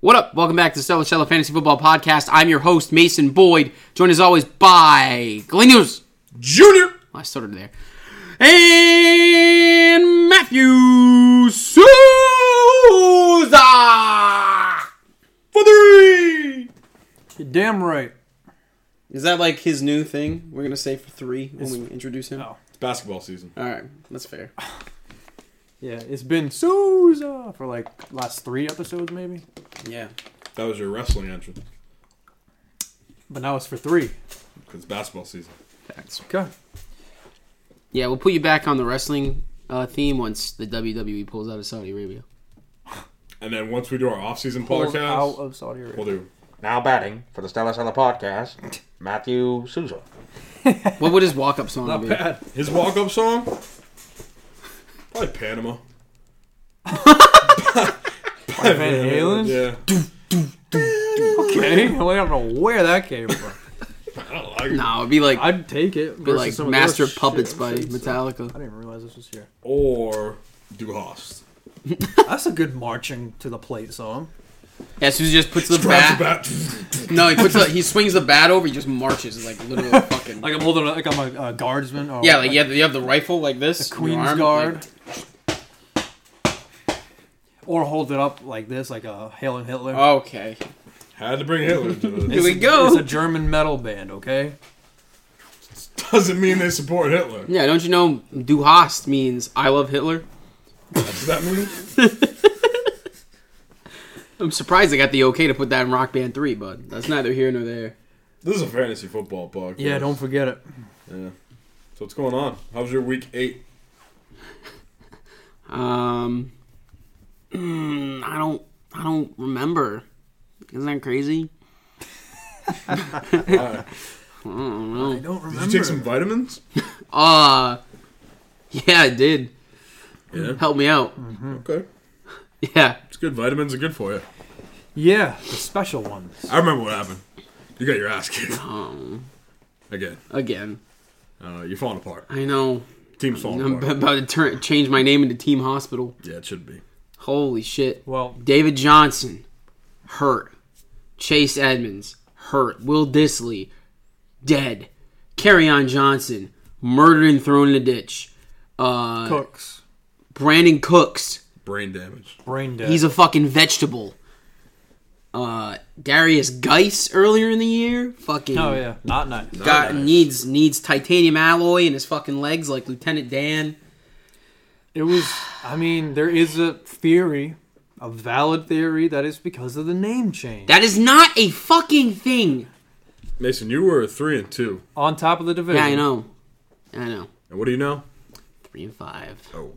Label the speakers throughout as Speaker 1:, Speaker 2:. Speaker 1: What up? Welcome back to the Stellar Cellar Fantasy Football Podcast. I'm your host, Mason Boyd, joined as always by Glenn News.
Speaker 2: Junior.
Speaker 1: I started there. And Matthew Souza for three.
Speaker 2: You're damn right.
Speaker 1: Is that like his new thing? We're gonna say for three when we introduce him.
Speaker 2: Oh.
Speaker 3: It's basketball season.
Speaker 1: All right, that's fair.
Speaker 2: Yeah, it's been Souza for like last three episodes maybe,
Speaker 1: Yeah,
Speaker 3: That was your wrestling entrance.
Speaker 2: but now it's for three.
Speaker 3: It's basketball season.
Speaker 1: Facts.
Speaker 2: Okay.
Speaker 1: Yeah, we'll put you back on the wrestling uh, theme once the WWE pulls out of Saudi Arabia.
Speaker 3: And then once we do our off-season
Speaker 2: Pulled
Speaker 3: podcast,
Speaker 2: out of Saudi Arabia.
Speaker 3: we'll do.
Speaker 4: Now batting for the Stellar Cellar podcast, Matthew Souza.
Speaker 1: What would his walk-up song
Speaker 2: Not
Speaker 1: be?
Speaker 2: bad.
Speaker 3: His walk-up song? Probably Panama.
Speaker 2: By Van Halen.
Speaker 3: Yeah.
Speaker 2: Okay. Well, I don't know where that came from.
Speaker 3: I don't like it.
Speaker 1: No, it'd be like
Speaker 2: I'd take it.
Speaker 1: be
Speaker 2: versus
Speaker 1: like
Speaker 2: some of the
Speaker 1: Master
Speaker 2: other shit
Speaker 1: Puppets
Speaker 2: I'm
Speaker 1: by
Speaker 2: saying, so. I
Speaker 1: Metallica.
Speaker 2: didn't even realize this was here.
Speaker 3: Or do Haas.
Speaker 2: That's a good marching to the plate song.
Speaker 1: Yes, who just puts the
Speaker 3: Grabs
Speaker 1: bat.
Speaker 3: the bat.
Speaker 1: No, he puts the, he swings the bat over. He just marches. It's like literally fucking.
Speaker 2: Like I'm holding, like I'm a, a guardsman. Or
Speaker 1: yeah, like you have, you have the rifle like this. in your
Speaker 2: Queen's
Speaker 1: arm,
Speaker 2: Guard.
Speaker 1: like-
Speaker 2: Or hold it up like this, like a hailing Hitler.
Speaker 1: okay,
Speaker 3: Had to bring Hitler into
Speaker 1: here
Speaker 3: this.
Speaker 1: we
Speaker 2: It's a
Speaker 1: go.
Speaker 2: German metal band, okay?
Speaker 3: Doesn't mean they support Hitler.
Speaker 1: Yeah, don't you know Du Hast means I love Hitler?
Speaker 3: Does that mean?
Speaker 1: I'm surprised they got the okay to put that in Rock Band 3, but that's neither here nor there.
Speaker 3: This is a fantasy football podcast.
Speaker 2: Yeah, don't forget it.
Speaker 3: Yeah. So what's going on? How's your week eight?
Speaker 1: Um, mm, I don't, I don't remember. Isn't that crazy?
Speaker 2: I don't
Speaker 3: Did
Speaker 2: remember.
Speaker 3: you take some vitamins?
Speaker 1: Uh, yeah, I did.
Speaker 3: Yeah.
Speaker 1: Help me out.
Speaker 2: Hmm.
Speaker 3: Okay.
Speaker 1: Yeah.
Speaker 3: It's good. Vitamins are good for you.
Speaker 2: Yeah, the special ones.
Speaker 3: I remember what happened. You got your ass kicked
Speaker 1: Um,
Speaker 3: again.
Speaker 1: again.
Speaker 3: Uh, you're falling apart.
Speaker 1: I know.
Speaker 3: Team's falling
Speaker 1: I'm
Speaker 3: apart.
Speaker 1: about to turn, change my name into Team Hospital.
Speaker 3: Yeah, it should be.
Speaker 1: Holy shit.
Speaker 2: Well,
Speaker 1: David Johnson, hurt. Chase Edmonds, hurt. Will Disley, dead. on Johnson, murdered and thrown in a ditch. Uh,
Speaker 2: Cooks,
Speaker 1: Brandon Cooks,
Speaker 3: Brain damage.
Speaker 2: brain dead.
Speaker 1: he's a fucking vegetable. Uh, Darius Geis earlier in the year, fucking
Speaker 2: oh yeah, not nice.
Speaker 1: got needs needs titanium alloy in his fucking legs like Lieutenant Dan.
Speaker 2: It was. I mean, there is a theory, a valid theory that is because of the name change.
Speaker 1: That is not a fucking thing.
Speaker 3: Mason, you were a three and two.
Speaker 2: On top of the division.
Speaker 1: Yeah, I know. I know.
Speaker 3: And what do you know?
Speaker 1: Three and five.
Speaker 3: Oh.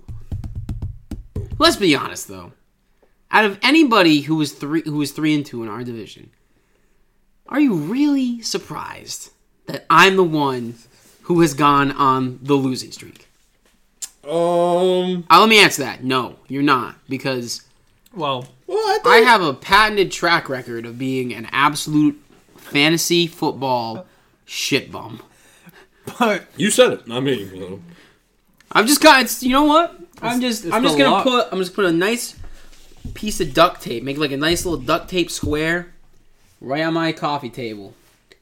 Speaker 1: Let's be honest though. Out of anybody who was three who was three and two in our division, are you really surprised that I'm the one who has gone on the losing streak?
Speaker 3: Um
Speaker 1: Uh, let me answer that. No, you're not, because
Speaker 2: Well,
Speaker 3: What?
Speaker 1: I have a patented track record of being an absolute fantasy football shit bum.
Speaker 2: but
Speaker 3: you said it, not me. Lou.
Speaker 1: I'm just kind. Of, you know what? I'm just.
Speaker 2: it's
Speaker 1: I'm just
Speaker 2: the
Speaker 1: gonna
Speaker 2: luck.
Speaker 1: put. I'm just put a nice piece of duct tape. Make like a nice little duct tape square, right on my coffee table,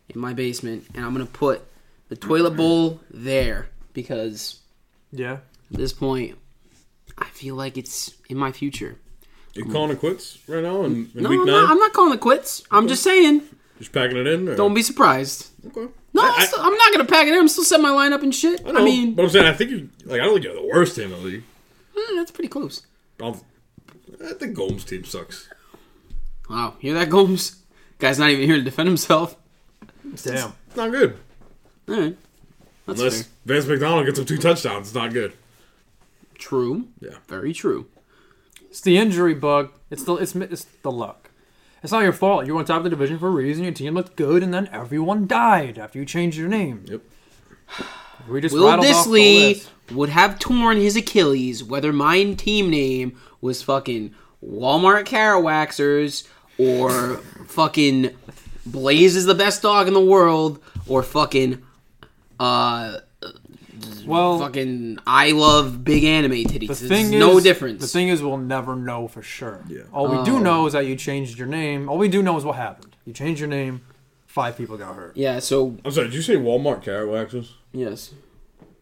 Speaker 1: in my basement, and I'm gonna put the toilet bowl there because
Speaker 2: yeah,
Speaker 1: at this point, I feel like it's in my future.
Speaker 3: You calling it quits right now in, in
Speaker 1: Hmm. No,
Speaker 3: week
Speaker 1: I'm
Speaker 3: nine?
Speaker 1: not, I'm not calling it quits. I'm just saying.
Speaker 3: Just packing it in? Or?
Speaker 1: Don't be surprised.
Speaker 3: Okay.
Speaker 1: No,
Speaker 3: I-
Speaker 1: I'm,
Speaker 3: I-
Speaker 1: still, I'm not gonna pack it in. I'm still setting my lineup and shit. I,
Speaker 3: know,
Speaker 1: mean,
Speaker 3: but I'm saying I think you like I don't think you're the worst team in the league.
Speaker 1: eh, that's pretty close.
Speaker 3: I'll, I think Gomes team sucks.
Speaker 1: Wow, hear that, Gomes? Guy's not even here to defend himself.
Speaker 2: damn.
Speaker 3: It's not good.
Speaker 1: All right, that's
Speaker 3: Unless
Speaker 1: fair.
Speaker 3: Vance McDonald gets him two touchdowns, it's not good.
Speaker 1: True.
Speaker 3: Yeah.
Speaker 1: Very true.
Speaker 2: It's the injury bug. It's the it's it's the luck. It's not your fault. You're on top of the division for a reason. Your team looked good, and then everyone died after you changed your name.
Speaker 3: Yep.
Speaker 2: We just
Speaker 1: Will
Speaker 2: rattled off the
Speaker 1: Disley
Speaker 2: list.
Speaker 1: would have torn his Achilles whether my team name was fucking Walmart Carawaxers or fucking Blaze is the best dog in the world or fucking uh
Speaker 2: Well,
Speaker 1: fucking I love big anime titties.
Speaker 2: the
Speaker 1: There's
Speaker 2: thing is,
Speaker 1: no difference. Oh.
Speaker 2: The thing is, we'll never know for sure.
Speaker 3: Yeah.
Speaker 2: All we do know is that you changed your name. All we do know is what happened. You changed your name. Five people got hurt.
Speaker 1: yeah, so
Speaker 3: I'm sorry, did you say Walmart carrot waxes?
Speaker 1: yes.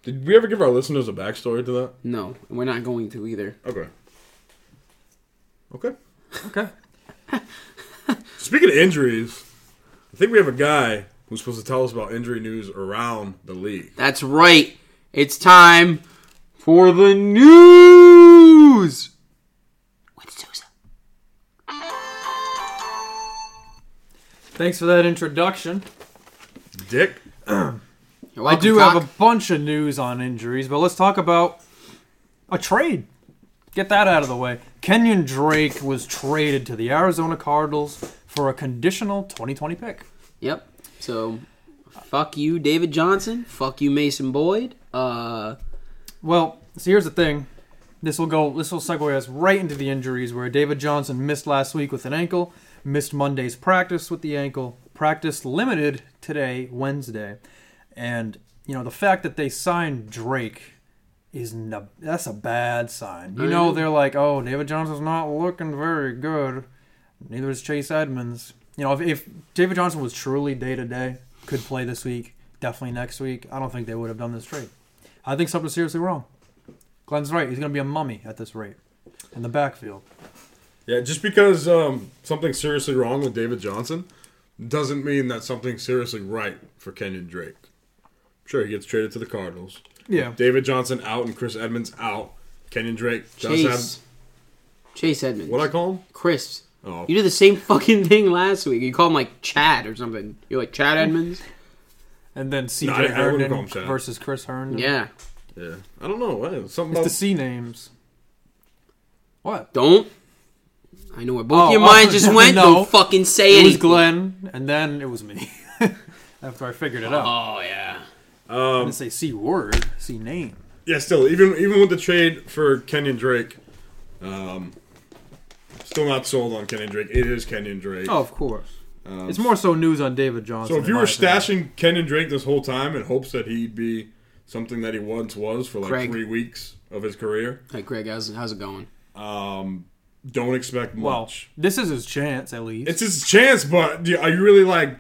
Speaker 3: Did we ever give our listeners a backstory to that?
Speaker 1: No, we're not going to either.
Speaker 3: Okay. Okay.
Speaker 2: Okay.
Speaker 3: Speaking of injuries, I think we have a guy who's supposed to tell us about injury news around the league.
Speaker 1: That's right. It's time for the news. With Sousa.
Speaker 2: Thanks for that introduction.
Speaker 3: Dick?
Speaker 1: You're
Speaker 2: I
Speaker 1: welcome,
Speaker 2: do
Speaker 1: cock.
Speaker 2: have a bunch of news on injuries, but let's talk about a trade. Get that out of the way. Kenyon Drake was traded to the Arizona Cardinals for a conditional 2020 pick.
Speaker 1: Yep. So, fuck you, David Johnson. Fuck you, Mason Boyd. Uh,
Speaker 2: Well, so here's the thing. This will go. This will segue us right into the injuries, where David Johnson missed last week with an ankle, missed Monday's practice with the ankle, practice limited today, Wednesday, and you know the fact that they signed Drake is n- that's a bad sign. You know they're like, oh, David Johnson's not looking very good. Neither is Chase Edmonds. You know, if, if David Johnson was truly day to day, could play this week, definitely next week. I don't think they would have done this trade. I think something's seriously wrong. Glenn's right. He's going to be a mummy at this rate in the backfield.
Speaker 3: Yeah, just because um, something's seriously wrong with David Johnson doesn't mean that something's seriously right for Kenyon Drake. Sure, he gets traded to the Cardinals.
Speaker 2: Yeah.
Speaker 3: David Johnson out and Chris Edmonds out. Kenyon Drake does
Speaker 1: Chase. Chase Edmonds.
Speaker 3: have what I call him?
Speaker 1: Chris.
Speaker 3: Oh.
Speaker 1: You did the same fucking thing last week. You called him like Chad or something. You're like Chad Edmonds.
Speaker 2: And then CJ
Speaker 3: No, I- I wouldn't call
Speaker 2: Herndon
Speaker 3: him Chad.
Speaker 2: versus Chris Herndon.
Speaker 1: Yeah.
Speaker 3: Yeah. I don't know. What? Something
Speaker 2: It's
Speaker 3: about
Speaker 2: the C names. What?
Speaker 1: Don't. I know where both
Speaker 2: Oh,
Speaker 1: your
Speaker 2: oh,
Speaker 1: minds just went.
Speaker 2: no.
Speaker 1: Don't fucking say
Speaker 2: It was
Speaker 1: anything.
Speaker 2: Glenn, and then it was me after I figured it out.
Speaker 1: Oh yeah.
Speaker 2: I didn't say C word, C name.
Speaker 3: yeah, still even even with the trade for Kenyon Drake, um, still not sold on Kenyon Drake. It is Kenyon Drake.
Speaker 2: Oh, of course. it's more so news on David Johnson.
Speaker 3: Um, so if
Speaker 2: in
Speaker 3: you
Speaker 2: my
Speaker 3: were
Speaker 2: opinion.
Speaker 3: stashing Kenyon Drake this whole time in hopes that he'd be something that he once was for like
Speaker 1: Craig.
Speaker 3: three weeks of his career,
Speaker 1: Hey Greg, how's how's it going?
Speaker 3: um, don't expect
Speaker 2: well,
Speaker 3: much.
Speaker 2: this is his chance at least.
Speaker 3: it's his chance, but do- are you really like,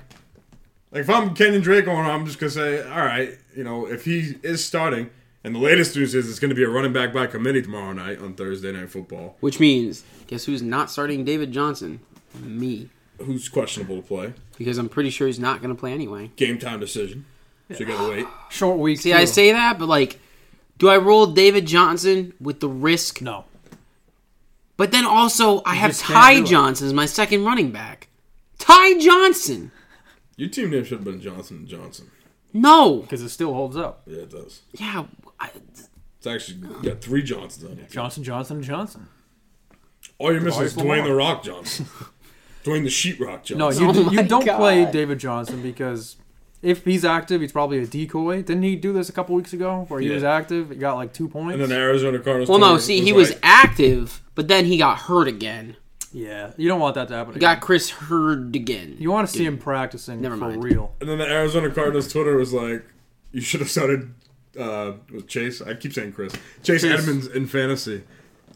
Speaker 3: like if I'm Kenyon Drake on, I'm just gonna say, all right, you know, if he is starting, and the latest news is it's gonna be a running back by committee tomorrow night on Thursday Night Football.
Speaker 1: Which means guess who's not starting David Johnson? Me.
Speaker 3: Who's questionable to play?
Speaker 1: Because I'm pretty sure he's not gonna play anyway.
Speaker 3: Game time decision. So you gotta wait.
Speaker 2: Short week.
Speaker 1: See, I
Speaker 2: too.
Speaker 1: say that, but like, do I roll David Johnson with the risk?
Speaker 2: no.
Speaker 1: But then also, I have
Speaker 2: just can't
Speaker 1: Ty
Speaker 2: do it.
Speaker 1: Johnson as my second running back. Ty Johnson.
Speaker 3: Your team name should have been Johnson and Johnson.
Speaker 1: No.
Speaker 2: Because it still holds up.
Speaker 3: Yeah, it does.
Speaker 1: Yeah. I,
Speaker 3: It's actually you got three Johnsons on it.
Speaker 2: Johnson, Johnson, and Johnson.
Speaker 3: All you're missing is
Speaker 2: Lamar.
Speaker 3: Dwayne the Rock Johnson. Dwayne the Sheetrock Johnson.
Speaker 2: No, you,
Speaker 1: Oh my
Speaker 2: you don't
Speaker 1: God.
Speaker 2: play David Johnson because if he's active, he's probably a decoy. Didn't he do this a couple weeks ago where he
Speaker 3: Yeah.
Speaker 2: was active? He got like two points.
Speaker 3: and then the Arizona Cardinals.
Speaker 1: well, no.
Speaker 3: told me
Speaker 1: See,
Speaker 3: it
Speaker 1: he was
Speaker 3: like-
Speaker 1: active, but then he got hurt again.
Speaker 2: yeah, you don't want that to happen.
Speaker 1: Got
Speaker 2: again.
Speaker 1: Chris hurt again.
Speaker 2: You want to see him practicing
Speaker 1: Never
Speaker 2: for
Speaker 1: mind.
Speaker 2: real.
Speaker 3: And then the Arizona Cardinals Twitter was like, "You should have started uh, with Chase." I keep saying Chris, Chase, Edmonds in fantasy.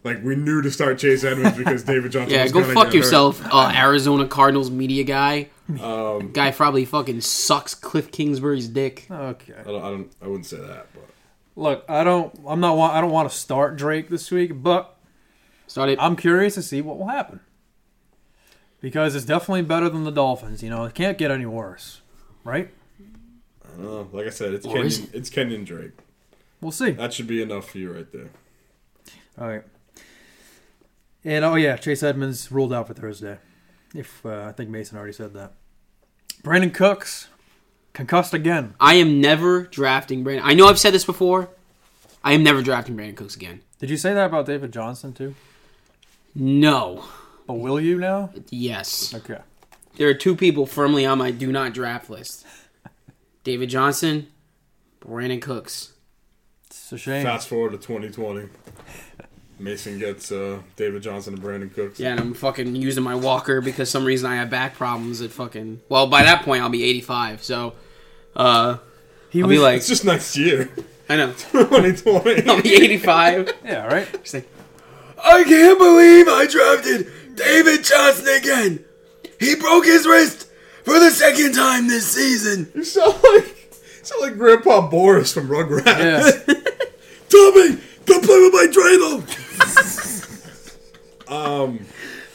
Speaker 3: Like we knew to start Chase Edmonds because David Johnson.
Speaker 1: yeah,
Speaker 3: was
Speaker 1: go
Speaker 3: gonna
Speaker 1: fuck
Speaker 3: get hurt.
Speaker 1: yourself, uh, Arizona Cardinals media guy.
Speaker 2: Um,
Speaker 1: guy probably fucking sucks Cliff Kingsbury's dick.
Speaker 2: Okay.
Speaker 3: I don't, I don't. I wouldn't say that, but
Speaker 2: Look, I don't. I'm not. wa- I don't want to start Drake this week, but
Speaker 1: Started.
Speaker 2: I'm curious to see what will happen because it's definitely better than the Dolphins. You know, it can't get any worse, right?
Speaker 3: I don't know. Like I said, it's
Speaker 1: Or is
Speaker 3: Kenyon, it's Kenyon Drake.
Speaker 2: We'll see.
Speaker 3: That should be enough for you right there.
Speaker 2: All right. And oh yeah, Chase Edmonds ruled out for Thursday. If uh, I think Mason already said that. Brandon Cooks concussed again.
Speaker 1: I am never drafting Brandon. I know I've said this before. I am never drafting Brandon Cooks again.
Speaker 2: Did you say that about David Johnson too?
Speaker 1: No.
Speaker 2: But will you now?
Speaker 1: Yes.
Speaker 2: Okay.
Speaker 1: There are two people firmly on my do not draft list David Johnson, Brandon Cooks.
Speaker 2: It's a shame.
Speaker 3: Fast forward to 2020. Mason gets uh, David Johnson and Brandon Cooks.
Speaker 1: Yeah, and I'm fucking using my walker because some reason I have back problems at fucking. Well, by that point, I'll be 85. So, uh,
Speaker 2: He
Speaker 1: I'll
Speaker 2: was
Speaker 1: be like,
Speaker 3: It's just next year.
Speaker 1: I know.
Speaker 3: 2020.
Speaker 1: I'll be 85.
Speaker 2: Yeah, right?
Speaker 1: It's like, I can't believe I drafted David Johnson again. He broke his wrist for the second time this season.
Speaker 3: You sound like you sound like Grandpa Boris from Rugrats.
Speaker 2: Yeah.
Speaker 3: Tommy, don't play with my dreidel. um,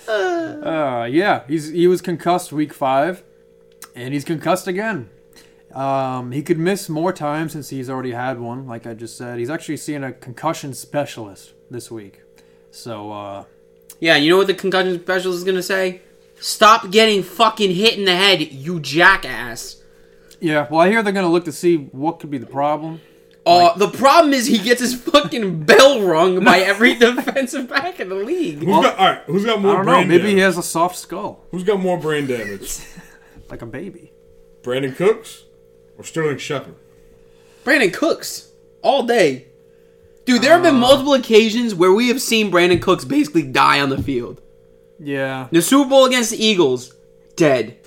Speaker 2: Uh, yeah, he's he was concussed week five, and he's concussed again. Um, he could miss more time since he's already had one. Like I just said, he's actually seeing a concussion specialist this week. So uh,
Speaker 1: Yeah, you know what the concussion specialist is going to say? Stop getting fucking hit in the head, you jackass.
Speaker 2: yeah, well I hear they're gonna look to see what could be the problem.
Speaker 1: Uh, the problem is he gets his fucking bell rung by every defensive back in the league.
Speaker 3: who's got all right? Who's got
Speaker 2: I
Speaker 3: more
Speaker 2: don't know.
Speaker 3: brain?
Speaker 2: Maybe he
Speaker 3: damage?
Speaker 2: has a soft skull,
Speaker 3: Who's got more brain damage?
Speaker 2: like a baby.
Speaker 3: Brandon Cooks or Sterling Shepard?
Speaker 1: Brandon Cooks all day. Dude, there have been multiple occasions where we have seen Brandon Cooks basically die on the field.
Speaker 2: Yeah,
Speaker 1: The Super Bowl against the Eagles, dead.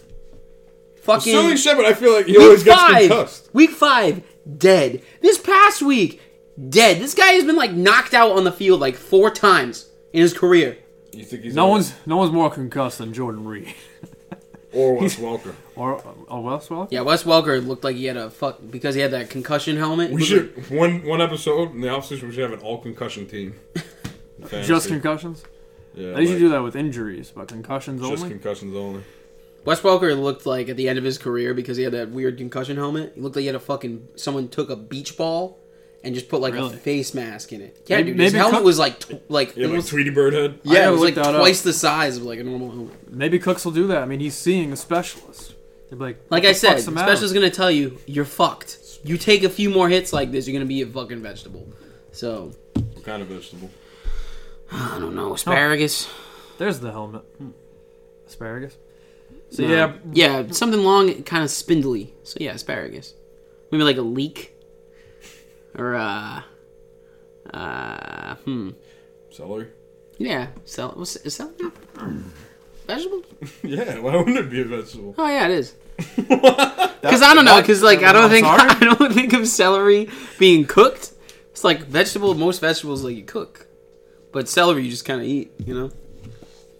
Speaker 1: Fucking
Speaker 3: Sterling Shepard, I feel like he
Speaker 1: week
Speaker 3: always gets
Speaker 1: five,
Speaker 3: concussed.
Speaker 1: week five, dead. This past week, dead. This guy has been like knocked out on the field like four times in his career.
Speaker 3: You think he's
Speaker 2: no
Speaker 3: old?
Speaker 2: one's no one's more concussed than Jordan Reed
Speaker 3: or Wes Welker?
Speaker 2: or oh, or Wes Welker.
Speaker 1: Yeah, Wes Welker looked like he had a fuck because he had that concussion helmet.
Speaker 3: We should one one episode in the offseason. We should have an all concussion team. Fantasy.
Speaker 2: Just concussions.
Speaker 3: yeah,
Speaker 2: They should
Speaker 3: like,
Speaker 2: do that with injuries, but concussions
Speaker 3: just
Speaker 2: only.
Speaker 3: concussions only.
Speaker 1: Wes Welker looked like at the end of his career because he had that weird concussion helmet. He looked like he had a fucking someone took a beach ball and just put like
Speaker 2: Really?
Speaker 1: a face mask in it. Yeah,
Speaker 2: Maybe-
Speaker 1: dude, his
Speaker 2: maybe
Speaker 1: helmet
Speaker 2: co-
Speaker 1: was like tw- like
Speaker 3: Yeah,
Speaker 1: it
Speaker 3: like
Speaker 1: was,
Speaker 3: Tweety Bird head.
Speaker 2: I
Speaker 1: yeah,
Speaker 2: gotta
Speaker 1: it was
Speaker 2: look
Speaker 1: like
Speaker 2: that up.
Speaker 1: twice the size of like a normal helmet.
Speaker 2: Maybe Cooks will do that. I mean, he's seeing a specialist. They'd be like,
Speaker 1: Like
Speaker 2: "What
Speaker 1: I
Speaker 2: the
Speaker 1: said,
Speaker 2: fuck's the matter?"
Speaker 1: special's gonna tell you you're fucked. You take a few more hits like this, you're gonna be a fucking vegetable. So
Speaker 3: What kind of vegetable?
Speaker 1: I don't
Speaker 2: Oh.
Speaker 1: know asparagus.
Speaker 2: There's the helmet. Hmm. Asparagus. So
Speaker 1: Uh,
Speaker 2: yeah,
Speaker 1: yeah, something long, kind of spindly. So yeah, asparagus. Maybe like a leek, or uh, uh, hmm,
Speaker 3: Celery.
Speaker 1: yeah, sell. What's is celery? not- Vegetable?
Speaker 3: Yeah, why wouldn't it be a vegetable?
Speaker 1: Oh yeah, it is. Because I don't know. Because like I don't
Speaker 2: I'm
Speaker 1: think
Speaker 2: sorry?
Speaker 1: I don't think of celery being cooked. It's like vegetable. Most vegetables like you cook, but celery you just kind of eat. You know,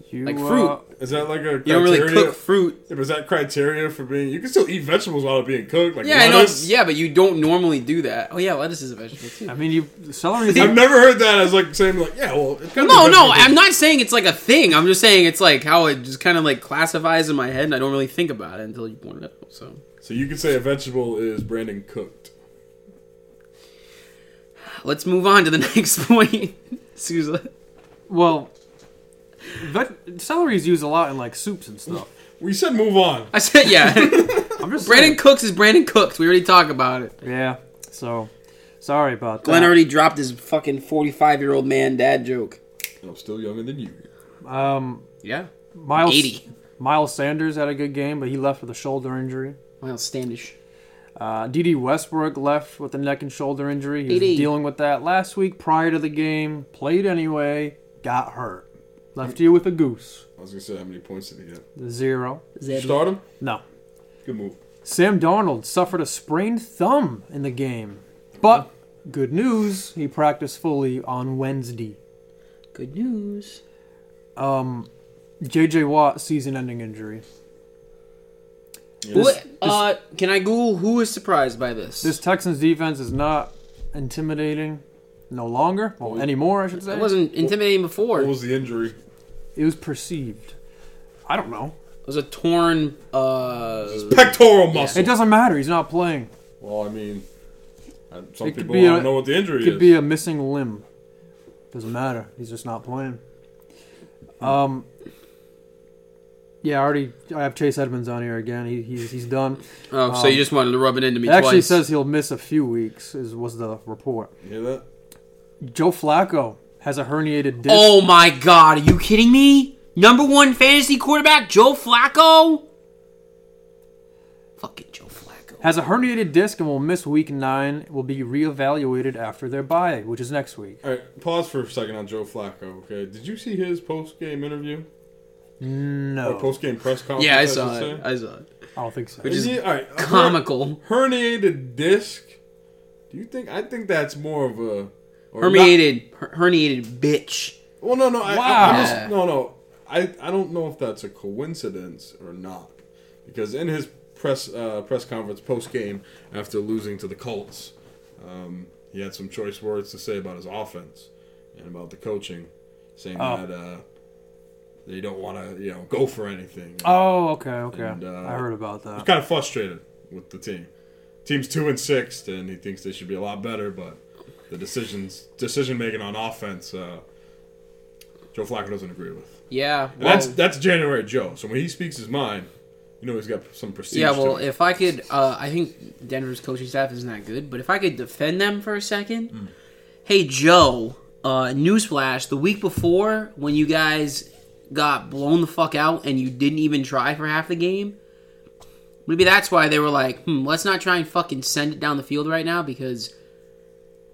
Speaker 2: you,
Speaker 1: like
Speaker 2: uh,
Speaker 1: fruit.
Speaker 3: Is that like a criteria?
Speaker 1: you don't really cook fruit.
Speaker 3: Yeah, but is that criteria for being? You can still eat vegetables while they're being cooked. Like
Speaker 1: Yeah, I know.
Speaker 3: lettuce.
Speaker 1: Yeah, but you don't normally do that. Oh yeah, lettuce is a vegetable too.
Speaker 2: I mean, you celery.
Speaker 3: I've never heard that as like saying like, yeah, well, it's gotta be
Speaker 1: No, no,
Speaker 3: vegetables.
Speaker 1: I'm not saying it's like a thing. I'm just saying it's like how it just kind of like classifies in my head, and I don't really think about it until you point it out. So
Speaker 3: So you could say a vegetable is Brandon cooked.
Speaker 1: let's move on to the next point, Sousa.
Speaker 2: well, vet, celery is used a lot in like soups and stuff.
Speaker 3: We said move on.
Speaker 1: I said, yeah.
Speaker 2: I'm just
Speaker 1: Brandon Cooks is Brandon Cooks. We already talked about it.
Speaker 2: Saying, yeah. So sorry about
Speaker 1: Glenn
Speaker 2: that.
Speaker 1: already dropped his fucking 45 year old man dad joke.
Speaker 3: I'm still younger than you.
Speaker 2: Um,
Speaker 1: Yeah.
Speaker 2: Miles
Speaker 1: 80.
Speaker 2: Miles Sanders had a good game, but he left with a shoulder injury.
Speaker 1: Miles Standish.
Speaker 2: Uh, D.D. Westbrook left with a neck and shoulder injury. He
Speaker 1: DD.
Speaker 2: was dealing with that last week prior to the game. Played anyway. Got hurt. Left you with a goose.
Speaker 3: I was gonna say how many points did he get?
Speaker 2: Zero.
Speaker 1: Zeb.
Speaker 3: Start him.
Speaker 2: No.
Speaker 3: Good move.
Speaker 2: Sam Darnold suffered a sprained thumb in the game. But good news, he practiced fully on Wednesday.
Speaker 1: Good news.
Speaker 2: Um, J.J. Watt season ending injury.
Speaker 1: What, uh, can I Google who is surprised by this?
Speaker 2: This Texans defense is not intimidating no longer. Well, anymore, I should say.
Speaker 1: it wasn't intimidating before.
Speaker 3: What was the injury?
Speaker 2: It was perceived. I don't know.
Speaker 1: It was a torn. Uh,
Speaker 3: Pectoral muscle.
Speaker 2: It doesn't matter. He's not playing.
Speaker 3: Well, I mean, uh, some
Speaker 2: It could
Speaker 3: people
Speaker 2: be
Speaker 3: don't
Speaker 2: a-
Speaker 3: know what the injury
Speaker 2: Could
Speaker 3: is.
Speaker 2: be a missing limb. Doesn't matter. He's just not playing. Um. Yeah, I already. I have Chase Edmonds on here again. He, he's he's done.
Speaker 1: oh, so you just wanted to rub it into me
Speaker 2: Um, It actually
Speaker 1: twice.
Speaker 2: says he'll miss a few weeks. Is was the report.
Speaker 3: you hear that?
Speaker 2: Joe Flacco has a herniated disc.
Speaker 1: oh my god, are you kidding me? Number one fantasy quarterback, Joe Flacco? Fucking Joe Flacco.
Speaker 2: Has a herniated disc and will miss week nine. Will be reevaluated after their bye, which is next week.
Speaker 3: All right, pause for a second on Joe Flacco. Okay, did you see his post game interview or
Speaker 2: No,
Speaker 3: post game press conference?
Speaker 1: Yeah, I
Speaker 3: should
Speaker 1: saw
Speaker 3: say?
Speaker 1: it. I saw it.
Speaker 2: I don't think so.
Speaker 1: Which is
Speaker 3: all right, a her-
Speaker 1: Comical.
Speaker 3: herniated disc. Do you think? I think that's more of a or
Speaker 1: Herniated, her- herniated bitch.
Speaker 3: not- well, no, no. I, wow.
Speaker 2: Wow.
Speaker 3: I, just,
Speaker 1: Yeah.
Speaker 3: no, no. I I don't know if that's a coincidence or not, because in his press uh, press conference post game after losing to the Colts, um, he had some choice words to say about his offense and about the coaching, saying
Speaker 2: Oh.
Speaker 3: that uh, they don't want to you know go for anything.
Speaker 2: Oh, okay, okay.
Speaker 3: And, uh,
Speaker 2: I heard about
Speaker 3: He's
Speaker 2: that.
Speaker 3: kind of frustrated with the team. Team's two and six, and he thinks they should be a lot better, but the decisions decision making on offense, uh, Joe Flacco doesn't agree with.
Speaker 1: Yeah.
Speaker 3: And that's that's January Joe. So when he speaks his mind, you know he's got some prestige.
Speaker 1: Yeah, well,
Speaker 3: to it.
Speaker 1: if I could, uh, I think Denver's coaching staff isn't that good, but if I could defend them for a second, hey Joe, uh, newsflash: the week before when you guys got blown the fuck out and you didn't even try for half the game, maybe that's why they were like, hmm, let's not try and fucking send it down the field right now because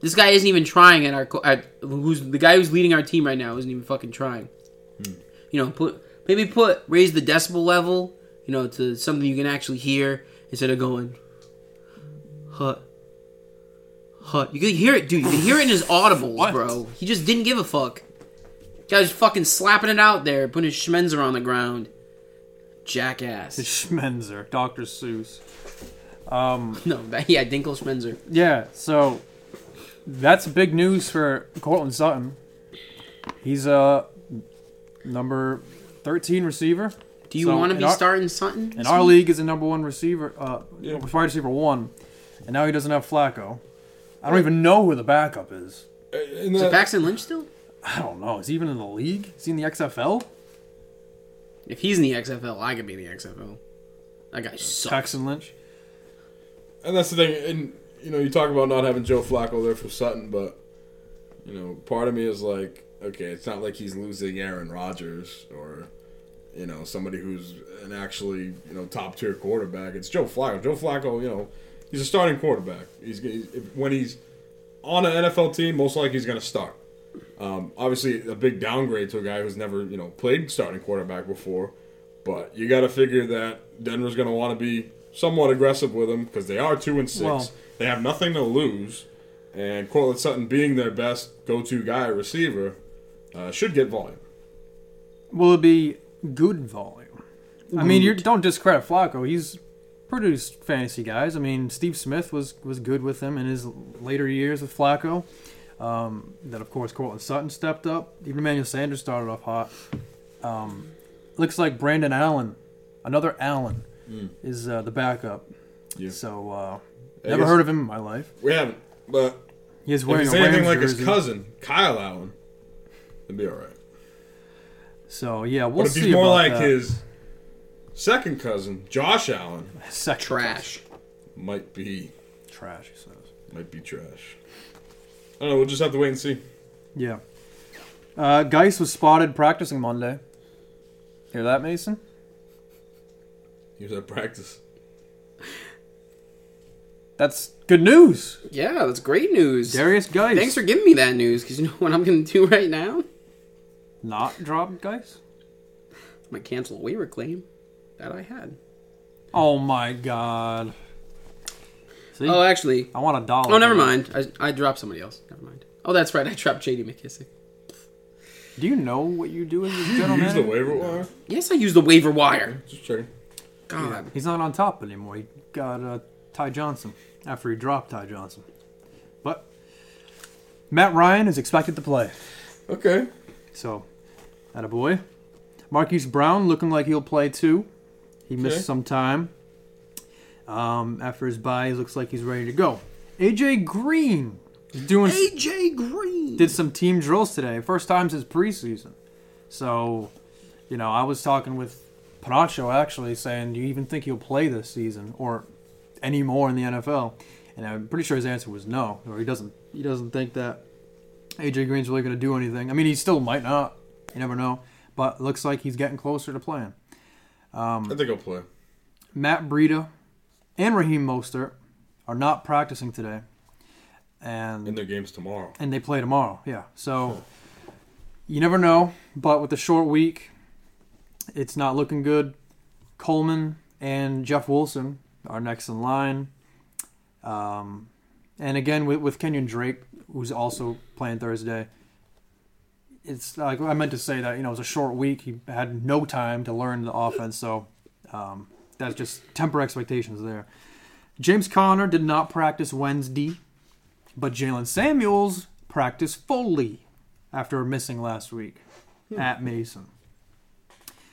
Speaker 1: this guy isn't even trying at our co- at, who's the guy who's leading our team right now isn't even fucking trying
Speaker 2: Hmm.
Speaker 1: you know, put maybe put raise the decibel level, you know, to something you can actually hear instead of going hut hut. You could hear it, dude. You could hear it in his audibles,
Speaker 2: What?
Speaker 1: bro. He just didn't give a fuck. Guy's fucking slapping it out there, putting his schmenzer on the ground.
Speaker 2: The
Speaker 1: Jackass.
Speaker 2: Schmenzer, Dr. Seuss.
Speaker 1: No, that- yeah, Dinkle Schmenzer.
Speaker 2: Yeah, so that's big news for Cortland Sutton. He's a number 13 receiver.
Speaker 1: Do you
Speaker 2: So,
Speaker 1: want to
Speaker 2: in
Speaker 1: be
Speaker 2: our-
Speaker 1: starting Sutton?
Speaker 2: In our league, is a number one receiver, uh, wide receiver one, and now he doesn't have Flacco. I don't even know who the backup is.
Speaker 3: And
Speaker 1: Is it
Speaker 3: that-
Speaker 1: Paxton Lynch still?
Speaker 2: I don't know. Is he even in the league? Is he in the XFL?
Speaker 1: If he's in the XFL, I could be in the XFL. That guy sucks.
Speaker 2: Paxton Lynch.
Speaker 3: and that's the thing. And you know you talk about not having Joe Flacco there for Sutton, but you know part of me is like, okay, it's not like he's losing Aaron Rodgers or you know somebody who's an actually you know top tier quarterback. It's Joe Flacco. Joe Flacco, you know, he's a starting quarterback. He's, he's if- when he's on an NFL team, most likely he's going to start. Um, obviously, a big downgrade to a guy who's never you know played starting quarterback before. But you got to figure that Denver's going to want to be somewhat aggressive with him because they are two and six.
Speaker 2: Well-
Speaker 3: they have nothing to lose, and Cortland Sutton being their best go-to guy receiver uh, should get volume.
Speaker 2: Will it be good volume? I mean, you don't discredit Flacco. He's produced fantasy guys. I mean, Steve Smith was was good with him in his later years with Flacco. Um, then of course Cortland Sutton stepped up. Even Emmanuel Sanders started off hot. Um, looks like Brandon Allen, another Allen, is uh, the backup.
Speaker 3: Hmm. Yeah.
Speaker 2: So uh,
Speaker 3: I
Speaker 2: never
Speaker 3: guess-
Speaker 2: heard of him in my life.
Speaker 3: We haven't, but
Speaker 2: He is
Speaker 3: If
Speaker 2: wearing
Speaker 3: he's
Speaker 2: a
Speaker 3: anything
Speaker 2: Rams
Speaker 3: like his
Speaker 2: jersey.
Speaker 3: cousin, Kyle Allen, it'd be all right.
Speaker 2: So yeah, we'll
Speaker 3: But if
Speaker 2: see.
Speaker 3: he's more
Speaker 2: about
Speaker 3: like
Speaker 2: that.
Speaker 3: his second cousin, Josh Allen,
Speaker 2: Second
Speaker 1: Trash.
Speaker 3: might be
Speaker 2: Trash. He says.
Speaker 3: might be trash. I don't know. We'll just have to wait and see.
Speaker 2: Yeah. Uh, Geis was spotted practicing Monday. Hear that, Mason?
Speaker 3: He was at practice.
Speaker 2: That's good news.
Speaker 1: Yeah, that's great news.
Speaker 2: Darius Geis.
Speaker 1: Thanks for giving me that news, because you know what I'm going to do right now?
Speaker 2: not dropped Geis.
Speaker 1: My cancel a waiver claim that I had.
Speaker 2: Oh my God. See,
Speaker 1: Oh, actually.
Speaker 2: I want a dollar.
Speaker 1: Oh, never mind. I, I dropped somebody else. Never mind. Oh, that's right. I dropped JD McKissick.
Speaker 2: Do you know what you do as a general
Speaker 3: Use the
Speaker 2: manager?
Speaker 3: waiver wire.
Speaker 1: Yes, I used the waiver wire.
Speaker 3: Just checking.
Speaker 1: God.
Speaker 2: He's not on top anymore. He got uh, Ty Johnson after he dropped Ty Johnson. But Matt Ryan is expected to play.
Speaker 3: Okay.
Speaker 2: So, at a boy. Marquise Brown looking like he'll play too. He missed
Speaker 3: Okay.
Speaker 2: some time. Um, after his bye, he looks like he's ready to go. AJ Green is doing
Speaker 1: AJ Green.
Speaker 2: did some team drills today. First time since preseason. So, you know, I was talking with Panacho actually saying, "Do you even think he'll play this season or anymore in the NFL?" And I'm pretty sure his answer was no, or he doesn't. He doesn't think that AJ Green's really going to do anything. I mean, he still might not. You never know. But it looks like he's getting closer to playing.
Speaker 3: I think I'll play.
Speaker 2: Matt Breida and Raheem Mostert are not practicing today, and
Speaker 3: In their games tomorrow.
Speaker 2: and they play tomorrow. Yeah. So you never know, but with the short week, it's not looking good. Coleman and Jeff Wilson are next in line. Um, And again, with, with Kenyon Drake, who's also playing Thursday, it's like I meant to say that you know it was a short week. He had no time to learn the offense, so um, that's just temper expectations there. James Conner did not practice Wednesday, but Jalen Samuels practiced fully after missing last week at Mason.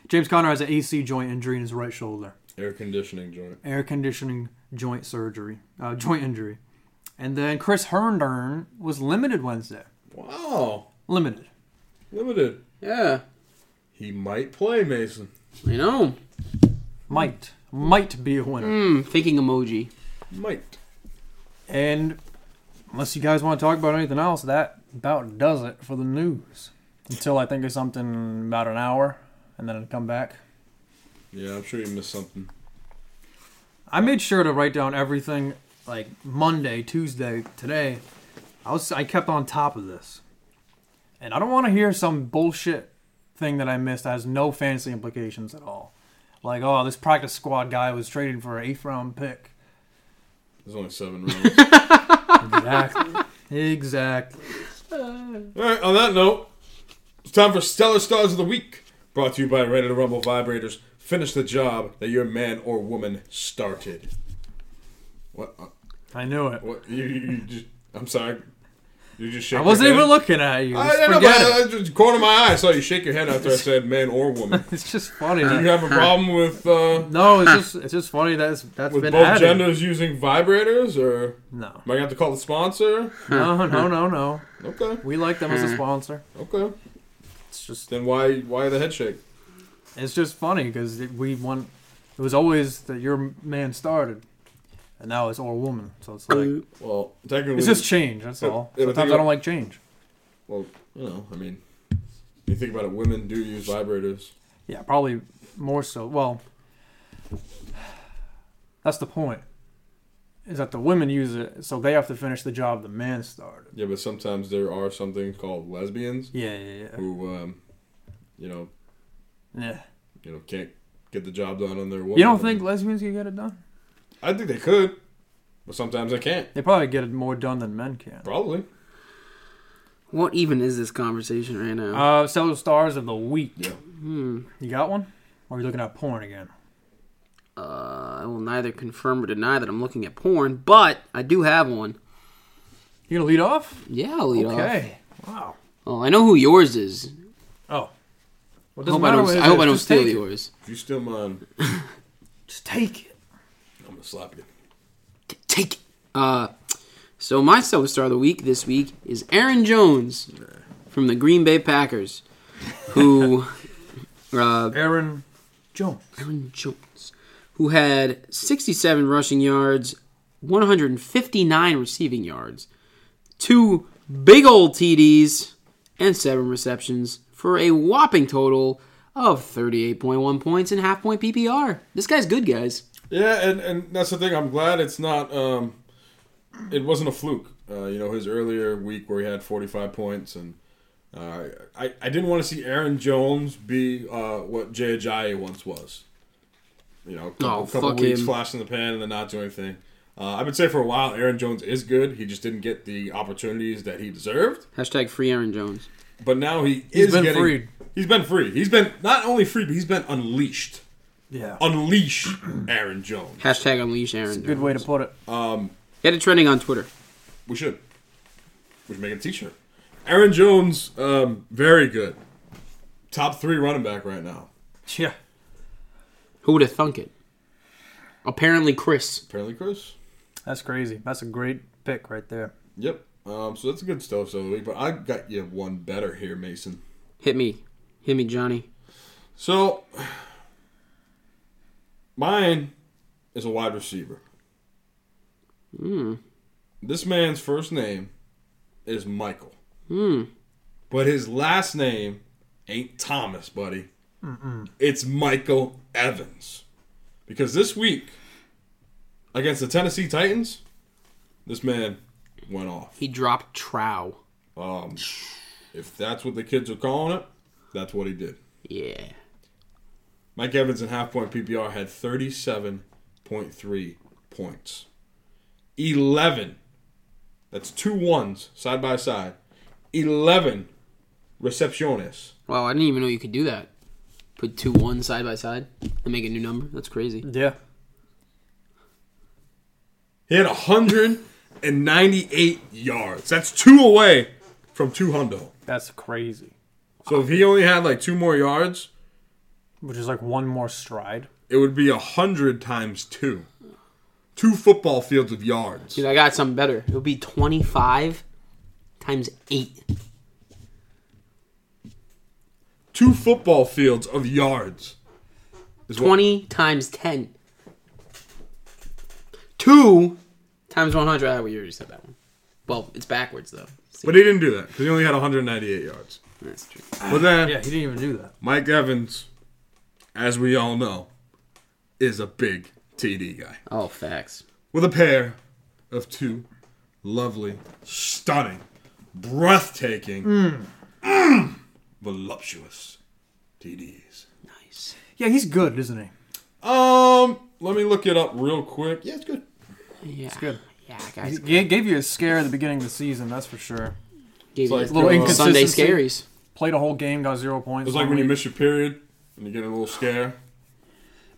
Speaker 2: James Conner has an AC joint injury in his right shoulder
Speaker 3: Air conditioning joint.
Speaker 2: air conditioning joint surgery, uh, joint injury. And then Chris Herndon was limited Wednesday.
Speaker 3: Wow.
Speaker 2: Limited.
Speaker 3: Limited.
Speaker 1: Yeah,
Speaker 3: He might play Mason.
Speaker 1: I know.
Speaker 2: Might. Might be a winner.
Speaker 1: Hmm, thinking emoji.
Speaker 3: Might.
Speaker 2: And unless you guys want to talk about anything else, that about does it for the news. Until I think of something about an hour and then I'll come back.
Speaker 3: Yeah, I'm sure you missed something.
Speaker 2: I made sure to write down everything like Monday, Tuesday, today. I was I kept on top of this. And I don't want to hear some bullshit thing that I missed that has no fantasy implications at all. Like, oh, this practice squad guy was traded for an eighth round pick.
Speaker 3: There's only seven rounds.
Speaker 2: Exactly. exactly.
Speaker 3: All right, on that note, it's time for Stellar Stars of the Week, brought to you by Ready to Rumble Vibrators. Finish the job that your man or woman started. What? uh,
Speaker 2: I knew it.
Speaker 3: What? You, you, you just, I'm sorry. You just shake
Speaker 2: I wasn't
Speaker 3: your head.
Speaker 2: even looking at you.
Speaker 3: I,
Speaker 2: Just
Speaker 3: I know, but
Speaker 2: forget
Speaker 3: I,
Speaker 2: it.
Speaker 3: I just corner of my eye, I saw you shake your head after I said man or woman.
Speaker 2: It's just funny.
Speaker 3: Do you
Speaker 2: that-
Speaker 3: have a problem with uh,
Speaker 2: no, it's just it's just funny that's that's
Speaker 3: with
Speaker 2: been
Speaker 3: both
Speaker 2: added.
Speaker 3: genders using vibrators, or
Speaker 2: No.
Speaker 3: am I gonna have to call the sponsor?
Speaker 2: No, no, no, no.
Speaker 3: Okay,
Speaker 2: We like them as a sponsor.
Speaker 3: okay.
Speaker 2: It's just
Speaker 3: Then why why the head shake?
Speaker 2: It's just funny because we want. It was always that your man started, and now it's all woman. So it's like
Speaker 3: Well, technically,
Speaker 2: it's just change. That's
Speaker 3: But-
Speaker 2: all.
Speaker 3: yeah, but
Speaker 2: Sometimes
Speaker 3: think
Speaker 2: I don't
Speaker 3: about-
Speaker 2: like change.
Speaker 3: Well, you know, I mean, you think about it, women do use vibrators.
Speaker 2: Yeah, probably more so. Well, that's the point. Is that the women use it, so they have to finish the job the man started.
Speaker 3: Yeah, but sometimes there are some things called lesbians
Speaker 2: Yeah, yeah, yeah.
Speaker 3: who, um, you know,
Speaker 2: yeah.
Speaker 3: you know, can't get the job done on their woman.
Speaker 2: You don't think lesbians can get it done?
Speaker 3: I think they could, but sometimes they can't.
Speaker 2: They probably get it more done than men can.
Speaker 3: Probably.
Speaker 1: What even is this conversation right now?
Speaker 2: Uh, Stellar Stars of the Week.
Speaker 3: Yeah.
Speaker 1: hmm.
Speaker 2: You got one? Or are you looking at porn again?
Speaker 1: Uh, I will neither confirm or deny that I'm looking at porn, but I do have one.
Speaker 2: You gonna lead off?
Speaker 1: Yeah, I'll lead off.
Speaker 2: Okay. Wow.
Speaker 1: Oh, I know who yours is.
Speaker 2: Oh. Well,
Speaker 1: I hope I don't, I hope I don't steal yours.
Speaker 3: If you steal mine,
Speaker 2: Just take it.
Speaker 3: I'm gonna slap you.
Speaker 1: Take it. Uh, so my silver star of the week this week is Aaron Jones from the Green Bay Packers, who uh,
Speaker 2: Aaron Jones.
Speaker 1: Aaron Jones, who had 67 rushing yards, 159 receiving yards, two big old TDs, and seven receptions for a whopping total of 38.1 points and half point PPR. This guy's good, guys.
Speaker 3: Yeah, and and that's the thing. I'm glad it's not. Um, it wasn't a fluke. Uh, you know, his earlier week where he had 45 points, and uh, I I didn't want to see Aaron Jones be uh, what Jay Ajayi once was. You know, a couple,
Speaker 1: Oh,
Speaker 3: couple
Speaker 1: fuck
Speaker 3: weeks
Speaker 1: him.
Speaker 3: flash in the pan and then not do anything. Uh, I've been saying for a while Aaron Jones is good. He just didn't get the opportunities that he deserved.
Speaker 1: Hashtag free Aaron Jones.
Speaker 3: But now he
Speaker 2: He's
Speaker 3: is
Speaker 2: been
Speaker 3: getting-
Speaker 2: freed.
Speaker 3: He's been free. He's been not only free, but he's been unleashed.
Speaker 2: Yeah.
Speaker 3: Unleash Aaron Jones.
Speaker 1: Hashtag unleash Aaron Jones.
Speaker 2: Good way to put it.
Speaker 1: Get it trending on Twitter.
Speaker 3: We should. We should make a T-shirt. Aaron Jones, um, very good. Top three running back right now.
Speaker 2: Yeah.
Speaker 1: Who would have thunk it? Apparently, Chris.
Speaker 3: Apparently, Chris.
Speaker 2: That's crazy. That's a great pick right there.
Speaker 3: Yep. Um, so that's a good stuff, so week. But I got you one better here, Mason.
Speaker 1: Hit me. Hit me, Johnny.
Speaker 3: So mine is a wide receiver. This man's first name is Michael. But his last name ain't Thomas, buddy. It's Michael Evans. Because this week against the Tennessee Titans, this man went off.
Speaker 1: He dropped Trow.
Speaker 3: Um, if that's what the kids are calling it, that's what he did.
Speaker 1: Yeah.
Speaker 3: Mike Evans in half point PPR had 37.3 points, 11 That's two ones side by side. 11 recepciones.
Speaker 1: Wow, I didn't even know you could do that. Put two ones side by side and make a new number. That's crazy.
Speaker 2: Yeah.
Speaker 3: He had 198 yards. That's two away from 200.
Speaker 2: That's crazy.
Speaker 3: So if he only had like two more yards,
Speaker 2: Which is like one more stride.
Speaker 3: it would be 100 times two. Two football fields of yards.
Speaker 1: Dude, I got something better. It'll be 25 times 8.
Speaker 3: Two football fields of yards. Is what-
Speaker 1: 20 times 10. 2 times 100. Ah, we already said that one. Well, it's backwards, though. See,
Speaker 3: but he didn't do that because he only had 198 yards.
Speaker 1: that's true.
Speaker 3: But then
Speaker 2: Yeah, he didn't even do that.
Speaker 3: Mike Evans, as we all know, is a big TD guy.
Speaker 1: Oh, facts.
Speaker 3: with a pair of two lovely, stunning, breathtaking, mm, voluptuous TDs.
Speaker 1: Nice.
Speaker 2: Yeah, he's good, isn't he?
Speaker 3: Um, let me look it up real quick. Yeah, it's good.
Speaker 1: Yeah. It's
Speaker 2: good.
Speaker 1: Yeah,
Speaker 2: He
Speaker 1: guys.
Speaker 2: ga- gave you a scare at the beginning of the season, that's for sure.
Speaker 1: Gave you
Speaker 3: like
Speaker 1: little
Speaker 3: little
Speaker 1: Sunday
Speaker 2: inconsistency.
Speaker 1: scaries.
Speaker 2: Played a whole game, got zero points.
Speaker 3: It's like when you
Speaker 2: normally,
Speaker 3: miss your period and you get a little scare.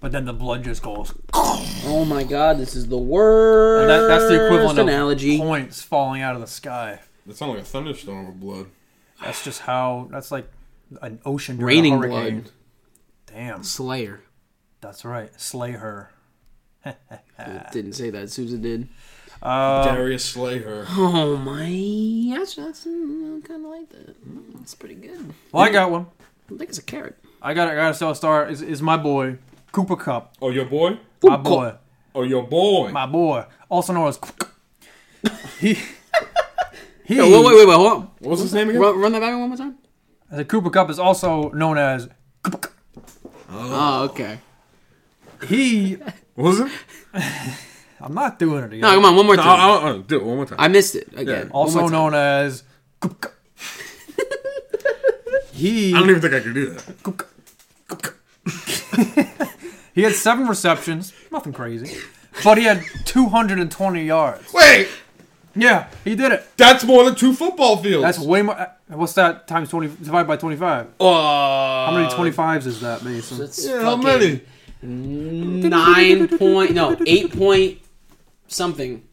Speaker 2: but then the blood just goes.
Speaker 1: Oh my god, this is the worst
Speaker 2: And that, that's the equivalent
Speaker 1: analogy.
Speaker 2: of points falling out of the sky.
Speaker 3: It sounds like a thunderstorm of blood.
Speaker 2: That's just how. That's like an ocean during a
Speaker 1: Raining
Speaker 2: hurricane.
Speaker 1: blood.
Speaker 2: Damn,
Speaker 1: Slayer.
Speaker 2: that's right. Slay her.
Speaker 1: Didn't say that. Susan did.
Speaker 3: Darius Slayer.
Speaker 1: Oh my. That's, that's kind of like that. That's pretty good.
Speaker 2: Well, I got one.
Speaker 1: I think it's a carrot.
Speaker 2: I got. I got to sell a star. Is is my boy Cooper Cup?
Speaker 3: Oh, your boy?
Speaker 2: My
Speaker 1: Cup.
Speaker 2: boy.
Speaker 3: Oh, your boy.
Speaker 2: My boy. Also known as. He. he
Speaker 1: Yo, wait, wait, wait, wait, hold on.
Speaker 3: What was his name again?
Speaker 1: Run, run that back one more time.
Speaker 2: The Cooper Cup is also known as. Cooper Cup.
Speaker 1: Oh, okay.
Speaker 2: He.
Speaker 3: What was it?
Speaker 2: I'm not doing it again.
Speaker 1: No, come on, one more
Speaker 3: No,
Speaker 1: time.
Speaker 3: I'll, I'll- do it one more time.
Speaker 1: I missed it again.
Speaker 3: Yeah.
Speaker 1: One
Speaker 2: also
Speaker 1: more time.
Speaker 2: known as Kupka. he
Speaker 3: I don't even think I could do that.
Speaker 2: Kupka. Kupka. he had seven receptions, nothing crazy, but he had 220 yards.
Speaker 3: Wait!
Speaker 2: Yeah, he did it.
Speaker 3: That's more than two football fields!
Speaker 2: That's way more. uh, What's that times 20 divided by 25?
Speaker 3: Uh,
Speaker 2: How many 25s is that, Mason?
Speaker 1: That's
Speaker 3: yeah, how
Speaker 1: fucking
Speaker 3: many?
Speaker 1: Nine point, no, eight point something.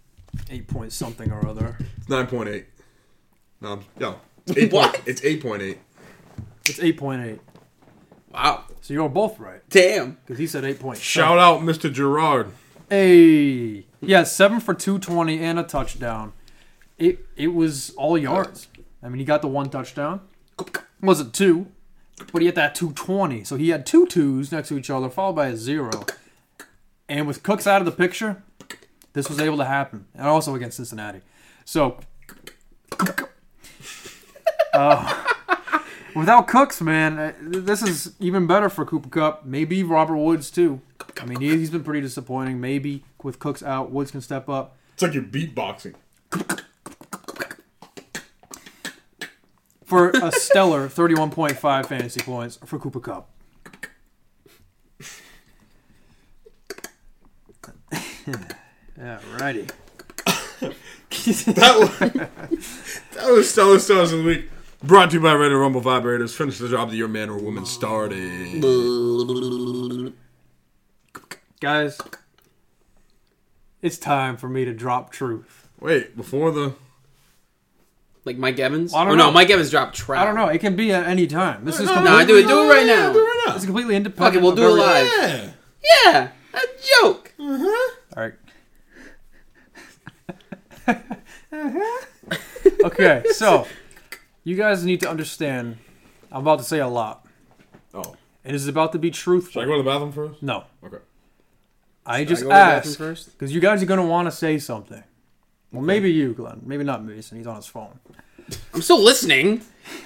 Speaker 2: Eight point something or other.
Speaker 3: Nine point eight. No, yo, eight
Speaker 1: What?
Speaker 3: point. It's eight point eight.
Speaker 2: It's 8.8.
Speaker 1: Wow.
Speaker 2: So you're both right
Speaker 1: Damn.
Speaker 2: because he said 8.8.
Speaker 3: Shout out, Mr. Gerard.
Speaker 2: Hey, yeah, seven for two twenty and a touchdown. It it was all yards. I mean, he got the one touchdown. Was it two? But he had that two twenty, so he had two twos next to each other, followed by a zero. And with Cooks out of the picture, this was able to happen, and also against Cincinnati. So, uh, without Cooks, man, uh, this is even better for Cooper Cup. Maybe Robert Woods too. I mean, he, he's been pretty disappointing. Maybe with Cooks out, Woods can step up.
Speaker 3: It's like you're beatboxing.
Speaker 2: For a stellar 31.5 fantasy points for Cooper Cup. Alrighty.
Speaker 3: That was that was stellar stars of the week. Brought to you by Red and Rumble Vibrators. Finish the job that your man or woman started.
Speaker 2: Guys, it's time for me to drop truth.
Speaker 3: Wait, before the
Speaker 1: Like Mike Evans?
Speaker 2: I don't
Speaker 1: oh, no,
Speaker 2: know.
Speaker 1: Mike Evans dropped trap.
Speaker 2: I don't know. It can be at any time. This is
Speaker 1: no, I
Speaker 2: completely,
Speaker 1: do it. Do it right
Speaker 3: Yeah,
Speaker 1: now.
Speaker 3: do it right
Speaker 2: It's
Speaker 3: now.
Speaker 2: completely independent.
Speaker 1: Fuck it, we'll
Speaker 2: of
Speaker 1: do it
Speaker 2: everything.
Speaker 1: live.
Speaker 3: Yeah.
Speaker 1: Yeah. A joke.
Speaker 2: All right. okay, so you guys need to understand. I'm about to say a lot.
Speaker 3: Oh,
Speaker 2: It is about to be truthful.
Speaker 3: should I go to the bathroom first?
Speaker 2: No,
Speaker 3: Okay.
Speaker 2: I
Speaker 1: I
Speaker 2: just
Speaker 1: go to the bathroom
Speaker 2: asked
Speaker 1: first?
Speaker 2: because you guys are going to want to say something. Well, maybe you, Glenn. Maybe not Mason. He's on his phone.
Speaker 1: I'm still listening.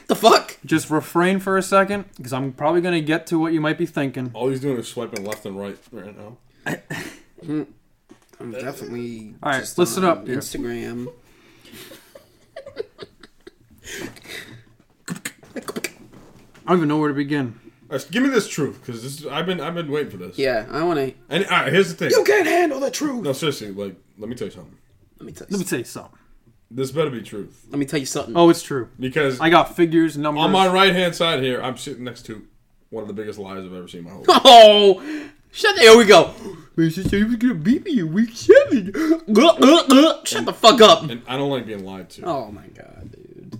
Speaker 1: The fuck?
Speaker 2: Just refrain for a second because I'm probably going to get to what you might be thinking.
Speaker 3: All he's doing is swiping left and right right now.
Speaker 1: I'm definitely.
Speaker 2: All right,
Speaker 1: just
Speaker 2: listen
Speaker 1: on
Speaker 2: up here.
Speaker 1: Instagram.
Speaker 2: I don't even know where to begin.
Speaker 3: All right, Uh, give me this truth, because this is, I've been I've been waiting for this.
Speaker 1: Yeah, I want to.
Speaker 3: And all right, here's the thing.
Speaker 1: You can't handle the truth.
Speaker 3: No, seriously, like let me tell you something.
Speaker 1: Let me tell you.
Speaker 2: Let me
Speaker 1: something.
Speaker 2: tell you something.
Speaker 3: This better be truth
Speaker 1: Let me tell you something.
Speaker 2: Oh, it's true.
Speaker 3: because
Speaker 2: I got figures, numbers.
Speaker 3: on my right hand side here, I'm sitting next to one of the biggest liars I've ever seen in my whole life.
Speaker 1: Oh, shut the, here we go. Mr. Saban's gonna beat me in week seven. Gluh, gluh, gluh. Shut the fuck up.
Speaker 3: And I don't like being lied to.
Speaker 1: Oh my god, dude.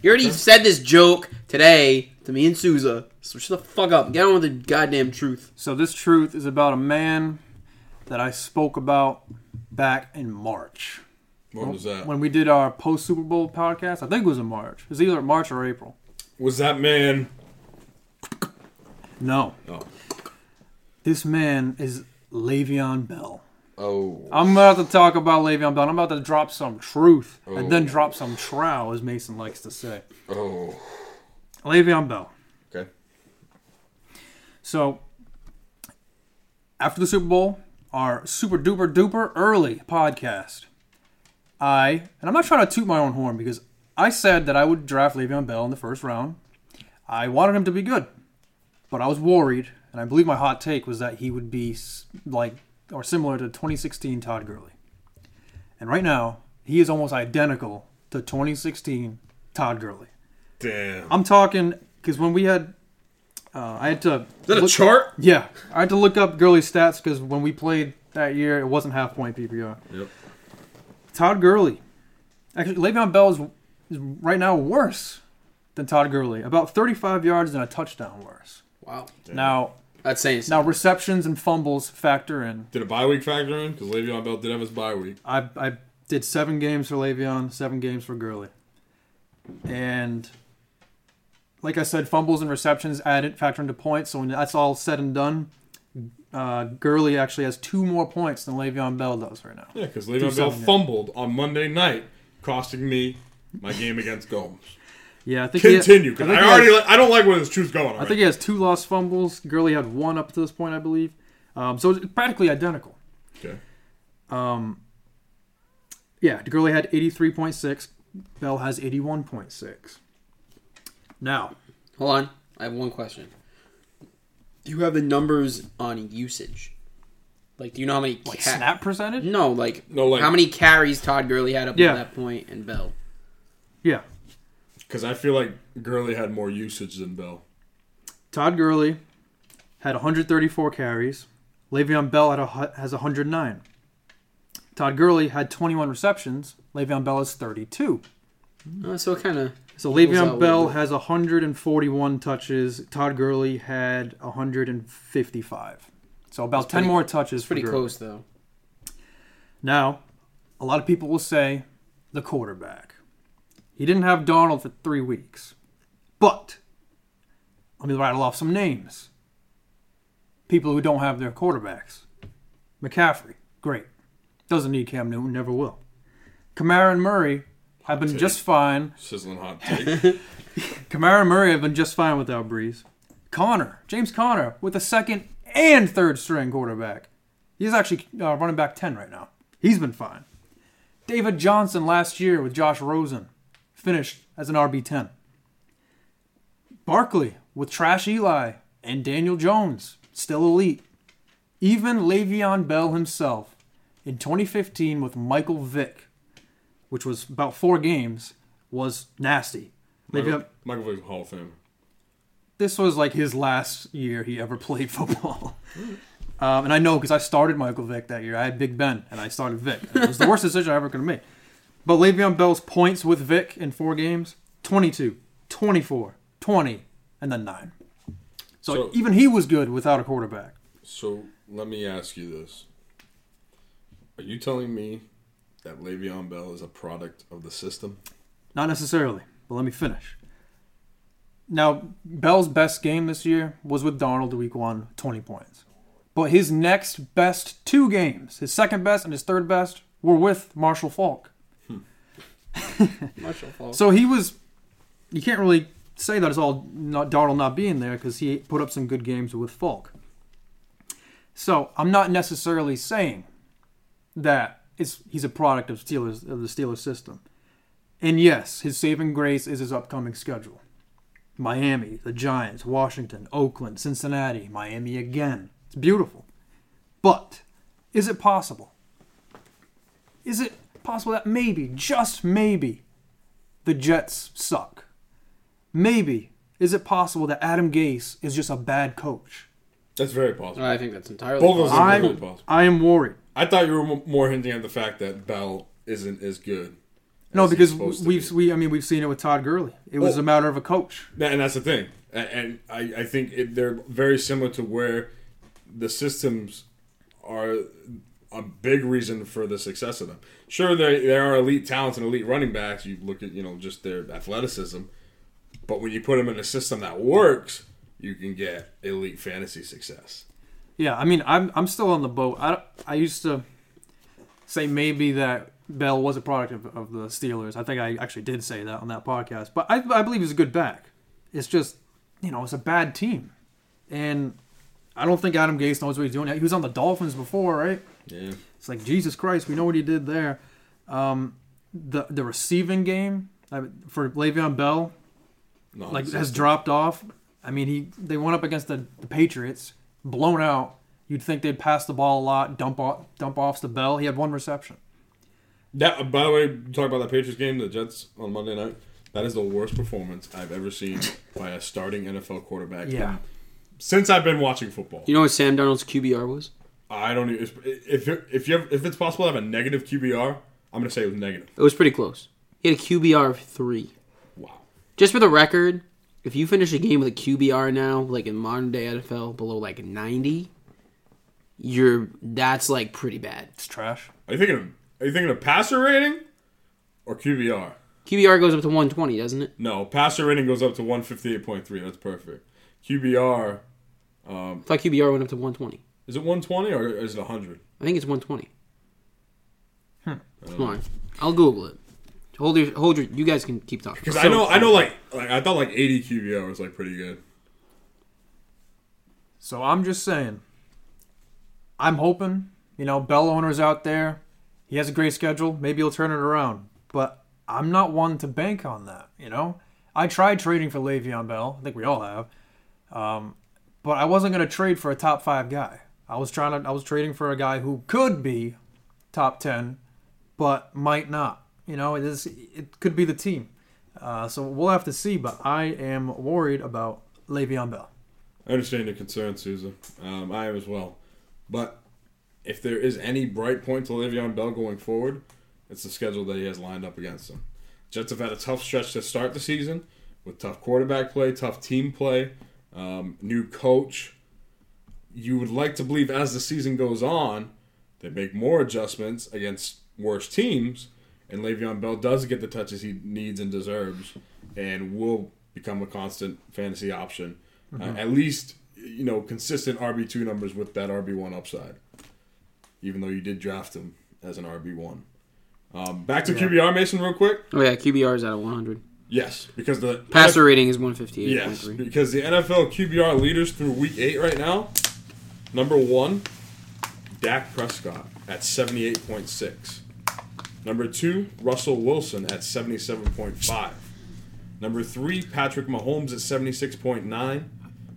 Speaker 1: You already said this joke today to me and Souza. So shut the fuck up. Get on with the goddamn truth.
Speaker 2: So this truth is about a man that I spoke about back in March
Speaker 3: What was that?
Speaker 2: when we did our post Super Bowl podcast. I think it was in March. It was either March or April.
Speaker 3: Was that man?
Speaker 2: No,
Speaker 3: Oh,
Speaker 2: this man is Le'Veon Bell.
Speaker 4: Oh.
Speaker 2: I'm about to talk about Le'Veon Bell. I'm about to drop some truth and then drop some trow, as Mason likes to say.
Speaker 4: Oh.
Speaker 2: Le'Veon Bell.
Speaker 3: okay.
Speaker 2: So after the Super Bowl, our super duper duper early podcast, I and I'm not trying to toot my own horn because I said that I would draft Le'Veon Bell in the first round. I wanted him to be good, but I was worried, and I believe my hot take was that he would be s- like or similar to 2016 Todd Gurley. And right now, he is almost identical to 2016 Todd Gurley.
Speaker 3: Damn.
Speaker 2: I'm talking because when we had, uh, I had to
Speaker 3: Is that a
Speaker 2: look-
Speaker 3: chart?
Speaker 2: yeah, I had to look up Gurley's stats because when we played that year, it wasn't half point PPR.
Speaker 3: Yep.
Speaker 2: Todd Gurley, actually, Le'Veon Bell is, is right now worse than Todd Gurley, about 35 yards and a touchdown worse.
Speaker 1: Wow.
Speaker 2: Now,
Speaker 1: That's saying something.
Speaker 2: now receptions and fumbles factor in.
Speaker 3: Did a bye week factor in? Because Le'Veon Bell did have his bye week.
Speaker 2: I I did seven games for Le'Veon, seven games for Gurley, and like I said, fumbles and receptions added factor into points. So when that's all said and done, uh, Gurley actually has two more points than Le'Veon Bell does right now.
Speaker 3: Yeah, because Le'Veon Bell
Speaker 2: something, yeah.
Speaker 3: fumbled on Monday night, costing me my game against Gomes.
Speaker 2: Yeah, I think he-
Speaker 3: Continue. 'cause
Speaker 2: I think
Speaker 3: I
Speaker 2: he
Speaker 3: already
Speaker 2: has-
Speaker 3: like, I don't like where this truth's going.
Speaker 2: I
Speaker 3: already.
Speaker 2: think he has two lost fumbles. Gurley had one up to this point, I believe. Um, so it's practically identical.
Speaker 3: okay.
Speaker 2: Yeah, Gurley had 83.6. Bell has 81.6. Now,
Speaker 1: Hold on. I have one question. Do you have the numbers on usage? Like, do you know how many
Speaker 2: like
Speaker 1: ca-
Speaker 2: snap percentage?
Speaker 1: No, like
Speaker 3: No, like-
Speaker 1: how many carries Todd Gurley had up
Speaker 2: Yeah.
Speaker 1: to that point and Bell.
Speaker 2: Yeah.
Speaker 3: Because I feel like Gurley had more usage than Bell.
Speaker 2: Todd Gurley had 134 carries. Le'Veon Bell had a, hu- has 109. Todd Gurley had 21 receptions. Le'Veon Bell has 32.
Speaker 1: Uh, so it kind of
Speaker 2: So
Speaker 1: out a little
Speaker 2: Le'Veon Bell
Speaker 1: bit.
Speaker 2: has 141 touches. Todd Gurley had 155. So about 10
Speaker 1: pretty-
Speaker 2: more touches.
Speaker 1: pretty
Speaker 2: for Gurley.
Speaker 1: close though.
Speaker 2: Now, a lot of people will say the quarterback. He didn't have Donald for three weeks. But, let me rattle off some names. People who don't have their quarterbacks. McCaffrey, great. Doesn't need Cam Newton, never will. Kamara and Murray have been just fine.
Speaker 3: Sizzling hot take.
Speaker 2: Kamara and Murray have been just fine without Breeze. Connor, James Connor, with a second and third string quarterback. He's actually uh, running back 10 right now. He's been fine. David Johnson last year with Josh Rosen finished as an RB10. Barkley with Trash Eli and Daniel Jones, still elite. Even Le'Veon Bell himself in 2015 with Michael Vick, which was about four games, was nasty.
Speaker 3: Michael,
Speaker 2: Le'Veon-
Speaker 3: Michael Vick's Hall of Fame.
Speaker 2: this was like his last year he ever played football. Um, and I know because I started Michael Vick that year. I had Big Ben and I started Vick. And it was the worst decision I ever could have made. But Le'Veon Bell's points with Vick in four games 22, 24, 20, and then 9. So,
Speaker 3: So-
Speaker 2: even he was good without a quarterback.
Speaker 3: So let me ask you this: Are you telling me that Le'Veon Bell is a product of the system?
Speaker 2: Not necessarily, but let me finish. Now, Bell's best game this year was with Donald week one, 20 points. But his next best two games, his second best and his third best, were with Marshall Falk.
Speaker 1: Marshall Falk.
Speaker 2: So he was, you can't really say that it's all not Donald not being there because he put up some good games with Falk. So I'm not necessarily saying that it's, he's a product of Steelers of the Steelers system. And yes, his saving grace is his upcoming schedule. Miami, the Giants, Washington, Oakland, Cincinnati, Miami again. It's beautiful. But is it possible? Is it possible that maybe, just maybe, the Jets suck? Maybe, is it possible that Adam Gase is just a bad coach?
Speaker 3: That's very
Speaker 2: Uh,
Speaker 3: possible.
Speaker 1: I think that's entirely
Speaker 3: Both of
Speaker 1: possible.
Speaker 3: them are
Speaker 2: I'm-
Speaker 3: really possible.
Speaker 2: I am worried.
Speaker 3: I thought you were m- more hinting at the fact that Bell isn't as good.
Speaker 2: No,
Speaker 3: as he's
Speaker 2: because
Speaker 3: supposed to
Speaker 2: we've
Speaker 3: be.
Speaker 2: we I mean we've seen it with Todd Gurley. It was
Speaker 3: Well-
Speaker 2: a matter of a coach.
Speaker 3: Tha- and that's the thing. A- And I, I think it, they're very similar to where the systems are a big reason for the success of them. Sure, they they are elite talents and elite running backs. You look at you know just their athleticism, but when you put them in a system that works, you can get elite fantasy success.
Speaker 2: Yeah, I mean, I'm I'm still on the boat. I, don't- I used to say maybe that Bell was a product of, of the Steelers. I think I actually did say that on that podcast. But I, I believe he's a good back. It's just, you know, it's a bad team. And I don't think Adam Gase knows what he's doing. He was on the Dolphins before, right?
Speaker 3: Yeah,
Speaker 2: It's like Jesus Christ, we know what he did there. Um, the the receiving game I, for Le'Veon Bell
Speaker 3: no,
Speaker 2: like
Speaker 3: it's-
Speaker 2: has dropped off. I mean, he they went up against the, the Patriots, blown out. You'd think they'd pass the ball a lot, dump off, dump offs to Bell. He had one reception.
Speaker 3: That, by the way, you talk about that Patriots game, the Jets on Monday night. That is the worst performance I've ever seen by a starting NFL quarterback.
Speaker 2: Yeah.
Speaker 3: Since I've been watching football,
Speaker 1: You know what Sam Darnold's QBR was?
Speaker 3: I don't. e- If you're- if you have, if it's possible to have a negative QBR, I'm gonna say it was negative.
Speaker 1: It was pretty close. He had a QBR of three.
Speaker 3: Wow.
Speaker 1: Just for the record, if you finish a game with a QBR now, like in modern day NFL, below like ninety, you're that's like pretty bad.
Speaker 2: It's trash.
Speaker 3: Are you thinking of Are you thinking of passer rating or QBR?
Speaker 1: QBR goes up to one twenty, doesn't it?
Speaker 3: No, passer rating goes up to 158.3. That's perfect. QBR
Speaker 1: I thought QBR went up to one twenty.
Speaker 3: is it 120 or is it 100?
Speaker 1: I think it's 120.
Speaker 3: Hmm.
Speaker 1: Come on, I'll Google it. Hold your, hold your. You guys can keep talking.
Speaker 3: Because I know I know like like I thought like 80 QBR was like pretty good.
Speaker 2: So I'm just saying, I'm hoping you know Bell owners out there. He has a great schedule. Maybe he'll turn it around. But I'm not one to bank on that. You know, I tried trading for Le'Veon Bell. I think we all have. Um, but I wasn't going to trade for a top five guy. I was trying to. I was trading for a guy who could be top ten, but might not. You know, it is. It could be the team. Uh, so we'll have to see. But I am worried about Le'Veon Bell.
Speaker 3: I understand your concern, Susan. Um, I am as well. But if there is any bright point to Le'Veon Bell going forward, it's the schedule that he has lined up against him. Jets have had a tough stretch to start the season with tough quarterback play, tough team play, um, new coach. You would like to believe as the season goes on, they make more adjustments against worse teams, and Le'Veon Bell does get the touches he needs and deserves, and will become a constant fantasy option. Uh, at least, you know, consistent RB two numbers with that RB one upside. Even though you did draft him as an RB one. Um, back to QBR, Mason, real quick.
Speaker 1: Oh yeah, QBR is at a 100.
Speaker 3: Yes, because the
Speaker 1: Passer rating is 158.3.
Speaker 3: Yes, because the NFL QBR leaders through Week Eight right now, number one, Dak Prescott at seventy-eight point six. Number two, Russell Wilson at seventy-seven point five. Number three, Patrick Mahomes at seventy-six point nine.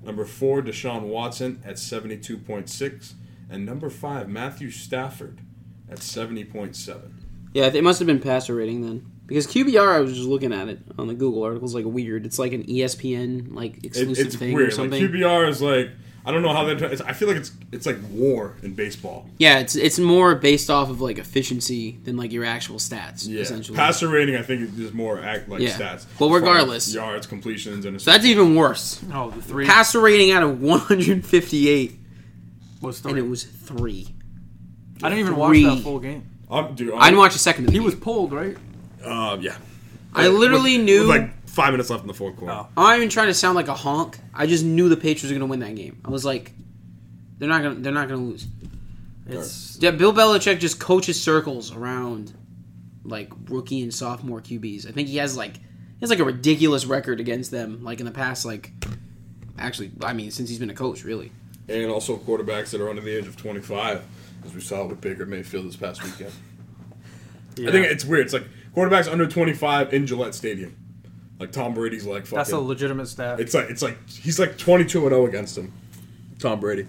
Speaker 3: Number four, Deshaun Watson at seventy-two point six, and number five, Matthew Stafford at seventy point seven.
Speaker 1: Yeah, it must have been passer rating then, because QBR. I was just looking at it on the Google articles. Like weird. It's like an E ESPN like
Speaker 3: It,
Speaker 1: exclusive
Speaker 3: it's
Speaker 1: thing or
Speaker 3: weird. Like
Speaker 1: something.
Speaker 3: QBR is like I don't know how they. try- It's, I feel like it's it's like war in baseball.
Speaker 1: yeah, it's it's more based off of like efficiency than like your actual stats.
Speaker 3: Yeah.
Speaker 1: Essentially,
Speaker 3: Passer rating, I think, is more act like
Speaker 1: Yeah.
Speaker 3: stats.
Speaker 1: Well,
Speaker 3: As far as
Speaker 1: regardless.
Speaker 3: yards, completions, and
Speaker 1: so that's even worse.
Speaker 2: Oh, the three
Speaker 1: Passer rating out of 158,
Speaker 2: was
Speaker 1: and
Speaker 2: three.
Speaker 1: it was three.
Speaker 2: I didn't even
Speaker 1: Three.
Speaker 2: watch that full game.
Speaker 3: um, dude,
Speaker 1: I didn't watch a second. Of the
Speaker 2: He
Speaker 1: game.
Speaker 2: was pulled, right?
Speaker 3: Um, yeah,
Speaker 1: I literally
Speaker 3: With-
Speaker 1: knew
Speaker 3: with, like five minutes left in the fourth quarter.
Speaker 2: Oh.
Speaker 1: I'm not even trying to sound like a honk. I just knew the Patriots were going to win that game. I was like, they're not going. to They're not going to lose.
Speaker 2: It's
Speaker 1: Yeah, Bill Belichick just coaches circles around like rookie and sophomore QBs. I think he has like he has like a ridiculous record against them. Like in the past, like actually, I mean, since he's been a coach, really.
Speaker 3: And also quarterbacks that are under the age of twenty-five, as we saw with Baker Mayfield this past weekend. I think it's weird. It's like quarterbacks under twenty-five in Gillette Stadium. Like Tom Brady's like fucking.
Speaker 2: that's a legitimate stat.
Speaker 3: it's like it's like he's like twenty-two and zero against him. Tom Brady.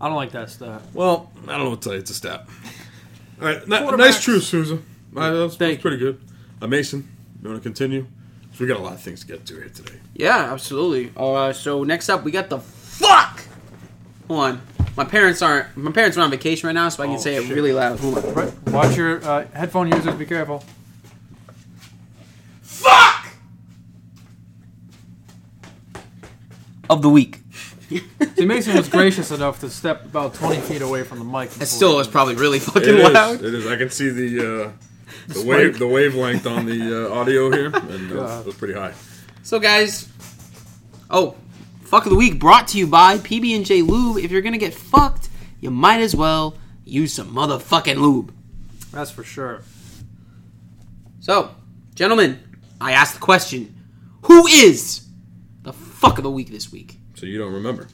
Speaker 2: I don't like that stat.
Speaker 3: Well, I don't know what to tell you. It's a stat. All right, n-
Speaker 2: Quarterbacks-
Speaker 3: nice truth, Susan. All right, that was, that was
Speaker 1: Thank
Speaker 3: pretty good. Uh, Mason, you want to continue? 'Cause we got a lot of things to get to here today.
Speaker 1: Yeah, absolutely. Uh, so next up, we got the fuck. Hold on, my parents aren't. My parents are on vacation right now, so I can
Speaker 3: Oh,
Speaker 1: say
Speaker 3: shit.
Speaker 1: it really loud. Hold on.
Speaker 2: Right. Watch your uh, headphone users. Be careful.
Speaker 1: Fuck of the week.
Speaker 2: See, Mason was gracious enough to step about 20 feet away from the mic.
Speaker 1: That still is probably really
Speaker 3: It
Speaker 1: fucking
Speaker 3: is.
Speaker 1: loud.
Speaker 3: It is. I can see the uh, the wave the wavelength on the uh, audio here, and it was, it was pretty high.
Speaker 1: So guys, oh, fuck of the week brought to you by PB and J Lube. If you're gonna get fucked, you might as well use some motherfucking lube.
Speaker 2: That's for sure.
Speaker 1: So, gentlemen, I asked the question: Who is the fuck of the week this week?
Speaker 3: So you don't remember?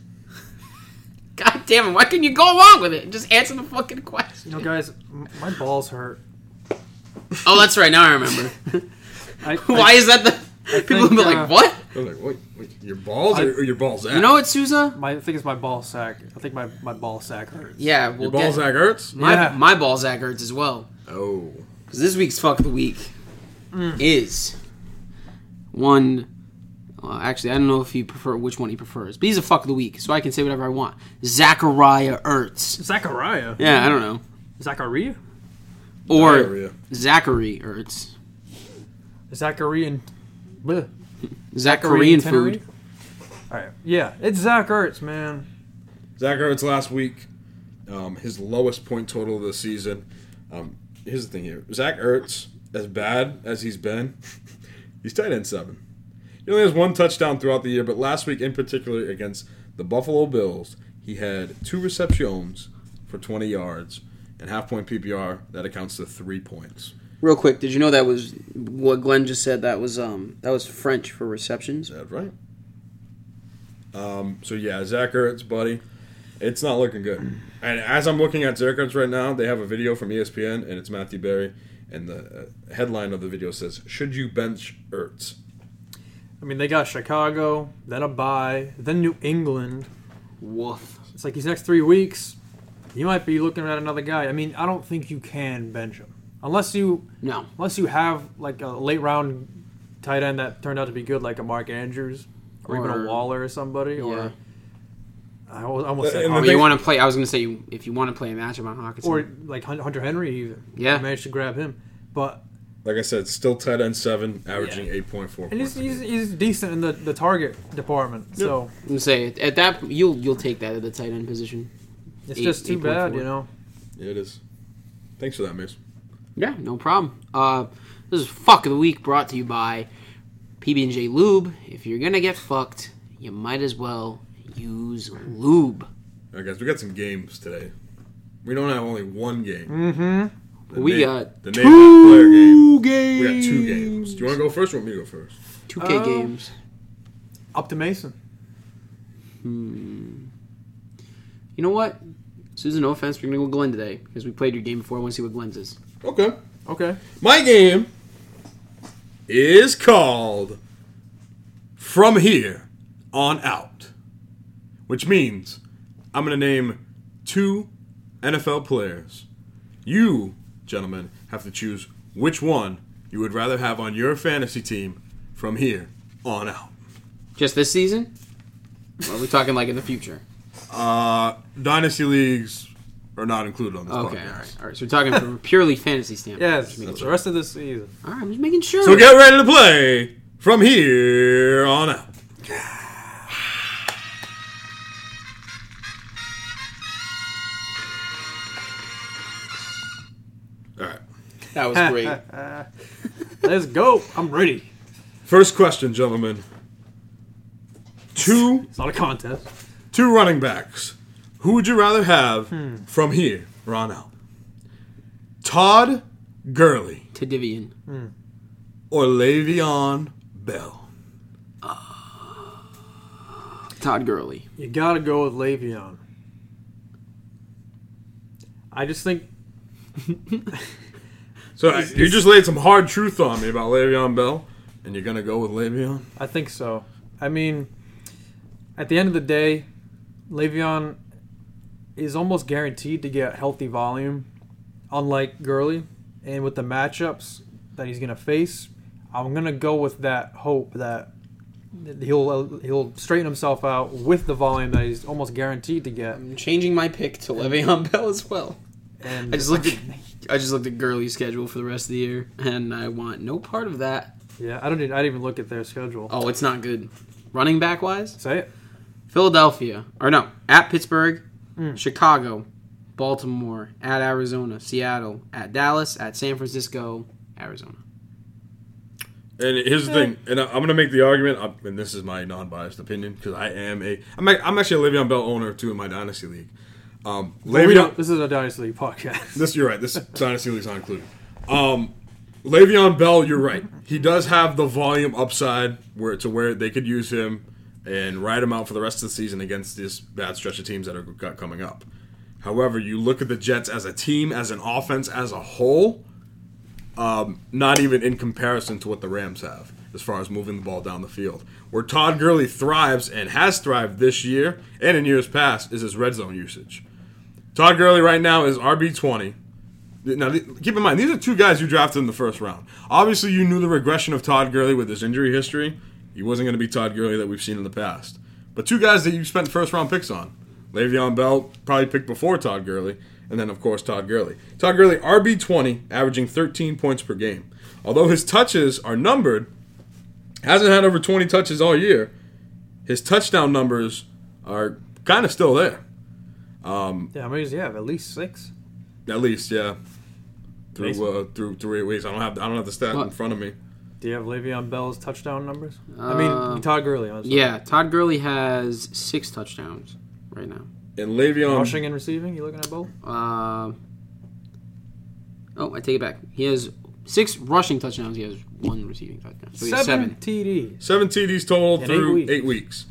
Speaker 1: God damn it! Why couldn't you go along with it and just answer the fucking question?
Speaker 2: You know, guys, m- my balls hurt.
Speaker 1: Oh, that's right. Now I remember.
Speaker 2: I,
Speaker 1: Why is that the people will
Speaker 2: think,
Speaker 1: be
Speaker 2: uh,
Speaker 1: like, "What?"
Speaker 3: I was like, wait, wait, your balls
Speaker 2: I-
Speaker 3: or, or your balls act?
Speaker 1: You know what, Souza?
Speaker 2: My, I think it's my ball sack. I think my, my ball sack hurts.
Speaker 1: Yeah, we'll
Speaker 3: your balls
Speaker 1: get
Speaker 3: act hurts.
Speaker 1: my
Speaker 2: Yeah.
Speaker 1: my balls act hurts as well.
Speaker 3: Oh,
Speaker 1: Because this week's fuck of the week is one. Well, actually, I don't know if he prefer which one he prefers, but he's a fuck of the week, so I can say whatever I want. Zachariah Ertz.
Speaker 2: Zachariah.
Speaker 1: Yeah, I don't know.
Speaker 2: Zachariah?
Speaker 1: Or
Speaker 3: diarrhea.
Speaker 1: Zachary Ertz.
Speaker 2: Zacharian. Bleh.
Speaker 1: Zacharian
Speaker 2: Tenary?
Speaker 1: food.
Speaker 2: All right. Yeah, it's Zach Ertz, man.
Speaker 3: Zach Ertz last week, um, his lowest point total of the season. Um, here's the thing here: Zach Ertz, as bad as he's been, he's tight end seven. He only has one touchdown throughout the year, but last week in particular against the Buffalo Bills, he had two receptions for 20 yards and half point PPR. That accounts to three points.
Speaker 1: Real quick, did you know that was what Glenn just said? That was um that was French for receptions.
Speaker 3: Is that right? Um, so yeah, Zach Ertz, buddy, it's not looking good. And as I'm looking at Zach Ertz right now, they have a video from E ESPN, and it's Matthew Berry, and the uh, headline of the video says, "Should you bench Ertz?"
Speaker 2: I mean, they got Chicago, then a bye, then New England.
Speaker 1: Woof.
Speaker 2: It's like these next three weeks, you might be looking at another guy. I mean, I don't think you can bench him unless you
Speaker 1: No.
Speaker 2: unless you have like a late round tight end that turned out to be good, like a Mark Andrews or, even
Speaker 1: Or-
Speaker 2: a Waller or somebody. Or I al- almost
Speaker 3: And
Speaker 2: said
Speaker 3: the
Speaker 1: Or
Speaker 2: Hawkinson,
Speaker 3: thing-
Speaker 1: you want to play? I was gonna say you- if you want to play a matchup on Hawkinson.
Speaker 2: or like Hun- Hunter Henry even.
Speaker 1: Yeah.
Speaker 2: I managed to grab him, but
Speaker 3: Like I said, still tight end seven, averaging eight point four.
Speaker 2: and he's, he's, he's decent in the, the target department. So
Speaker 1: I'm gonna say at that you'll you'll take that at the tight end position.
Speaker 2: it's
Speaker 1: Eight-
Speaker 2: just too bad,
Speaker 1: 8.4.
Speaker 2: you know.
Speaker 3: It is. Thanks for that, Mace.
Speaker 1: Yeah, no problem. Uh, this is fuck of the week brought to you by PB and J Lube. If you're gonna get fucked, you might as well use lube.
Speaker 3: All right, guys, we got some games today. We don't have only one game. The
Speaker 1: We
Speaker 3: na-
Speaker 1: got
Speaker 3: the Nathan Blair game.
Speaker 1: Two games.
Speaker 3: We got two games. Do you want to go first, or want me to go first?
Speaker 1: Two K
Speaker 2: Oh.
Speaker 1: games.
Speaker 2: Up to Mason.
Speaker 1: You know what, Susan? No offense, we're gonna go Glenn today because we played your game before. I want to see what Glenn's is.
Speaker 3: Okay.
Speaker 2: Okay.
Speaker 3: My game is called From Here on Out, which means I'm going to name two NFL players. You, gentlemen, have to choose which one you would rather have on your fantasy team from here on out.
Speaker 1: Just this season? Or are we talking like in the future?
Speaker 3: Uh, Dynasty leagues are not included on this
Speaker 1: Okay, all
Speaker 3: podcast.
Speaker 1: right, all right. So we're talking from a purely fantasy standpoint.
Speaker 2: Yes.
Speaker 3: That's
Speaker 2: The
Speaker 3: right.
Speaker 2: rest of the season.
Speaker 1: All right, I'm just making sure.
Speaker 3: So get ready to play From Here on Out. All right.
Speaker 1: that was great.
Speaker 2: Let's go. I'm ready.
Speaker 3: First question, gentlemen. Two
Speaker 2: It's not a contest.
Speaker 3: two running backs. Who would you rather have from here on out? Todd Gurley
Speaker 1: Tadivian.
Speaker 3: or Le'Veon Bell?
Speaker 1: Todd Gurley.
Speaker 2: You gotta go with Le'Veon. I just think
Speaker 3: So I- you just laid some hard truth on me about Le'Veon Bell, and you're gonna go with Le'Veon?
Speaker 2: I think so. I mean, at the end of the day, Le'Veon is almost guaranteed to get healthy volume, unlike Gurley. and with the matchups that he's going to face, I'm going to go with that hope that he'll he'll straighten himself out with the volume that he's almost guaranteed to get.
Speaker 1: I'm changing my pick to Le'Veon Bell as well.
Speaker 2: And
Speaker 1: I just looked at I just looked at Gurley's schedule for the rest of the year, and I want no part of that.
Speaker 2: yeah, I don't even, I didn't even look at their schedule.
Speaker 1: Oh, it's not good. Running back wise,
Speaker 2: Say it.
Speaker 1: Philadelphia or no, at Pittsburgh, Chicago, Baltimore, at Arizona, Seattle, at Dallas, at San Francisco, Arizona.
Speaker 3: And here's the thing, and I, I'm gonna make the argument, I, and this is my non-biased opinion because I am a, I'm, a, I'm actually a Le'Veon Bell owner too in my dynasty league. Um,
Speaker 2: But we
Speaker 3: Le'Veon,
Speaker 2: don't- this is a dynasty League podcast.
Speaker 3: this you're right. This dynasty league's not included. Um, Le'Veon Bell, you're right. He does have the volume upside where to where they could use him and ride him out for the rest of the season against this bad stretch of teams that are got coming up. However, you look at the Jets as a team, as an offense, as a whole um, not even in comparison to what the Rams have as far as moving the ball down the field. Where Todd Gurley thrives and has thrived this year and in years past is his red zone usage. Todd Gurley right now is RB20. Now, th- keep in mind, these are two guys you drafted in the first round. Obviously, you knew the regression of Todd Gurley with his injury history. He wasn't going to be Todd Gurley that we've seen in the past. But two guys that you spent first round picks on Le'Veon Bell, probably picked before Todd Gurley, and then, of course, Todd Gurley. Todd Gurley, RB20, averaging 13 points per game. Although his touches are numbered, hasn't had over 20 touches all year, his touchdown numbers are kind of still there.
Speaker 2: yeah, I mean, yeah, at least six.
Speaker 3: At least, yeah.
Speaker 2: Mason.
Speaker 3: Through uh, through through eight weeks, I don't have I don't have the stat in
Speaker 1: What?
Speaker 3: front of me.
Speaker 2: Do you have Le'Veon Bell's touchdown numbers? I mean, Todd Gurley. I'm sorry.
Speaker 1: Uh, Yeah, Todd Gurley has six touchdowns right now.
Speaker 3: And Le'Veon,
Speaker 2: rushing and receiving. You looking at both?
Speaker 1: Um oh, I take it back. He has six rushing touchdowns. He has one receiving touchdown. So he has seven.
Speaker 2: TDs.
Speaker 3: seven TDs total
Speaker 2: In
Speaker 3: through
Speaker 2: eight weeks.
Speaker 3: eight weeks.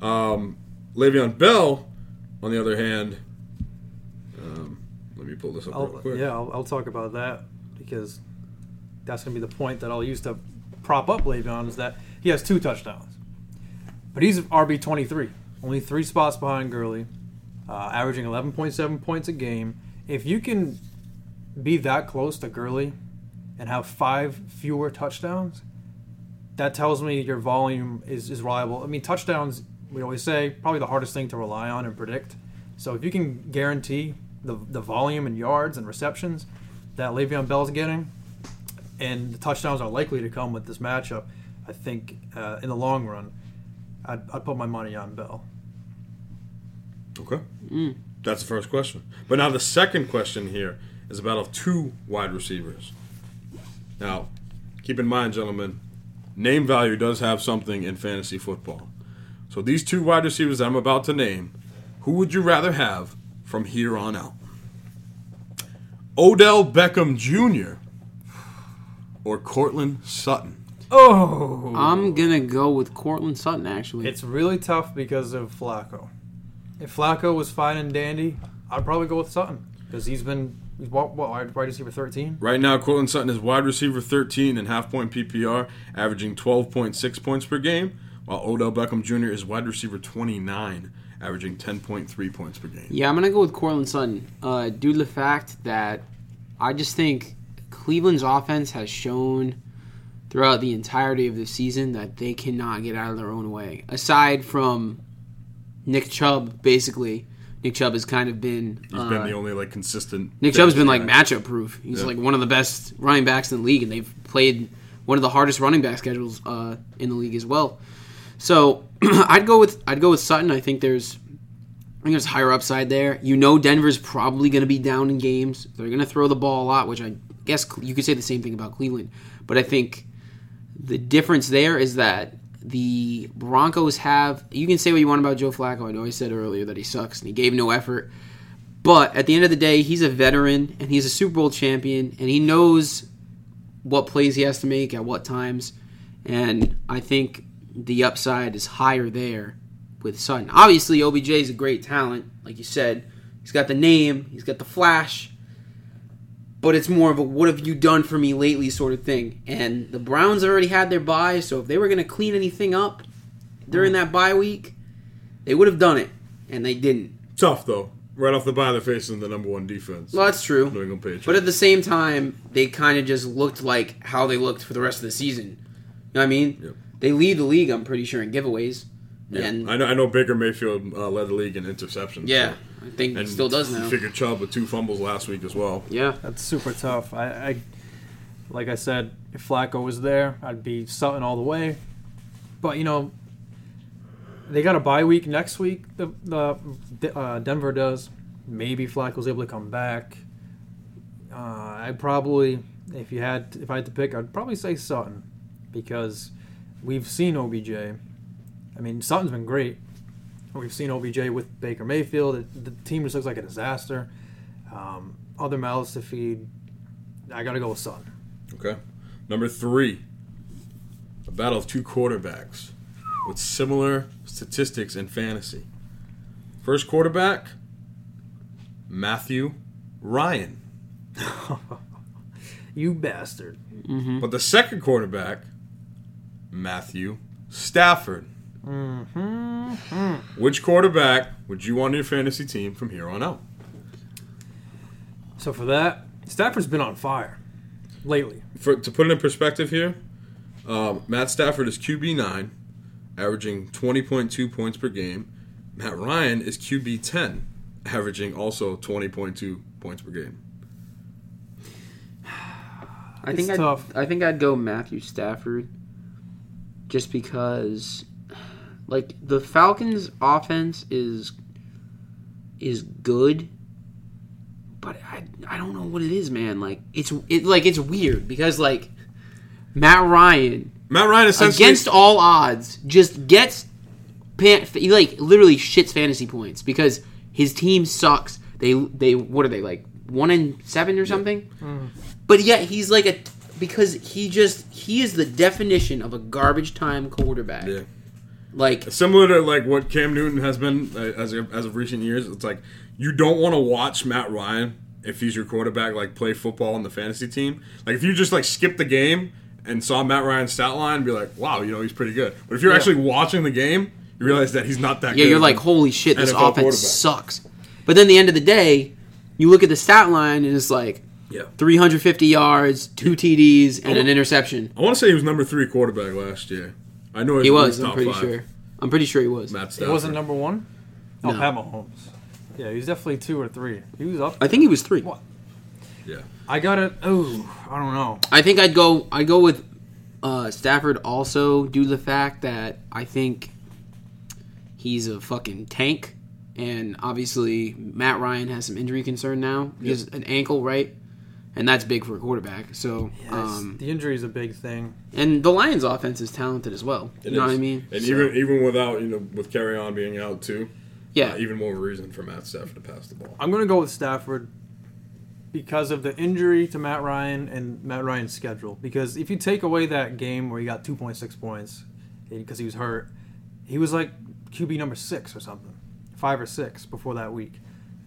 Speaker 3: Um, Le'Veon Bell, on the other hand, um, let me pull this up real
Speaker 2: I'll,
Speaker 3: quick.
Speaker 2: Oh, yeah, I'll, I'll talk about that because that's going to be the point that I'll use to prop up Le'Veon is that he has two touchdowns, but he's RB twenty three, only three spots behind Gurley, uh, averaging eleven point seven points a game. If you can be that close to Gurley and have five fewer touchdowns, that tells me your volume is, is reliable. I mean, touchdowns, we always say, probably the hardest thing to rely on and predict. So if you can guarantee the, the volume and yards and receptions that Le'Veon Bell's getting, and the touchdowns are likely to come with this matchup, I think uh, in the long run, I'd, I'd put my money on Bell.
Speaker 3: Okay, that's the first question. But now the second question here is about of two wide receivers. Now, keep in mind, gentlemen, name value does have something in fantasy football. So these two wide receivers that I'm about to name, who would you rather have from here on out? Odell Beckham Jr. or Cortland Sutton?
Speaker 2: Oh!
Speaker 1: I'm gonna go with Cortland Sutton actually.
Speaker 2: It's really tough because of Flacco. If Flacco was fine and dandy, I'd probably go with Sutton because he's been he's what, what wide wide receiver thirteen.
Speaker 3: Right now, Cortland Sutton is wide receiver 13 and half point PPR, averaging 12.6 points per game, while Odell Beckham Jr. is wide receiver 29, averaging 10.3 points per game.
Speaker 1: yeah, I'm gonna go with Cortland Sutton. Uh, due to the fact that I just think Cleveland's offense has shown throughout the entirety of the season that they cannot get out of their own way. Aside from Nick Chubb, basically, Nick Chubb has kind of been
Speaker 3: He's
Speaker 1: uh,
Speaker 3: been the only like consistent.
Speaker 1: Nick Chubb's been like
Speaker 3: fantasy
Speaker 1: matchup proof. He's
Speaker 3: Yeah.
Speaker 1: like one of the best running backs in the league, and they've played one of the hardest running back schedules uh, in the league as well. So I'd go with I'd go with Sutton. I think there's I think there's higher upside there. You know, Denver's probably going to be down in games. They're going to throw the ball a lot, which I guess Cle- you could say the same thing about Cleveland. But I think the difference there is that the Broncos have. You can say what you want about Joe Flacco. I know I said earlier that he sucks and he gave no effort. But at the end of the day, he's a veteran and he's a Super Bowl champion and he knows what plays he has to make at what times. And I think the upside is higher there with Sutton. Obviously, OBJ is a great talent, like you said. He's got the name, he's got the flash, but it's more of a what have you done for me lately sort of thing. And the Browns already had their bye, so if they were going to clean anything up during that bye week, they would have done it, and they didn't.
Speaker 3: tough though. right off the bat, they're facing the number one defense.
Speaker 1: Well, that's true.
Speaker 3: New England Patriots.
Speaker 1: But at the same time, they kind of just looked like how they looked for the rest of the season. You know what I mean?
Speaker 3: Yep.
Speaker 1: They lead the league, I'm pretty sure, in giveaways.
Speaker 3: Yeah.
Speaker 1: And
Speaker 3: I know I know Baker Mayfield uh, led the league in interceptions.
Speaker 1: yeah,
Speaker 3: so-
Speaker 1: I think
Speaker 3: And
Speaker 1: he still does now.
Speaker 3: Figured Chubb with two fumbles last week as well.
Speaker 1: Yeah.
Speaker 2: That's super tough. I, I like I said, if Flacco was there, I'd be Sutton all the way. But you know, they got a bye week next week. The the uh, Denver does. Maybe Flacco's able to come back. Uh, I probably, if you had, if I had to pick, I'd probably say Sutton because we've seen OBJ. I mean, Sutton's been great. We've seen OBJ with Baker Mayfield. The the team just looks like a disaster. Um, other mouths to feed. I gotta go with Sutton.
Speaker 3: Okay. Number three, a battle of two quarterbacks with similar statistics in fantasy. First quarterback, Matthew Ryan.
Speaker 2: You bastard.
Speaker 3: But the second quarterback, Matthew Stafford. Which quarterback would you want on your fantasy team from here on out?
Speaker 2: So for that, Stafford's been on fire lately.
Speaker 3: for, to put it in perspective here, um, Matt Stafford is QB nine, averaging twenty point two points per game. Matt Ryan is QB ten, averaging also twenty point two points per game.
Speaker 1: I
Speaker 2: It's
Speaker 1: think I'd,
Speaker 2: tough.
Speaker 1: I think I'd go Matthew Stafford just because like the Falcons offense is is good but I I don't know what it is man like it's it like it's weird because like Matt Ryan
Speaker 3: Matt Ryan essentially
Speaker 1: against all odds just gets pan, he like literally shits fantasy points because his team sucks. They they what are they like one in seven or something?
Speaker 3: Mm-hmm.
Speaker 1: But yet he's like a because he just he is the definition of a garbage time quarterback.
Speaker 3: Yeah.
Speaker 1: Like
Speaker 3: similar to like what Cam Newton has been uh, as of, as of recent years. It's like you don't want to watch Matt Ryan if he's your quarterback like play football on the fantasy team. Like if you just like skip the game and saw Matt Ryan's stat line, and be like, wow, you know he's pretty good. But if you're actually watching the game, you realize that he's not that.
Speaker 1: yeah,
Speaker 3: good.
Speaker 1: you're like holy shit, this
Speaker 3: NFL quarterback.
Speaker 1: offense sucks. But then the end of the day, you look at the stat line and it's like
Speaker 3: yeah.
Speaker 1: 350 yards, two TDs,
Speaker 3: Oh.
Speaker 1: and an interception.
Speaker 3: I want to say he was number three quarterback last year. I know
Speaker 1: He
Speaker 3: in the
Speaker 1: was, I'm
Speaker 3: top
Speaker 1: pretty
Speaker 3: five.
Speaker 1: sure. I'm pretty sure he was.
Speaker 3: Matt Stafford.
Speaker 2: It wasn't number one. Oh,
Speaker 1: No.
Speaker 2: Pat Mahomes. Yeah, he's definitely two or three. He was up.
Speaker 1: I think he was three.
Speaker 2: What?
Speaker 3: Yeah.
Speaker 2: I gotta. Oh, I don't know.
Speaker 1: I think I'd go. I go with uh, Stafford also due to the fact that I think he's a fucking tank, and obviously Matt Ryan has some injury concern now. He has an ankle, right? And that's big for a quarterback. So, um,
Speaker 2: the injury is a big thing.
Speaker 1: and the Lions' offense is talented as well. You
Speaker 3: It
Speaker 1: know
Speaker 3: is.
Speaker 1: what I mean?
Speaker 3: And
Speaker 1: So,
Speaker 3: even even without you know with carry on being out too,
Speaker 1: yeah,
Speaker 3: uh, even more reason for Matt Stafford to pass the ball.
Speaker 2: I'm gonna go with Stafford because of the injury to Matt Ryan and Matt Ryan's schedule. Because if you take away that game where he got 2.6 points because he was hurt, he was like QB number six or something, five or six before that week.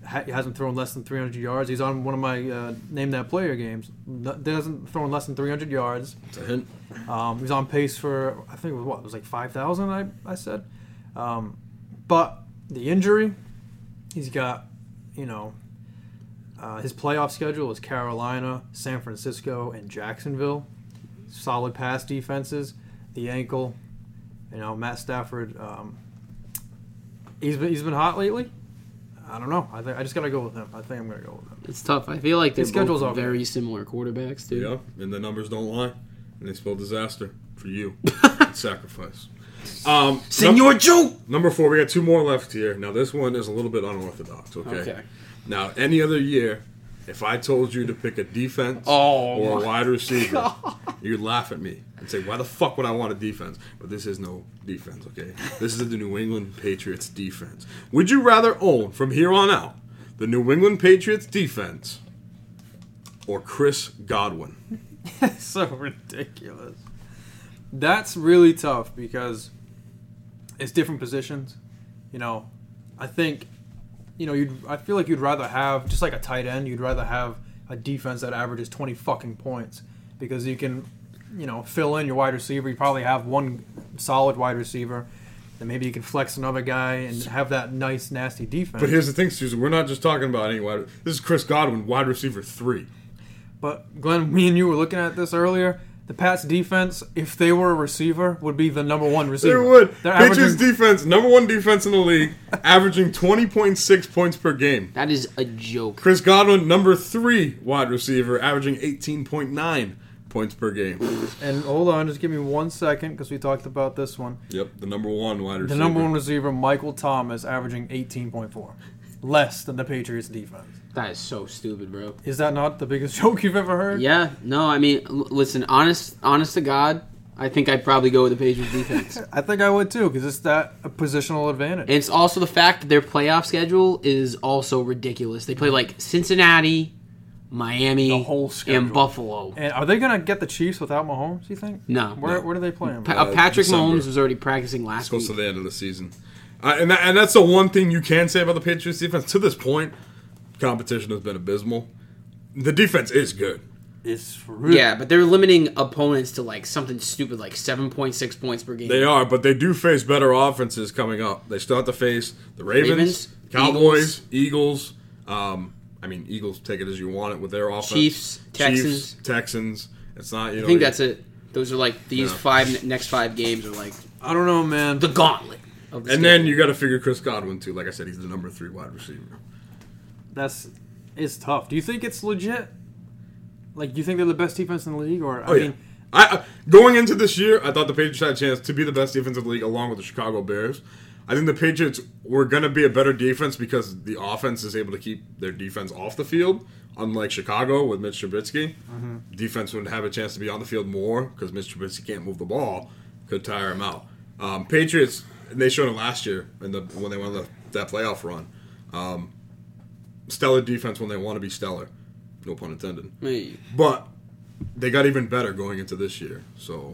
Speaker 2: Ha- He hasn't thrown less than 300 yards. He's on one of my uh, name that player games. No- Doesn't thrown less than 300 yards.
Speaker 3: It's a hint.
Speaker 2: Um, he was on pace for I think it was what it was like five thousand. I I said, um, but the injury, he's got, you know, uh, his playoff schedule is Carolina, San Francisco, and Jacksonville. Solid pass defenses. The ankle, you know, Matt Stafford. Um, he's been he's been hot lately. I don't know. I think I just gotta go with him. I think I'm gonna go with him.
Speaker 1: it's tough. I feel like they're
Speaker 2: His schedule's
Speaker 1: both
Speaker 2: all
Speaker 1: very similar quarterbacks, dude.
Speaker 3: Yeah, and the numbers don't lie, and they spell disaster for you. It's sacrifice. Um, num-
Speaker 1: Senor Joe.
Speaker 3: number four, we got two more left here. Now this one is a little bit unorthodox. Okay.
Speaker 1: Okay.
Speaker 3: Now any other year, if I told you to pick a defense
Speaker 1: Oh,
Speaker 3: or a
Speaker 1: my
Speaker 3: wide receiver, you'd laugh at me and say, "Why the fuck would I want a defense?" But this is no defense. Okay, this is the New England Patriots defense. Would you rather own from here on out the New England Patriots defense or Chris Godwin?
Speaker 2: so ridiculous. That's really tough because it's different positions. You know, I think, you know, you'd I feel like you'd rather have just like a tight end. You'd rather have a defense that averages twenty fucking points because you can, you know, fill in your wide receiver. You probably have one solid wide receiver. then maybe you can flex another guy and have that nice nasty defense.
Speaker 3: But here's the thing, Susan. We're not just talking about any wide. This is Chris Godwin, wide receiver three.
Speaker 2: But Glenn, me and you were looking at this earlier. The Pats defense, if they were a receiver, would be the number one
Speaker 3: They
Speaker 2: receiver.
Speaker 3: would.
Speaker 2: They're
Speaker 3: Patriots
Speaker 2: averaging,
Speaker 3: defense, number one defense in the league, averaging twenty point six points per game.
Speaker 1: That is a joke.
Speaker 3: Chris Godwin, number three wide receiver, averaging eighteen point nine points per game.
Speaker 2: and hold on, just give me one second because we talked about this one.
Speaker 3: Yep, the number one wide
Speaker 2: The
Speaker 3: receiver.
Speaker 2: number one receiver, Michael Thomas, averaging 18.4, less than the Patriots defense.
Speaker 1: That is so stupid, bro.
Speaker 2: Is that not the biggest joke you've ever heard?
Speaker 1: Yeah, no, I mean, l- listen, honest, honest to God, I think I'd probably go with the Patriots defense. and
Speaker 2: I think I would too because it's that a positional advantage.
Speaker 1: it's also the fact that their playoff schedule is also ridiculous. They play like Cincinnati, Miami,
Speaker 2: Mm-hmm. The whole schedule.
Speaker 1: and Buffalo.
Speaker 2: and are they going to get the Chiefs without Mahomes? You think?
Speaker 1: No,
Speaker 2: Where,
Speaker 1: no.
Speaker 2: where do they play him?
Speaker 1: Pa- uh, Patrick
Speaker 3: December.
Speaker 1: Mahomes was already practicing last
Speaker 3: close to
Speaker 1: week.
Speaker 3: the end of the season. I Uh, and, that, and that's the one thing you can say about the Patriots defense. To this point, competition has been abysmal. The defense is good.
Speaker 2: It's really
Speaker 1: Yeah, but they're limiting opponents to like something stupid, like seven point six points per game.
Speaker 3: They are, but they do face better offenses coming up. They still have to face the Ravens,
Speaker 1: Ravens,
Speaker 3: Cowboys, Eagles. um, I mean, Eagles take it as you want it with their offense.
Speaker 1: Chiefs, Texans.
Speaker 3: Texans. It's not. You know,
Speaker 1: I think that's it. Those are like these
Speaker 3: Yeah.
Speaker 1: five next five games are like
Speaker 2: I don't know, man.
Speaker 1: the gauntlet. Of the
Speaker 3: And then you got to figure Chris Godwin too. Like I said, he's the number three wide receiver.
Speaker 2: That's it's tough. Do you think it's legit? Like, do you think they're the best defense in the league? Or I
Speaker 3: Oh yeah.
Speaker 2: mean,
Speaker 3: I, I going into this year, I thought the Patriots had a chance to be the best defense in the league, along with the Chicago Bears. I think the Patriots were going to be a better defense because the offense is able to keep their defense off the field. Unlike Chicago with Mitch Trubisky,
Speaker 2: Mm-hmm.
Speaker 3: defense would have a chance to be on the field more because Mitch Trubisky can't move the ball, could tire him out. Um, Patriots, and they showed it last year in the, when they won the, that playoff run. Um, stellar defense when they want to be stellar, no pun intended.
Speaker 1: Hey.
Speaker 3: But they got even better going into this year. So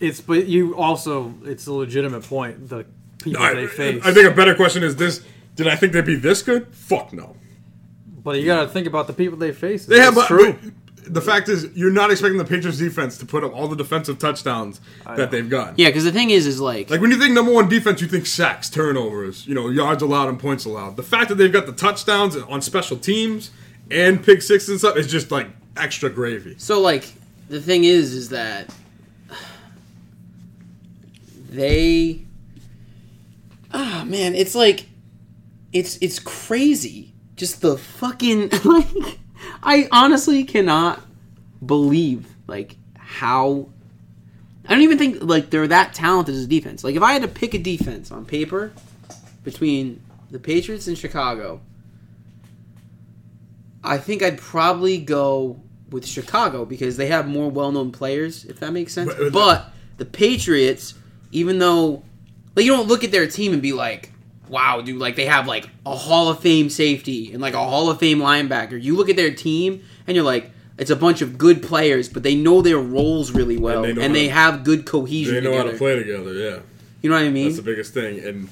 Speaker 2: it's but you also it's a legitimate point. The people
Speaker 3: I,
Speaker 2: they face,
Speaker 3: I think a better question is this: Did I think they'd be this good? Fuck no.
Speaker 2: but you got to think about the people they face.
Speaker 3: They have
Speaker 2: It's
Speaker 3: but-
Speaker 2: true.
Speaker 3: but the fact is, you're not expecting the Patriots defense to put up all the defensive touchdowns that they've gotten.
Speaker 1: Yeah, because the thing is, is like,
Speaker 3: Like when you think number one defense, you think sacks, turnovers, you know, yards allowed and points allowed. The fact that they've got the touchdowns on special teams and pick six and stuff is just like extra gravy.
Speaker 1: so like the thing is, is that they, ah man, it's like, it's it's crazy. Just the fucking like, I honestly cannot believe like how. I don't even think like they're that talented as a defense. Like if I had to pick a defense on paper between the Patriots and Chicago, I think I'd probably go with Chicago because they have more well-known players, if that makes sense.
Speaker 3: But-
Speaker 1: But the Patriots, even though like you don't look at their team and be like, "Wow, dude!" Like they have like a Hall of Fame safety and like a Hall of Fame linebacker. You look at their team and you're like, "It's a bunch of good players, but they know their roles really well
Speaker 3: they
Speaker 1: and
Speaker 3: know
Speaker 1: they,
Speaker 3: how to-
Speaker 1: have good cohesion
Speaker 3: They know how to
Speaker 1: together."
Speaker 3: play together. Yeah.
Speaker 1: You know what I mean?
Speaker 3: That's the biggest thing, and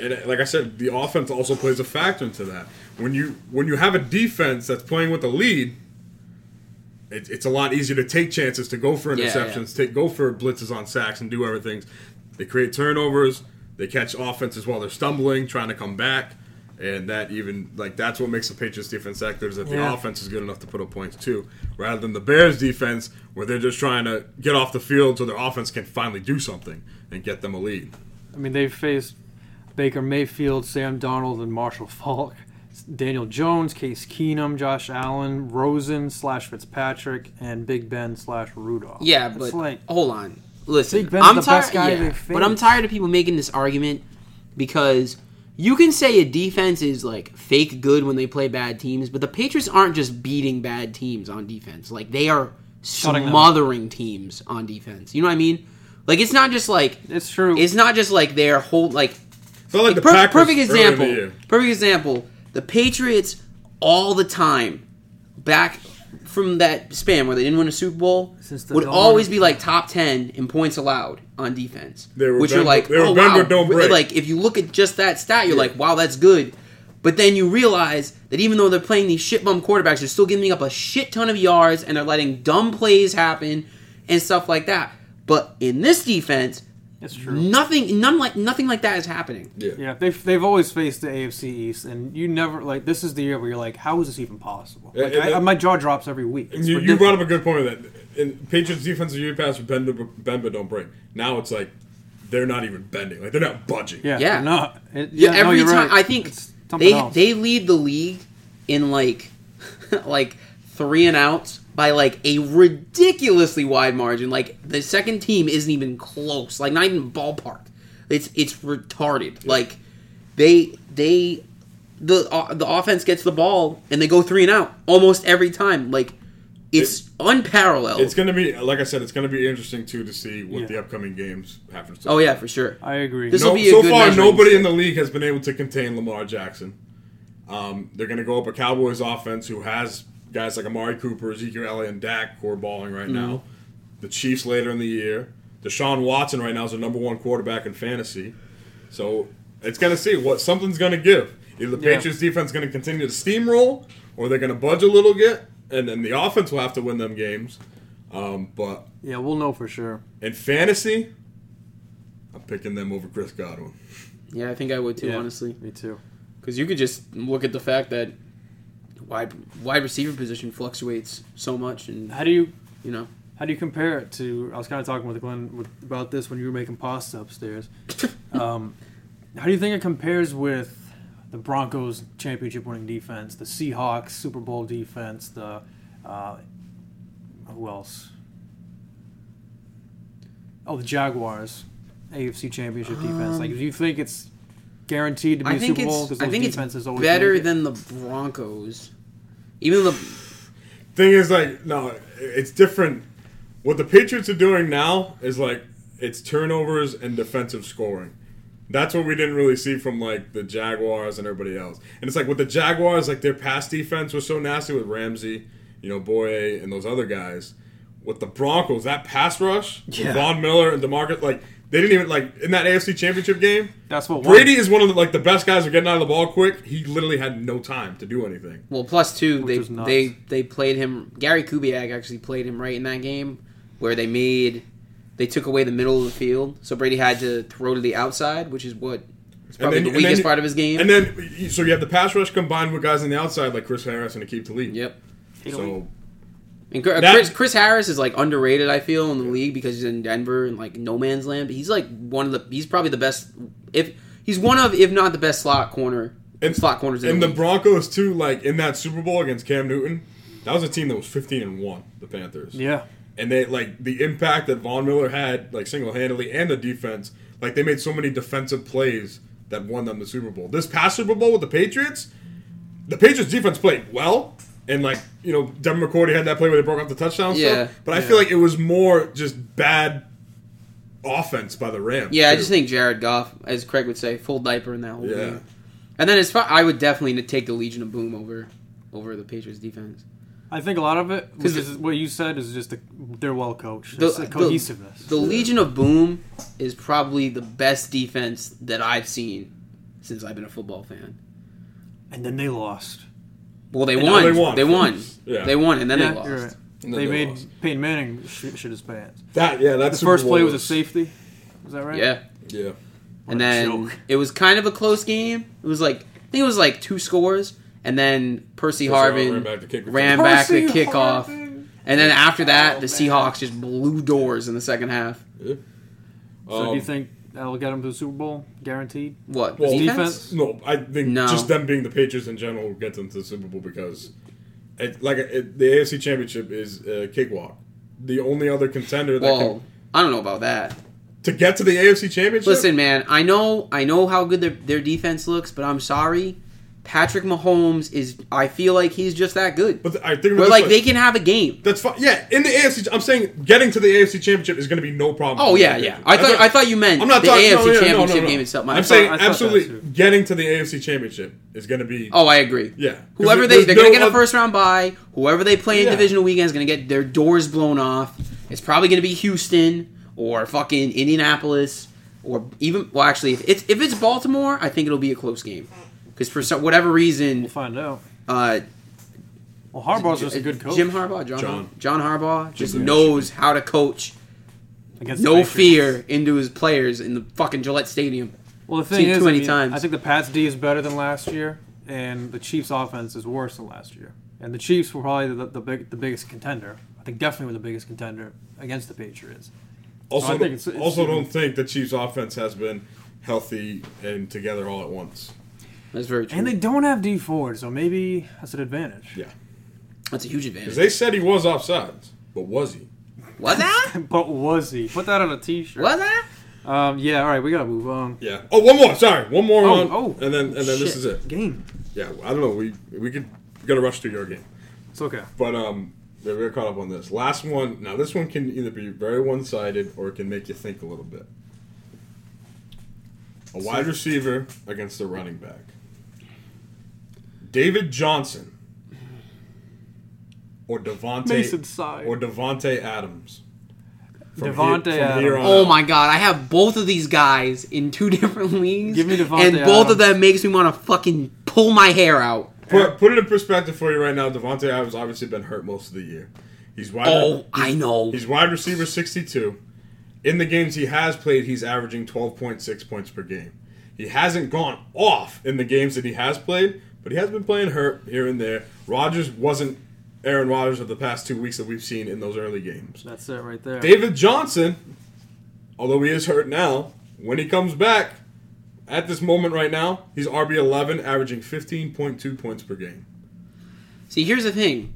Speaker 3: and uh, like I said, the offense also plays a factor into that. When you when you have a defense that's playing with a lead, it, it's a lot easier to take chances, to go for
Speaker 1: Yeah,
Speaker 3: interceptions, take go for blitzes on sacks, and do everything. They create turnovers. They catch offenses while they're stumbling, trying to come back, and that even like that's what makes the Patriots defense active is that the
Speaker 2: Yeah.
Speaker 3: offense is good enough to put up points too, rather than the Bears defense where they're just trying to get off the field so their offense can finally do something and get them a lead.
Speaker 2: I mean, they've faced Baker Mayfield, Sam Donald, and Marshall Falk, Daniel Jones, Case Keenum, Josh Allen, Rosen slash Fitzpatrick, and Big Ben slash Rudolph.
Speaker 1: Yeah,
Speaker 2: It's
Speaker 1: but
Speaker 2: like
Speaker 1: hold on. Listen,
Speaker 2: Big Ben's
Speaker 1: I'm
Speaker 2: the
Speaker 1: tired.
Speaker 2: best guy
Speaker 1: yeah,
Speaker 2: they've
Speaker 1: but I'm
Speaker 2: faced.
Speaker 1: tired of people making this argument because you can say a defense is like fake good when they play bad teams, but the Patriots aren't just beating bad teams on defense. Like they are
Speaker 2: Shutting them.
Speaker 1: smothering teams on defense. You know what I mean? Like it's not just like
Speaker 2: it's true.
Speaker 1: it's not just like their whole like
Speaker 3: It's not like the
Speaker 1: Per-
Speaker 3: Packers
Speaker 1: perfect
Speaker 3: earlier in the
Speaker 1: example.
Speaker 3: year.
Speaker 1: Perfect example. The Patriots all the time back from that span where they didn't win a Super Bowl
Speaker 2: Since the
Speaker 1: would
Speaker 2: dawn.
Speaker 1: always be like top ten in points allowed on defense.
Speaker 3: They were
Speaker 1: which
Speaker 3: bend-
Speaker 1: are like
Speaker 3: they were
Speaker 1: oh,
Speaker 3: bend
Speaker 1: wow.
Speaker 3: but don't break.
Speaker 1: Like if you look at just that stat, you're like wow that's good. But then you realize that even though they're playing these shit bum quarterbacks, they're still giving up a shit ton of yards and they're letting dumb plays happen and stuff like that. But in this defense,
Speaker 2: That's true.
Speaker 1: Nothing, none like nothing like that is happening.
Speaker 3: Yeah.
Speaker 2: Yeah, they've they've always faced the AFC East, and you never like this is the year where you're like, how is this even possible?
Speaker 3: Yeah,
Speaker 2: Like,
Speaker 3: and
Speaker 2: I,
Speaker 3: that-
Speaker 2: my jaw drops every week. It's
Speaker 3: You, you
Speaker 2: ridiculous.
Speaker 3: brought up a good point that in Patriots defensive unit pass for bend, but- bend but don't break. Now it's like they're not even bending. Like they're not budging.
Speaker 2: yeah,
Speaker 1: Yeah.
Speaker 2: they're not. It-
Speaker 1: Yeah,
Speaker 2: yeah, no,
Speaker 1: every
Speaker 2: you're
Speaker 1: time
Speaker 2: right.
Speaker 1: I think
Speaker 2: It's something
Speaker 1: they
Speaker 2: else.
Speaker 1: they lead the league in like like three and outs by like a ridiculously wide margin. Like the second team isn't even close. Like not even ballpark. It's it's retarded. Like they they the uh, the offense gets the ball and they go three and out almost every time. Like it's unparalleled.
Speaker 3: It's gonna be like I said. It's gonna be interesting too to see what
Speaker 2: Yeah.
Speaker 3: the upcoming games happens. to.
Speaker 1: oh yeah, for sure.
Speaker 2: I agree.
Speaker 1: This-
Speaker 3: No,
Speaker 1: will be a
Speaker 3: so
Speaker 1: good
Speaker 3: far,
Speaker 1: measuring
Speaker 3: nobody in the league has been able to contain Lamar Jackson. Um, they're going to go up a Cowboys offense who has guys like Amari Cooper, Ezekiel Elliott, and Dak who are balling right now.
Speaker 1: Mm-hmm.
Speaker 3: The Chiefs later in the year. Deshaun Watson right now is the number one quarterback in fantasy. So it's going to see what something's going to give. Either the
Speaker 2: Yeah.
Speaker 3: Patriots defense going to continue to steamroll, or they're going to budge a little bit, and then the offense will have to win them games. Um, but
Speaker 2: yeah, we'll know for sure.
Speaker 3: in fantasy, I'm picking them over Chris Godwin.
Speaker 1: Yeah, I think I would too.
Speaker 2: Yeah,
Speaker 1: Honestly.
Speaker 2: me too.
Speaker 1: Because you could just look at the fact that wide wide receiver position fluctuates so much, and
Speaker 2: How do you
Speaker 1: you know,
Speaker 2: How do you compare it to? I was kind of talking with Glenn with, about this when you were making pasta upstairs. um, how do you think it compares with the Broncos' championship-winning defense, the Seahawks' Super Bowl defense, the uh, who else? Oh, the Jaguars' AFC Championship defense. Like, do you think it's guaranteed to be
Speaker 1: I
Speaker 2: a
Speaker 1: think
Speaker 2: Super Bowl?
Speaker 1: it's I think it's
Speaker 2: always
Speaker 1: better
Speaker 2: make it?
Speaker 1: than the Broncos. Even the
Speaker 3: thing is like no it's different what the patriots are doing now is like it's turnovers and defensive scoring that's what we didn't really see from like the jaguars and everybody else and it's like with the jaguars like their pass defense was so nasty with ramsey you know boye and those other guys with the broncos that pass rush with
Speaker 2: Yeah.
Speaker 3: von miller and demarcus like they didn't even like in that afc championship game
Speaker 2: That's what won.
Speaker 3: brady is one of the like the best guys at getting out of the ball quick he literally had no time to do anything
Speaker 1: well, plus two, they
Speaker 2: was nuts.
Speaker 1: they they played him. Gary Kubiak actually played him right in that game where they made they took away the middle of the field, so Brady had to throw to the outside, which is what it's probably
Speaker 3: then-
Speaker 1: the
Speaker 3: and
Speaker 1: weakest
Speaker 3: then-
Speaker 1: part of his game.
Speaker 3: And then, so you have the pass rush combined with guys on the outside like Chris Harris and Akeem Talib.
Speaker 1: yep.
Speaker 3: So
Speaker 1: And Chris,
Speaker 3: That-
Speaker 1: Chris, Chris Harris is like underrated. I feel in the league because he's in Denver and like no man's land. But he's like one of the. He's probably the best. If he's one of, if not the best slot corner,
Speaker 3: And-
Speaker 1: slot corners in
Speaker 3: and
Speaker 1: the,
Speaker 3: the
Speaker 1: league.
Speaker 3: Broncos too, like in that Super Bowl against Cam Newton, that was a team that was 15 and one, the Panthers.
Speaker 2: Yeah.
Speaker 3: And they like the impact that Von Miller had, like single handedly, and the defense. Like they made so many defensive plays that won them the Super Bowl. This past Super Bowl with the Patriots, the Patriots defense played well. And like you know, Devin McCourty had that play where they broke off the touchdown.
Speaker 1: Yeah.
Speaker 3: Stuff, but I feel like it was more just bad offense by the Rams.
Speaker 1: Yeah, I
Speaker 3: too.
Speaker 1: just think Jared Goff, as Craig would say, full diaper in that whole
Speaker 3: Yeah.
Speaker 1: game. And then as far, I would definitely take the Legion of Boom over, over the Patriots defense.
Speaker 2: I think a lot of it, which
Speaker 1: 'Cause
Speaker 2: is what you said, is just the, they're well coached.
Speaker 1: The-
Speaker 2: It's the
Speaker 1: the-
Speaker 2: cohesiveness.
Speaker 1: The Legion of Boom is probably the best defense that I've seen since I've been a football fan.
Speaker 2: and then they lost.
Speaker 1: Well, they
Speaker 2: And
Speaker 1: won.
Speaker 3: now
Speaker 1: They
Speaker 3: they
Speaker 1: won.
Speaker 3: won.
Speaker 1: They won.
Speaker 3: Yeah.
Speaker 1: and then they
Speaker 2: yeah,
Speaker 1: lost.
Speaker 2: you're right.
Speaker 3: And then
Speaker 2: They,
Speaker 3: they
Speaker 2: made
Speaker 3: lost.
Speaker 2: Peyton Manning shit, shit his pants.
Speaker 3: that. Yeah,
Speaker 2: The
Speaker 3: that's
Speaker 2: first play was a safety. Is that right?
Speaker 1: Yeah.
Speaker 3: Yeah,
Speaker 1: and
Speaker 2: What a
Speaker 1: then
Speaker 2: joke.
Speaker 1: it was kind of a close game. It was like I think it was like two scores, and then Percy Harvin
Speaker 3: ran back the kick.
Speaker 1: ran
Speaker 2: Percy
Speaker 1: back the kickoff,
Speaker 2: Harvin.
Speaker 1: and then after that,
Speaker 2: Oh,
Speaker 1: the
Speaker 2: man.
Speaker 1: Seahawks just blew doors in the second half.
Speaker 2: So do
Speaker 3: Um,
Speaker 2: you think that'll get them to the Super Bowl? Guaranteed.
Speaker 1: What
Speaker 3: Well,
Speaker 1: defense?
Speaker 2: defense-
Speaker 3: No, I think
Speaker 1: No.
Speaker 3: just them being the Patriots in general will get them to the Super Bowl because, it, like, it, the AFC Championship is a cakewalk. The only other contender that
Speaker 1: Well,
Speaker 3: can,
Speaker 1: I don't know about that.
Speaker 3: to get to the AFC Championship.
Speaker 1: Listen, man, I know I know how good their their defense looks, but I'm sorry, Patrick Mahomes is. I feel like he's just that good.
Speaker 3: but I think
Speaker 1: But like they can have a game.
Speaker 3: That's fine. Yeah, in the AFC, I'm saying getting to the AFC Championship is going to be no problem.
Speaker 1: Oh
Speaker 3: for the
Speaker 1: yeah, yeah.
Speaker 3: Patriots.
Speaker 1: I thought I thought you meant
Speaker 3: I'm not
Speaker 1: the
Speaker 3: talking
Speaker 1: AFC
Speaker 3: no, yeah, no, no,
Speaker 1: Championship
Speaker 3: no.
Speaker 1: game itself. My
Speaker 3: I'm
Speaker 1: fault.
Speaker 3: saying
Speaker 2: I thought that too.
Speaker 3: absolutely getting to the AFC Championship is going to be.
Speaker 1: Oh, I agree.
Speaker 3: Yeah. 'Cause
Speaker 1: Whoever
Speaker 3: there-
Speaker 1: they
Speaker 3: there's
Speaker 1: they're gonna
Speaker 3: no
Speaker 1: get a
Speaker 3: oth-
Speaker 1: first round bye. Whoever they play in
Speaker 3: Yeah.
Speaker 1: divisional weekend is gonna get their doors blown off. It's probably gonna be Houston or fucking Indianapolis or even well actually if it's if it's Baltimore, I think it'll be a close game because for some, whatever reason,
Speaker 2: We'll find out.
Speaker 1: uh,
Speaker 2: Well, Harbaugh's just a good coach.
Speaker 1: Jim Harbaugh, John
Speaker 3: John.
Speaker 1: John Harbaugh just
Speaker 3: Jim Harbaugh.
Speaker 1: knows how to coach
Speaker 2: against the
Speaker 1: no
Speaker 2: Patriots.
Speaker 1: fear into his players in the fucking Gillette Stadium.
Speaker 2: Well, the
Speaker 1: Seen
Speaker 2: thing
Speaker 1: too
Speaker 2: is,
Speaker 1: many
Speaker 2: I, mean,
Speaker 1: times.
Speaker 2: I think the Pats D is better than last year, and the Chiefs offense is worse than last year. And the Chiefs were probably the, the big the biggest contender. I think definitely were the biggest contender against the Patriots.
Speaker 3: Also,
Speaker 2: I think it's- it's
Speaker 3: also
Speaker 2: even-
Speaker 3: don't think the Chiefs' offense has been healthy and together all at once.
Speaker 1: That's very true.
Speaker 2: And they don't have D Ford, so maybe that's an advantage.
Speaker 3: Yeah,
Speaker 1: That's a huge
Speaker 3: 'Cause
Speaker 1: advantage.
Speaker 3: they said he was offsides, but was he?
Speaker 1: Was that?
Speaker 2: But was he? Put that on a T-shirt.
Speaker 1: Was that?
Speaker 2: Um, yeah. All right, we gotta move on.
Speaker 3: Yeah. Oh, one more. Sorry, one more.
Speaker 2: Oh,
Speaker 3: on,
Speaker 2: oh,
Speaker 3: and then and then this
Speaker 2: Shit.
Speaker 3: is it.
Speaker 2: Game.
Speaker 3: Yeah, I don't know. We we could we gotta rush through your game,
Speaker 2: It's okay.
Speaker 3: but um, yeah, we're caught up on this last one. Now this one can either be very one sided or it can make you think a little bit. A wide receiver against a running back. David Johnson or Devontae
Speaker 2: Mason side.
Speaker 3: or Devontae Adams. From here-
Speaker 2: Devontae
Speaker 3: from
Speaker 2: Adams.
Speaker 3: here on
Speaker 1: Oh
Speaker 3: out.
Speaker 1: my god, I have both of these guys in two different leagues.
Speaker 2: Give me Devontae
Speaker 1: And both of
Speaker 2: Adams.
Speaker 1: them makes me want to fucking pull my hair out.
Speaker 3: Put, put it in perspective for you right now. Devontae Adams obviously been hurt most of the year. He's wide.
Speaker 1: Oh, I know.
Speaker 3: He's wide receiver 62. In the games he has played, he's averaging 12.6 points per game. He hasn't gone off in the games that he has played, but he has been playing hurt here and there. Rodgers wasn't Aaron Rodgers of the past two weeks that we've seen in those early games.
Speaker 2: That's it right there.
Speaker 3: David Johnson, although he is hurt now, when he comes back, at this moment right now, he's RB11, averaging 15.2 points per game.
Speaker 1: See, here's the thing.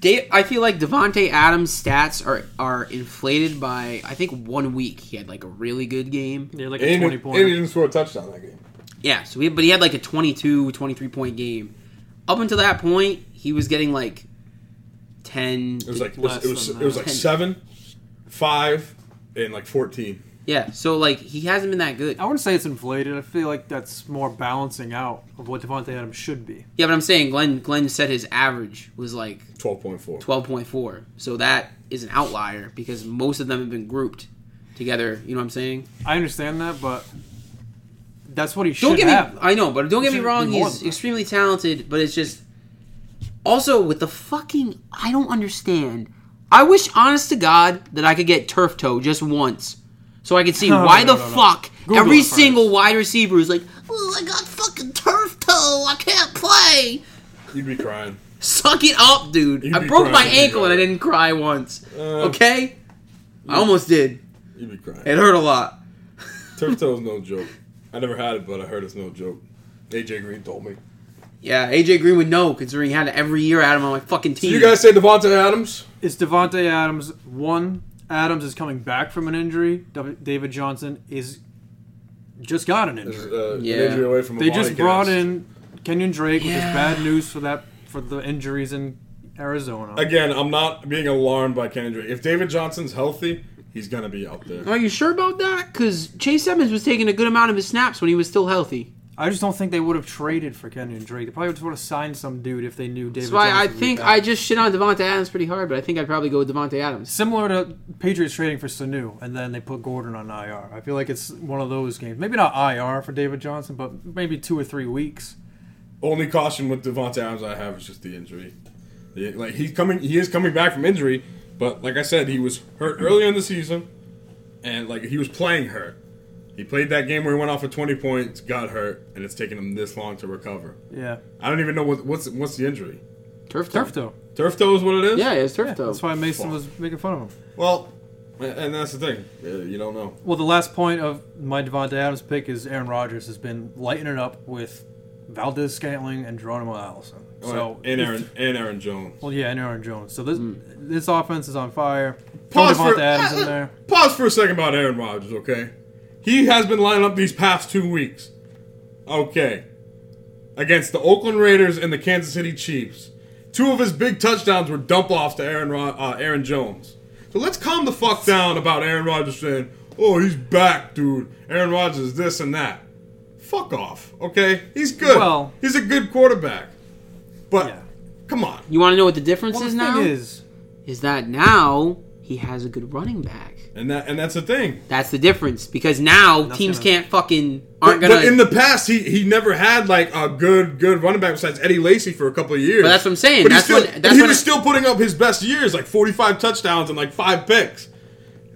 Speaker 1: Da- I feel like Devonte Adams' stats are are inflated by I think one week he had like a really good game.
Speaker 2: Yeah, like a
Speaker 3: And,
Speaker 2: twenty
Speaker 3: he- and he
Speaker 2: point.
Speaker 3: didn't score a touchdown that game.
Speaker 1: Yeah, so he, but he had like a 22, 23 point game. Up until that point, he was getting like 10.
Speaker 3: It was like it
Speaker 2: Less
Speaker 3: was, it was,
Speaker 2: than
Speaker 3: it was like
Speaker 1: that.
Speaker 3: seven, five, and like fourteen.
Speaker 1: Yeah, so like he hasn't been that good.
Speaker 2: I wouldn't say it's inflated. I feel like that's more balancing out of what Devontae Adams should be.
Speaker 1: Yeah, but I'm saying Glenn Glenn said his average was like
Speaker 3: 12.4.
Speaker 1: 12.4. So that is an outlier because most of them have been grouped together, you know what I'm saying?
Speaker 2: I understand that, but that's what he should
Speaker 1: Don't get
Speaker 2: have.
Speaker 1: me I know, but don't get me
Speaker 2: Should
Speaker 1: wrong,
Speaker 2: be more
Speaker 1: he's
Speaker 2: than that.
Speaker 1: extremely talented, but it's just also with the fucking I don't understand. I wish honest to god that I could get turf toe just once so I could see
Speaker 2: No, no,
Speaker 1: why
Speaker 2: no,
Speaker 1: the
Speaker 2: no, no.
Speaker 1: fuck
Speaker 2: Google
Speaker 1: every
Speaker 2: it first.
Speaker 1: single wide receiver is like, "Oh, I got fucking turf toe. I can't play."
Speaker 3: You'd be crying.
Speaker 1: Suck it up, dude.
Speaker 3: You'd
Speaker 1: I
Speaker 3: be
Speaker 1: broke
Speaker 3: crying
Speaker 1: my
Speaker 3: if you
Speaker 1: ankle and I
Speaker 3: tried.
Speaker 1: didn't cry once.
Speaker 3: Uh,
Speaker 1: okay? I almost did.
Speaker 3: You'd be crying.
Speaker 1: It hurt a lot.
Speaker 3: Turf toe is no joke. I never had it, but I heard it's no joke. AJ Green told me.
Speaker 1: Yeah, AJ Green would know considering he had it every year Adam on my fucking
Speaker 3: Do
Speaker 1: team.
Speaker 3: you guys say Devontae Adams?
Speaker 2: It's Devonte Adams. One, Adams is coming back from an injury. Dav- David Johnson is just got an
Speaker 3: Is,
Speaker 2: injury.
Speaker 3: uh,
Speaker 1: Yeah.
Speaker 3: an injury away from a
Speaker 2: They
Speaker 3: body
Speaker 2: just brought
Speaker 3: cast.
Speaker 2: in Kenyon Drake, which
Speaker 1: Yeah.
Speaker 2: is bad news for that for the injuries in Arizona.
Speaker 3: Again, I'm not being alarmed by Ken Drake. If David Johnson's healthy, he's going to be up there.
Speaker 1: Are you sure about that? Because Chase Evans was taking a good amount of his snaps when he was still healthy.
Speaker 2: I just don't think they would have traded for Kenyon Drake. They probably would have signed some dude if they knew David.
Speaker 1: That's why I
Speaker 2: Johnson would be
Speaker 1: think
Speaker 2: back.
Speaker 1: I just shit on Devontae Adams pretty hard, but I think I'd probably go with Devontae Adams.
Speaker 2: Similar to Patriots trading for Sanu, and then they put Gordon on IR. I feel like it's one of those games. Maybe not IR for David Johnson, but maybe two or three weeks.
Speaker 3: Only caution with Devontae Adams I have is just the injury. The- Like he's coming, he is coming back from injury, but like I said, he was hurt earlier in the season, and like he was playing hurt. He played that game where he went off with 20 points, got hurt, and it's taken him this long to recover.
Speaker 2: Yeah,
Speaker 3: I don't even know what, what's what's the injury.
Speaker 1: Turf toe.
Speaker 2: turf toe.
Speaker 3: Turf toe is what it is.
Speaker 1: Yeah, it was turf
Speaker 2: Yeah,
Speaker 1: toe.
Speaker 2: that's why Mason was making fun of him.
Speaker 3: Well, a- and that's the thing. Uh, You don't know.
Speaker 2: Well, the last point of my Devonta Adams pick is Aaron Rodgers has been lighting it up with Valdez Scantling and Geronimo Allison. So
Speaker 3: and Aaron and Aaron Jones.
Speaker 2: Well, yeah, and Aaron Jones. So this this offense is on fire. Throw
Speaker 3: Pause
Speaker 2: Devonta
Speaker 3: for-
Speaker 2: Adams in there.
Speaker 3: Pause for a second about Aaron Rodgers, okay? He has been lining up these past two weeks. Okay. Against the Oakland Raiders and the Kansas City Chiefs. Two of his big touchdowns were dump offs to Aaron Rod- uh, Aaron Jones. So let's calm the fuck down about Aaron Rodgers saying, oh, he's back, dude. Aaron Rodgers is this and that. Fuck off, okay? He's good.
Speaker 2: Well-
Speaker 3: he's a good quarterback. But
Speaker 2: Yeah.
Speaker 3: come on.
Speaker 1: You want to know what the difference
Speaker 2: Well, the
Speaker 1: is
Speaker 2: thing
Speaker 1: now?
Speaker 2: is,
Speaker 1: is that now he has a good running back.
Speaker 3: And that and that's the thing.
Speaker 1: That's the difference because now teams
Speaker 2: gonna-
Speaker 1: can't fucking
Speaker 3: But,
Speaker 1: aren't gonna.
Speaker 3: but in the past, he, he never had like a good good running back besides Eddie Lacy for a couple of years.
Speaker 1: But that's what I'm saying.
Speaker 3: But, he
Speaker 1: That's
Speaker 3: still-
Speaker 1: when-
Speaker 3: but
Speaker 1: that's
Speaker 3: he
Speaker 1: when
Speaker 3: was
Speaker 1: I-
Speaker 3: still putting up his best years, like 45 touchdowns and like five picks.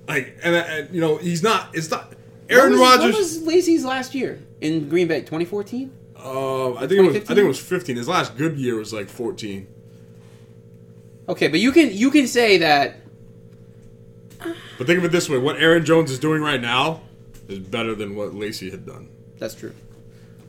Speaker 3: Like and, uh, and you know he's not. It's not Aaron
Speaker 1: What was-
Speaker 3: Rodgers.
Speaker 1: What was Lacy's last year in Green Bay? 2014.
Speaker 3: uh, I think it was. I
Speaker 1: 2015?
Speaker 3: think it was 15. His last good year was like 14.
Speaker 1: Okay, but you can you can say that.
Speaker 3: But think of it this way: what Aaron Jones is doing right now is better than what Lacy had done.
Speaker 1: That's true.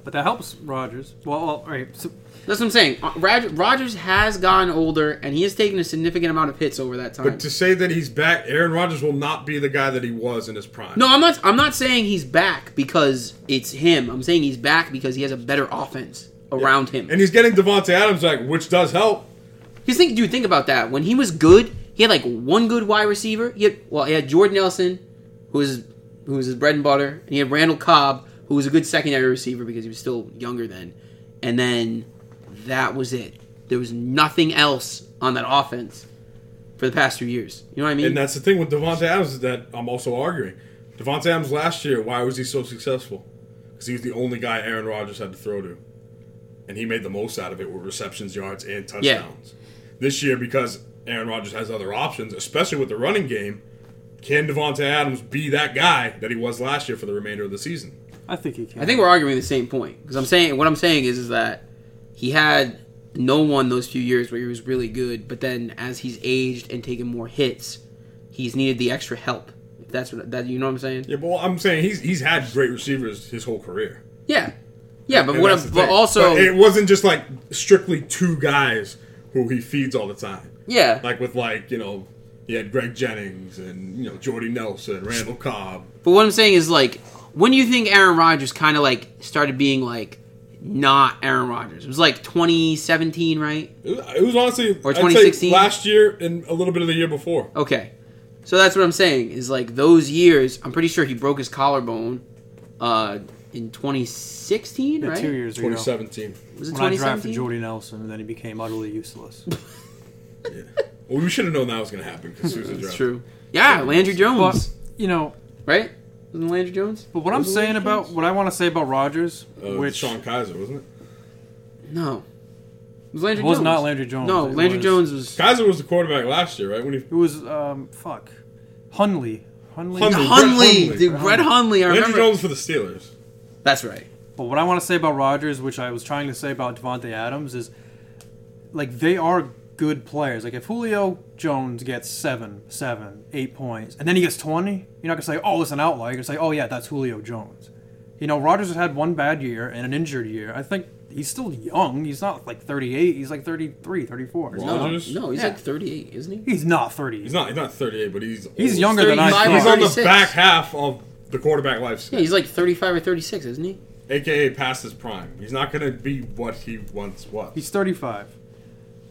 Speaker 2: But that helps Rogers. Well, well all right. So,
Speaker 1: That's what I'm saying. Uh, Rod- Rodgers has gotten older, and he has taken a significant amount of hits over that time.
Speaker 3: But to say that he's back, Aaron Rodgers will not be the guy that he was in his prime.
Speaker 1: no, I'm not. I'm not saying he's back because it's him. I'm saying he's back because he has a better offense around him.
Speaker 3: and he's getting Devonte Adams back, which does help.
Speaker 1: Because think, dude, think about that. When he was good, he had like one good wide receiver. He had well, he had Jordan Nelson, who was who was his bread and butter, and he had Randall Cobb, who was a good secondary receiver because he was still younger then. And then that was it. There was nothing else on that offense for the past two years. You know what I mean?
Speaker 3: And that's the thing with Devonte Adams is that I'm also arguing. Devonte Adams last year, why was he so successful? Because he was the only guy Aaron Rodgers had to throw to, and he made the most out of it with receptions, yards, and touchdowns. This year, because Aaron Rodgers has other options, especially with the running game, can Devonte Adams be that guy that he was last year for the remainder of the season?
Speaker 2: I think he can.
Speaker 1: I think we're arguing the same point because I'm saying what I'm saying is is that he had no one those few years where he was really good, but then as he's aged and taken more hits, he's needed the extra help. If that's what that you know what I'm saying?
Speaker 3: Yeah, but I'm saying he's he's had great receivers his whole career.
Speaker 1: Yeah, yeah. But
Speaker 3: And
Speaker 1: what?
Speaker 3: that's
Speaker 1: I'm,
Speaker 3: the
Speaker 1: but
Speaker 3: thing.
Speaker 1: also,
Speaker 3: But it wasn't just like strictly two guys who he feeds all the time.
Speaker 1: yeah.
Speaker 3: like with like you know he had Greg Jennings and you know Jordy Nelson, Randall Cobb.
Speaker 1: But what I'm saying is like, when do you think Aaron Rodgers kind of like started being like not Aaron Rodgers? It was like 2017, right?
Speaker 3: It was, it was honestly
Speaker 1: Or Oh,
Speaker 3: I'd say
Speaker 1: 2016?
Speaker 3: last year and a little bit of the year before.
Speaker 1: Okay. So that's what I'm saying is like those years. I'm pretty sure he broke his collarbone uh, in 2016,
Speaker 2: Yeah,
Speaker 1: right?
Speaker 2: two years ago.
Speaker 3: 2017.
Speaker 1: Was it
Speaker 2: When I drafted
Speaker 1: 2017?
Speaker 2: Jordy Nelson, and then he became utterly useless.
Speaker 3: Well, we should have known that was going to happen because Susan
Speaker 1: That's
Speaker 3: drafted.
Speaker 1: true. Yeah, Landry
Speaker 2: but
Speaker 1: Jones,
Speaker 2: you know,
Speaker 1: right? Isn't Landry Jones?
Speaker 2: but what I'm
Speaker 1: Wasn't
Speaker 2: saying
Speaker 1: Landry
Speaker 2: about
Speaker 1: Jones?
Speaker 2: what I want to say about Rogers,
Speaker 3: Uh,
Speaker 2: which
Speaker 3: Sean Kaiser wasn't it?
Speaker 1: no, it was Landry
Speaker 2: It was
Speaker 1: Jones.
Speaker 2: not Landry Jones.
Speaker 1: No,
Speaker 2: It
Speaker 1: Landry
Speaker 2: was-
Speaker 1: Jones was
Speaker 3: Kaiser was the quarterback last year, right? When he
Speaker 2: it was um fuck, Hunley, Hunley.
Speaker 3: Hundley. Brett
Speaker 1: Hunley,
Speaker 3: Hundley.
Speaker 1: dude. Brett Hundley, I
Speaker 3: Andrew
Speaker 1: remember.
Speaker 3: Jones for the Steelers.
Speaker 1: That's right.
Speaker 2: But what I want to say about Rodgers, which I was trying to say about Devontae Adams, is like they are good players. Like if Julio Jones gets seven, seven, eight points, and then he gets twenty, you're not gonna say, "Oh, it's an outlier." You're gonna say, "Oh yeah, that's Julio Jones." You know, Rodgers has had one bad year and an injured year. I think he's still young. He's not like 38. He's like 33, 34. He's
Speaker 1: No,
Speaker 2: not,
Speaker 3: Rodgers?
Speaker 1: no, he's
Speaker 2: Yeah.
Speaker 1: like 38, isn't he?
Speaker 2: he's not 30.
Speaker 3: He's not. He's not 38, but he's
Speaker 2: He's
Speaker 3: old.
Speaker 2: younger than I
Speaker 1: 35
Speaker 2: thought.
Speaker 1: or
Speaker 3: He's on the
Speaker 1: 36.
Speaker 3: back half of the quarterback life,
Speaker 1: Yeah, he's like 35 or 36, isn't he?
Speaker 3: aka past his prime. He's not going to be what he once was.
Speaker 2: He's 35.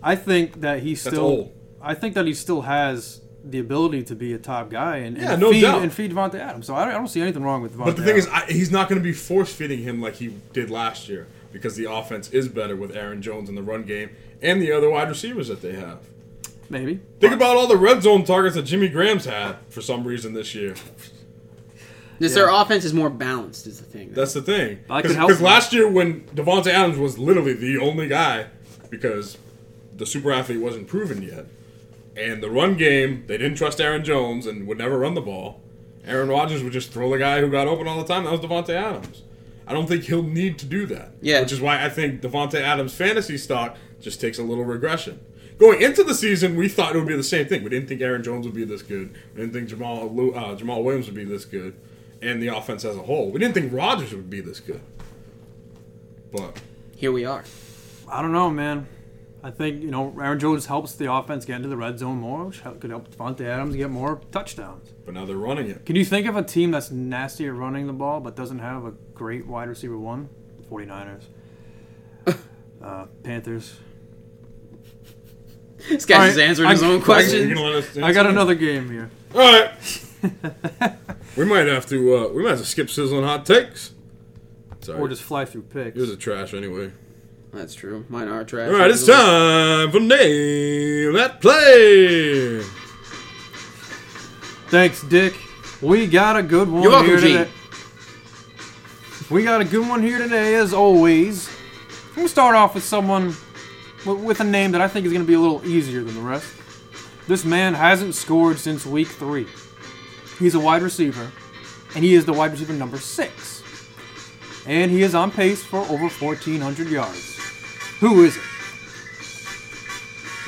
Speaker 2: I think that he still.
Speaker 3: old.
Speaker 2: I think that he still has the ability to be a top guy and,
Speaker 3: Yeah,
Speaker 2: and
Speaker 3: no
Speaker 2: feed
Speaker 3: doubt.
Speaker 2: and feed Devontae Adams. So I don't, I don't see anything wrong with Devontae.
Speaker 3: But the thing is,
Speaker 2: Adams.
Speaker 3: I, he's not going to be force feeding him like he did last year because the offense is better with Aaron Jones in the run game and the other wide receivers that they have.
Speaker 2: maybe.
Speaker 3: Think about all the red zone targets that Jimmy Graham's had for some reason this year.
Speaker 1: This their offense is more balanced, is the thing.
Speaker 3: That's the thing.
Speaker 2: That could help
Speaker 3: Because last year when Devonte Adams was literally the only guy because the super athlete wasn't proven yet, and the run game they didn't trust Aaron Jones and would never run the ball. Aaron Rodgers would just throw the guy who got open all the time. That was Devonte Adams. I don't think he'll need to do that.
Speaker 1: Yeah.
Speaker 3: Which is why I think Devonte Adams' fantasy stock just takes a little regression. Going into the season, we thought it would be the same thing. We didn't think Aaron Jones would be this good. We didn't think Jamal Lew- uh, Jamal Williams would be this good, and the offense as a whole. We didn't think Rodgers would be this good. But
Speaker 1: Here we are.
Speaker 2: I don't know, man. I think you know Aaron Jones helps the offense get into the red zone more, which hel- could help Devontae Adams get more touchdowns.
Speaker 3: but now they're running it.
Speaker 2: Can you think of a team that's nasty at running the ball but doesn't have a great wide receiver one? 49ers. uh, Panthers.
Speaker 1: This guy's
Speaker 2: All right,
Speaker 1: just answering
Speaker 2: I-
Speaker 1: his own
Speaker 2: I-
Speaker 3: You're
Speaker 1: questions.
Speaker 3: gonna let us
Speaker 2: I got another game here.
Speaker 3: All right. we might have to. Uh, we might have to skip sizzling hot takes. Sorry.
Speaker 2: Or just fly through picks.
Speaker 3: Yours are trash anyway.
Speaker 1: That's true. Mine are trash.
Speaker 3: All right, it's time for name that play.
Speaker 2: Thanks, Dick. We got a good one
Speaker 1: You're welcome,
Speaker 2: here
Speaker 1: Gene.
Speaker 2: today. We got a good one here today, as always. I'm gonna start off with someone with, with a name that I think is gonna be a little easier than the rest. This man hasn't scored since week three. He's a wide receiver, and he is the wide receiver number six. And he is on pace for over 1,400 yards. Who is it?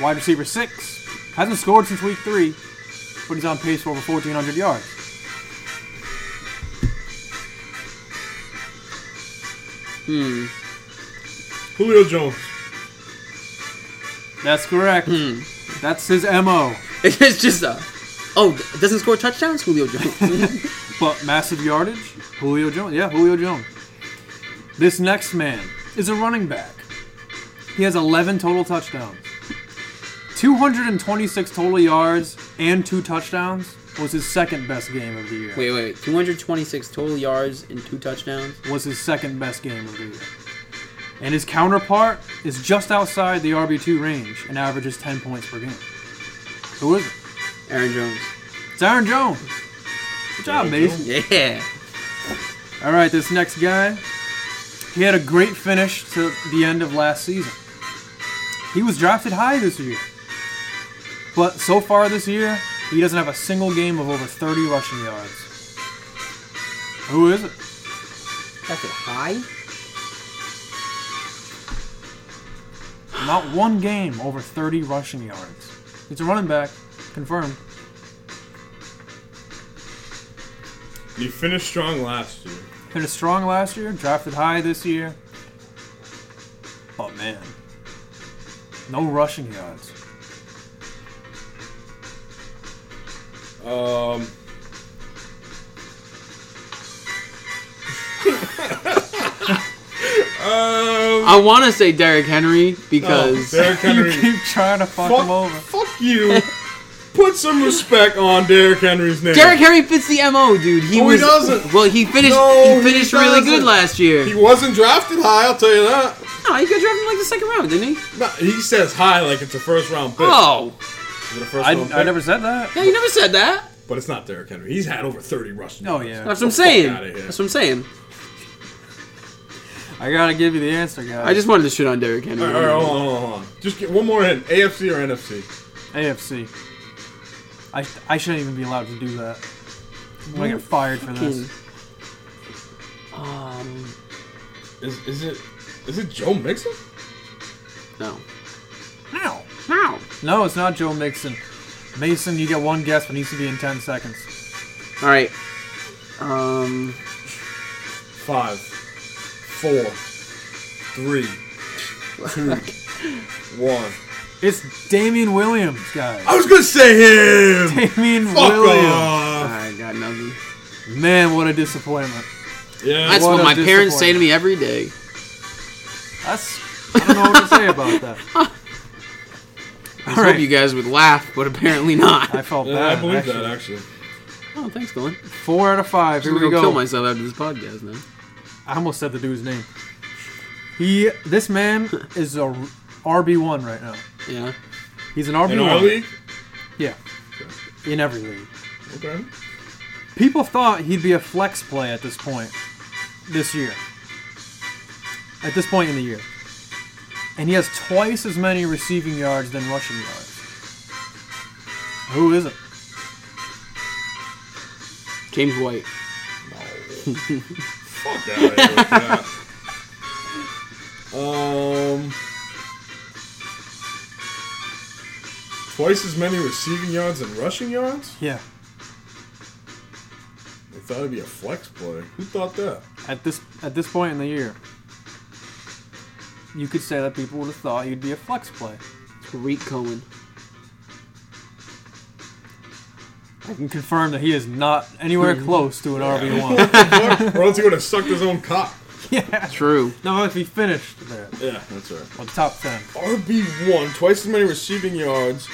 Speaker 2: Wide receiver six hasn't scored since week three, but he's on pace for over 1,400 yards.
Speaker 3: Julio Jones.
Speaker 2: That's correct. That's his MO.
Speaker 1: It's just a. Oh, doesn't score touchdowns, Julio Jones.
Speaker 2: But massive yardage, Julio Jones. Yeah, Julio Jones. This next man is a running back. He has 11 total touchdowns. 226 total yards and two touchdowns was his second best game of the year.
Speaker 1: wait, wait, wait. 226 total yards and two touchdowns.
Speaker 2: Was his second best game of the year. And his counterpart is just outside the RB2 range and averages 10 points per game. Who is it?
Speaker 1: Aaron Jones.
Speaker 2: It's Aaron Jones. Good job,
Speaker 3: Aaron
Speaker 2: Mason.
Speaker 1: Yeah.
Speaker 2: All right, this next guy, he had a great finish to the end of last season. He was drafted high this year. But so far this year, he doesn't have a single game of over 30 rushing yards. Who is it?
Speaker 1: That's it. High?
Speaker 2: Not one game over 30 rushing yards. It's a running back, confirmed.
Speaker 3: He finished strong last year.
Speaker 2: Finished strong last year, drafted high this year. But man, no rushing yards.
Speaker 3: Um. um Oh,
Speaker 1: I want to say Derrick Henry because.
Speaker 3: Derrick
Speaker 2: Ah, You
Speaker 3: Henry.
Speaker 2: keep trying to fuck him
Speaker 3: fuck,
Speaker 2: over.
Speaker 3: fuck you. Put some respect on Derrick Henry's name.
Speaker 1: Derrick Henry fits the MO, dude. He
Speaker 3: No, he
Speaker 1: was,
Speaker 3: doesn't.
Speaker 1: Well, he finished.
Speaker 3: No,
Speaker 1: he
Speaker 3: he
Speaker 1: finished really good
Speaker 3: doesn't.
Speaker 1: last year.
Speaker 3: He wasn't drafted high, I'll tell you that.
Speaker 1: no, Oh, he got drafted in, like the second round, didn't he?
Speaker 3: No, he says high like it's a first round pick.
Speaker 1: Oh,
Speaker 3: Is it a first
Speaker 2: I,
Speaker 3: round
Speaker 2: I
Speaker 3: pick?
Speaker 2: never said that.
Speaker 1: yeah, you never said that.
Speaker 3: But it's not Derrick Henry. He's had over 30 rushing.
Speaker 2: Oh
Speaker 3: yards.
Speaker 2: yeah,
Speaker 1: That's what I'm
Speaker 3: fuck
Speaker 1: saying.
Speaker 3: outta here.
Speaker 1: That's what I'm saying.
Speaker 2: I gotta give you the answer, guys.
Speaker 1: I just wanted to shit on Derrick Henry.
Speaker 3: All right, all right, hold on, hold on, hold on. Just get one more in. AFC or NFC?
Speaker 2: AFC. I I shouldn't even be allowed to do that. I'm gonna get fired for this.
Speaker 1: Um,
Speaker 3: Is, is it is it Joe Mixon?
Speaker 1: no,
Speaker 2: No,
Speaker 1: no.
Speaker 2: no, it's not Joe Mixon. Mason, you get one guess, but it needs to be in ten seconds.
Speaker 1: All right. Um,
Speaker 3: Five, four, three, two, one.
Speaker 2: It's Damian Williams, guys.
Speaker 3: I was gonna say him.
Speaker 2: Damian
Speaker 3: Fuck
Speaker 2: Williams.
Speaker 3: off.
Speaker 1: I got nothing.
Speaker 2: Man, what a disappointment.
Speaker 3: Yeah.
Speaker 1: That's
Speaker 2: What
Speaker 1: what,
Speaker 2: a
Speaker 1: my parents say to
Speaker 2: disappointment.
Speaker 1: me every day.
Speaker 2: That's I don't know what to say about that.
Speaker 1: I
Speaker 2: All
Speaker 1: hope
Speaker 2: right.
Speaker 1: you guys would laugh, but apparently not.
Speaker 2: I felt
Speaker 3: Yeah,
Speaker 2: bad.
Speaker 3: I believe
Speaker 2: actually.
Speaker 3: that actually.
Speaker 1: oh, thanks, Glenn.
Speaker 2: Four out of five. Here
Speaker 1: I'm
Speaker 2: we
Speaker 1: gonna
Speaker 2: go.
Speaker 1: go kill myself after this podcast now.
Speaker 2: I almost said the dude's name. He, this man is a RB one right now.
Speaker 1: Yeah.
Speaker 2: He's an RB
Speaker 3: In our
Speaker 2: one
Speaker 3: league.
Speaker 2: Yeah, in every league.
Speaker 3: Okay.
Speaker 2: People thought he'd be a flex play at this point, this year. At this point in the year, and he has twice as many receiving yards than rushing yards. Who is it?
Speaker 1: James White.
Speaker 3: Fuck out of here with that. Um, twice as many receiving yards and rushing yards.
Speaker 2: Yeah.
Speaker 3: They thought it'd be a flex play. Who thought that?
Speaker 2: At this at this point in the year, you could say that people would have thought he'd be a flex play.
Speaker 1: Tariq Cohen.
Speaker 2: I can confirm that he is not anywhere
Speaker 1: Hmm.
Speaker 2: close to an RB
Speaker 3: Oh.
Speaker 2: one.
Speaker 3: or else he would have sucked his own cock.
Speaker 2: Yeah.
Speaker 1: True.
Speaker 2: No, if he finished there,
Speaker 3: Yeah, that's right.
Speaker 2: well, top ten.
Speaker 3: RB one, twice as many receiving yards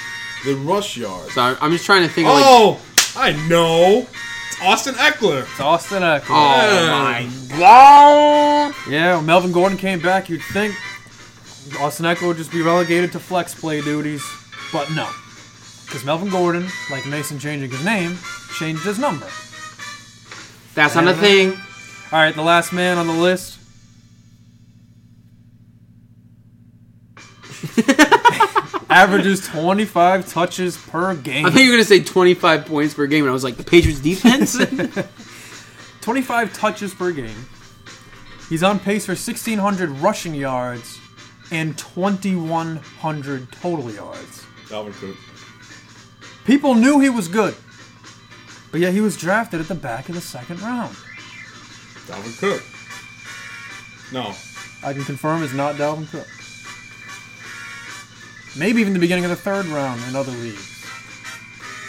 Speaker 3: than rush yards.
Speaker 1: Sorry, I'm just trying to think. of like,
Speaker 3: Oh, I know. It's Austin Eckler. Um,
Speaker 2: It's Austin Eckler.
Speaker 1: oh
Speaker 3: Yeah.
Speaker 1: my god.
Speaker 2: Yeah, when Melvin Gordon came back, you'd think Austin Eckler would just be relegated to flex play duties, but no, because Melvin Gordon, like Mason changing his name, changed his number.
Speaker 1: That's not a thing.
Speaker 2: All right, the last man on the list. averages 25 touches per
Speaker 1: I thought
Speaker 2: game.
Speaker 1: you were gonna say 25 points per game, and I was like, the Patriots defense.
Speaker 2: 25 touches per game. He's on pace for 1,600 rushing yards and 2,100 total yards.
Speaker 3: Dalvin Cook.
Speaker 2: People knew he was good, but yet he was drafted at the back of the second round.
Speaker 3: Dalvin Cook. No.
Speaker 2: I can confirm is not Dalvin Cook. Maybe even the beginning of the third round in other leagues,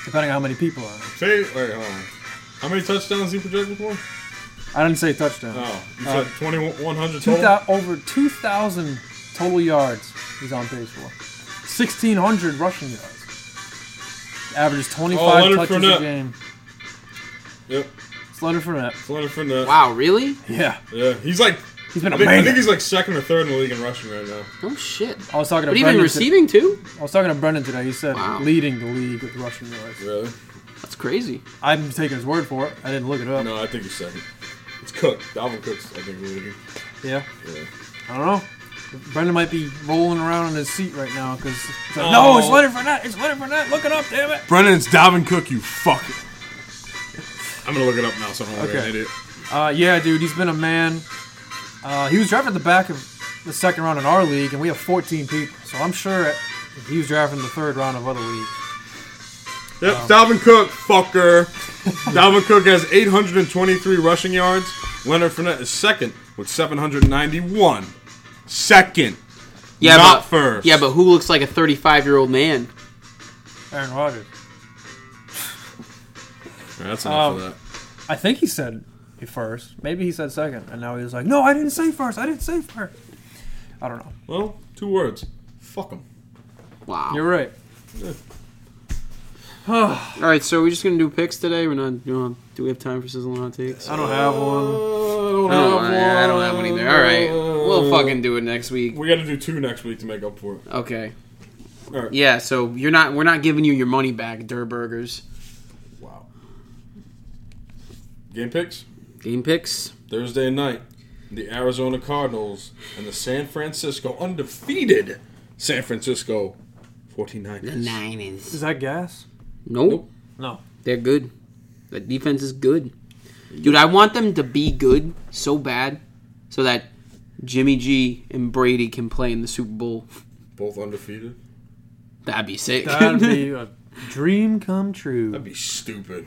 Speaker 2: depending on how many people are. in it.
Speaker 3: Say, wait, hold on. How many touchdowns he projected for?
Speaker 2: I didn't say touchdown.
Speaker 3: Oh, you
Speaker 2: Uh,
Speaker 3: said 2,100
Speaker 2: Two
Speaker 3: total?
Speaker 2: thou- over 2,000 total yards he's on pace for. 1,600 rushing yards. Averages 25
Speaker 3: Oh, Leonard
Speaker 2: touches
Speaker 3: Fournette.
Speaker 2: a game.
Speaker 3: Yep.
Speaker 2: It's Leonard Fournette.
Speaker 3: It's Leonard Fournette.
Speaker 1: wow, really?
Speaker 2: Yeah.
Speaker 3: Yeah, he's like.
Speaker 2: He's been
Speaker 3: I think, I
Speaker 2: amazing.
Speaker 3: think he's like second or third in the league in rushing right now.
Speaker 1: Oh shit.
Speaker 2: I was talking to
Speaker 1: But
Speaker 2: Brendan.
Speaker 1: even
Speaker 2: to-
Speaker 1: receiving too?
Speaker 2: I was talking to Brendan today. He said
Speaker 1: Wow.
Speaker 2: leading the league with rushing yards.
Speaker 3: Really?
Speaker 1: That's crazy.
Speaker 2: I'm taking his word for it. I didn't look it up.
Speaker 3: No, I think he's second. It's Cook. Dalvin Cook's, I think, leading.
Speaker 2: Yeah.
Speaker 3: Yeah.
Speaker 2: I don't know. Brendan might be rolling around in his seat right now because
Speaker 3: Oh.
Speaker 2: no, it's Leonard Fournette. It's Leonard Fournette. Look it up, damn it.
Speaker 3: Brennan's Dalvin Cook, you fuck. I'm gonna look it up now, so I don't
Speaker 2: Okay.
Speaker 3: okay. it.
Speaker 2: Uh, yeah, dude, he's been a man. Uh, he was drafted the back of the second round in our league, and we have 14 people, so I'm sure he was drafted in the third round of other leagues.
Speaker 3: Yep,
Speaker 2: Um,
Speaker 3: Dalvin Cook, fucker. Dalvin Cook has 823 rushing yards. Leonard Fournette is second with 791. Second.
Speaker 1: Yeah,
Speaker 3: Not
Speaker 1: but,
Speaker 3: first.
Speaker 1: Yeah, but who looks like a 35 year old man?
Speaker 2: Aaron Rodgers.
Speaker 3: Alright, that's enough
Speaker 2: Um,
Speaker 3: of that.
Speaker 2: I think he said first. Maybe he said second, and now he was like, no, I didn't say first. I didn't say first. I don't know.
Speaker 3: Well, two words. Fuck him.
Speaker 1: Wow.
Speaker 2: You're right.
Speaker 1: All right, so are we just gonna do picks today? We're not. You know, do we have time for sizzling hot takes?
Speaker 2: I don't have one.
Speaker 3: don't
Speaker 1: I don't, I don't have one either. All right, we'll fucking do it next week.
Speaker 3: We gotta do two next week to make up for it.
Speaker 1: Okay.
Speaker 3: Alright.
Speaker 1: Yeah, so you're not. We're not giving you your money back, Der Burgers.
Speaker 3: Wow. Game picks?
Speaker 1: Game picks.
Speaker 3: Thursday night, the Arizona Cardinals and the San Francisco undefeated San Francisco 49ers.
Speaker 1: Niners.
Speaker 2: Is that gas?
Speaker 1: Nope.
Speaker 3: Nope.
Speaker 2: No.
Speaker 1: They're good. The defense is good. Dude, I want them to be good so bad so that Jimmy G and Brady can play in the Super Bowl.
Speaker 3: Both undefeated.
Speaker 1: That'd be sick.
Speaker 2: That'd be a dream come true.
Speaker 3: That'd be stupid.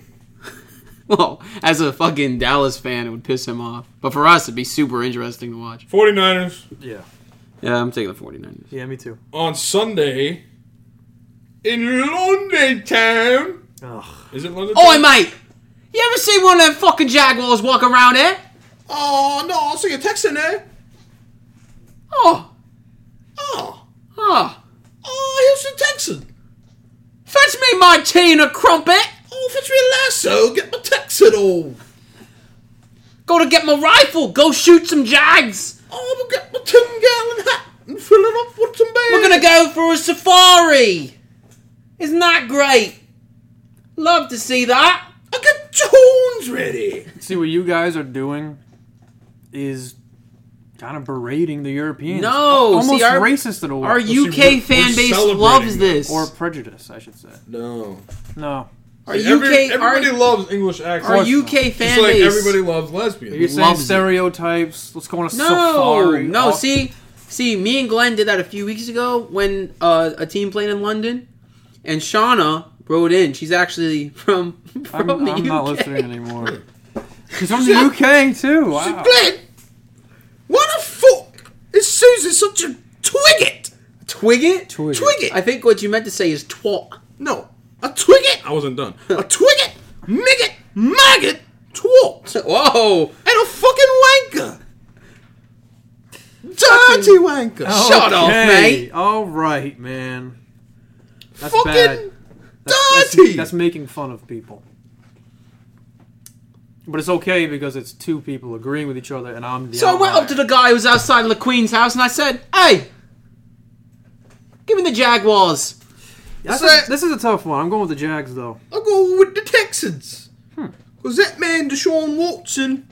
Speaker 1: well, as a fucking Dallas fan, it would piss him off. But for us, it'd be super interesting to watch.
Speaker 3: 49ers
Speaker 2: Yeah.
Speaker 1: Yeah, I'm taking the 49ers.
Speaker 2: Yeah, me too.
Speaker 3: on Sunday in London town.
Speaker 2: Ugh.
Speaker 3: Is it London?
Speaker 1: Oi, mate! You ever see one of them fucking Jaguars walk around there?
Speaker 3: Oh no! I'll see you texting there.
Speaker 1: Oh,
Speaker 3: Oh,
Speaker 1: oh.
Speaker 3: oh, here's the Texan.
Speaker 1: Fetch me my tea and a crumpet!
Speaker 3: Oh, if it's real lasso, get my Texan on.
Speaker 1: Go to get my rifle! Go shoot some Jags!
Speaker 3: Oh, I'm gonna get my ten gallon hat and fill it up with some beer.
Speaker 1: We're gonna go for a safari. Isn't that great? Love to see that.
Speaker 3: I got your horns ready.
Speaker 2: See what you guys are doing is kind of berating the Europeans.
Speaker 1: No,
Speaker 2: Al- almost
Speaker 1: see, our-
Speaker 2: racist in a way,
Speaker 1: Our
Speaker 3: see,
Speaker 1: UK
Speaker 3: we're-
Speaker 1: fan
Speaker 3: we're
Speaker 1: base
Speaker 3: celebrating
Speaker 1: loves
Speaker 3: it.
Speaker 1: this.
Speaker 2: or prejudice, I should say.
Speaker 3: No.
Speaker 2: No,
Speaker 1: our UK,
Speaker 3: everybody
Speaker 1: our,
Speaker 3: loves English accents.
Speaker 1: our UK
Speaker 3: Just
Speaker 1: fan
Speaker 3: like
Speaker 1: base.
Speaker 3: everybody loves lesbians.
Speaker 2: you're saying
Speaker 1: loves it.
Speaker 2: stereotypes. Let's go on a
Speaker 1: no,
Speaker 2: safari.
Speaker 1: no.
Speaker 2: Oh,
Speaker 1: See, see, me and Glenn did that a few weeks ago when uh, a team played in London, and Shauna wrote in. She's actually from
Speaker 2: I'm,
Speaker 1: from the
Speaker 2: I'm
Speaker 1: UK.
Speaker 2: not listening anymore. She's from the UK too. Wow.
Speaker 3: Glenn, why the fuck is Susan such a twigget?
Speaker 1: Twigget.
Speaker 2: Twigget.
Speaker 1: I think what you meant to say is twat.
Speaker 3: No, a twigget. I wasn't done. A twigget, migget, maggot, twat, and
Speaker 1: Whoa.
Speaker 3: a fucking wanker. Dirty wanker.
Speaker 1: Shut up,
Speaker 2: Okay,
Speaker 1: mate.
Speaker 2: All right, man. That's
Speaker 3: Fucking
Speaker 2: bad. That's-
Speaker 3: dirty.
Speaker 2: That's making fun of people. But it's okay because it's two people agreeing with each other, and I'm the
Speaker 1: So I went
Speaker 2: outlier.
Speaker 1: up to the guy who was outside of Queen's house and I said, Hey, give me the Jaguars.
Speaker 2: That's
Speaker 3: That's
Speaker 2: a- this is a tough one. I'm going with the Jags though. Hmm.
Speaker 3: I'll go with the Texans.
Speaker 5: Because that man, Deshaun Watson,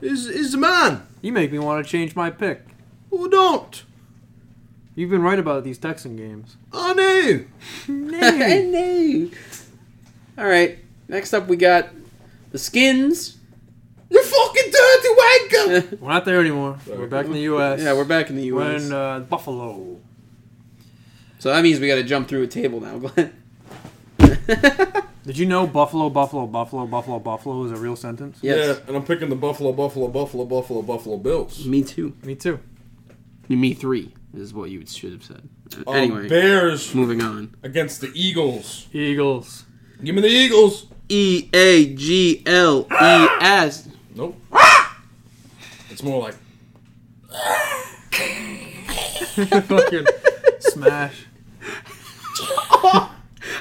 Speaker 5: is is the man.
Speaker 2: You make me want to change my pick.
Speaker 5: Or don't.
Speaker 2: You've been right about these Texan games.
Speaker 5: I know.
Speaker 1: I know. All right. Next up, we got the Skins.
Speaker 5: You fucking dirty wanker!
Speaker 2: We're not there anymore. We're back in the U.S.
Speaker 1: Yeah, we're back in the
Speaker 2: We're
Speaker 1: U.S.
Speaker 2: in uh, Buffalo.
Speaker 1: so that means we got to jump through a table now, Glenn.
Speaker 2: Did you know Buffalo, Buffalo, Buffalo, Buffalo, Buffalo is a real sentence?
Speaker 1: yes.
Speaker 3: Yeah, and I'm picking the Buffalo, Buffalo, Buffalo, Buffalo, Buffalo
Speaker 2: Mm,
Speaker 3: Bills.
Speaker 1: Me too.
Speaker 2: Me too.
Speaker 1: Me three is what you should have said.
Speaker 3: Um,
Speaker 1: anyway,
Speaker 3: Bears
Speaker 1: moving on.
Speaker 3: against the Eagles.
Speaker 2: Eagles.
Speaker 3: Give me the Eagles.
Speaker 1: E A G L E S.
Speaker 3: Nope.
Speaker 5: Ah!
Speaker 3: It's more like
Speaker 2: Fucking smash.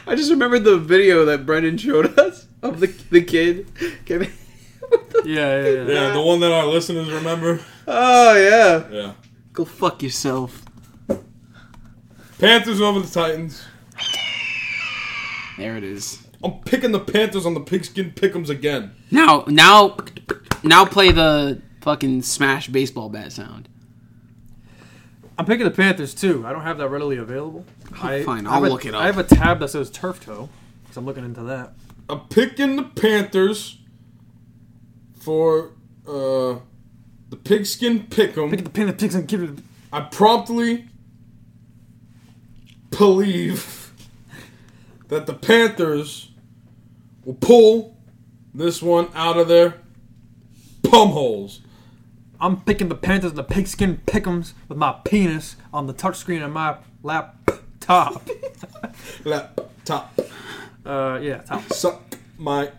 Speaker 1: I just remembered the video that Brendan showed us of the the kid. Can-
Speaker 2: Yeah, yeah, yeah.
Speaker 3: yeah, the one that our listeners remember.
Speaker 1: oh yeah.
Speaker 3: Yeah,
Speaker 1: Go fuck yourself.
Speaker 3: Panthers over the Titans.
Speaker 1: There it is.
Speaker 3: I'm picking the Panthers on the pigskin pickums again.
Speaker 1: Now, now, now play the fucking smash baseball bat sound.
Speaker 2: I'm picking the Panthers too. I don't have that readily available. I,
Speaker 1: fine,
Speaker 2: I have
Speaker 1: I'll
Speaker 2: a-
Speaker 1: look it up.
Speaker 2: I have a tab that says Turf Toe because I'm looking into that.
Speaker 3: I'm picking the Panthers for uh, the pigskin
Speaker 2: Pick
Speaker 3: pickum.
Speaker 2: the pin, the picks, and give it.
Speaker 3: I promptly believe that the Panthers will pull this one out of their bum holes.
Speaker 2: I'm picking the Panthers and the pigskin pickums with my penis on the touchscreen of my laptop.
Speaker 3: Laptop,
Speaker 2: uh, yeah, top.
Speaker 3: suck my.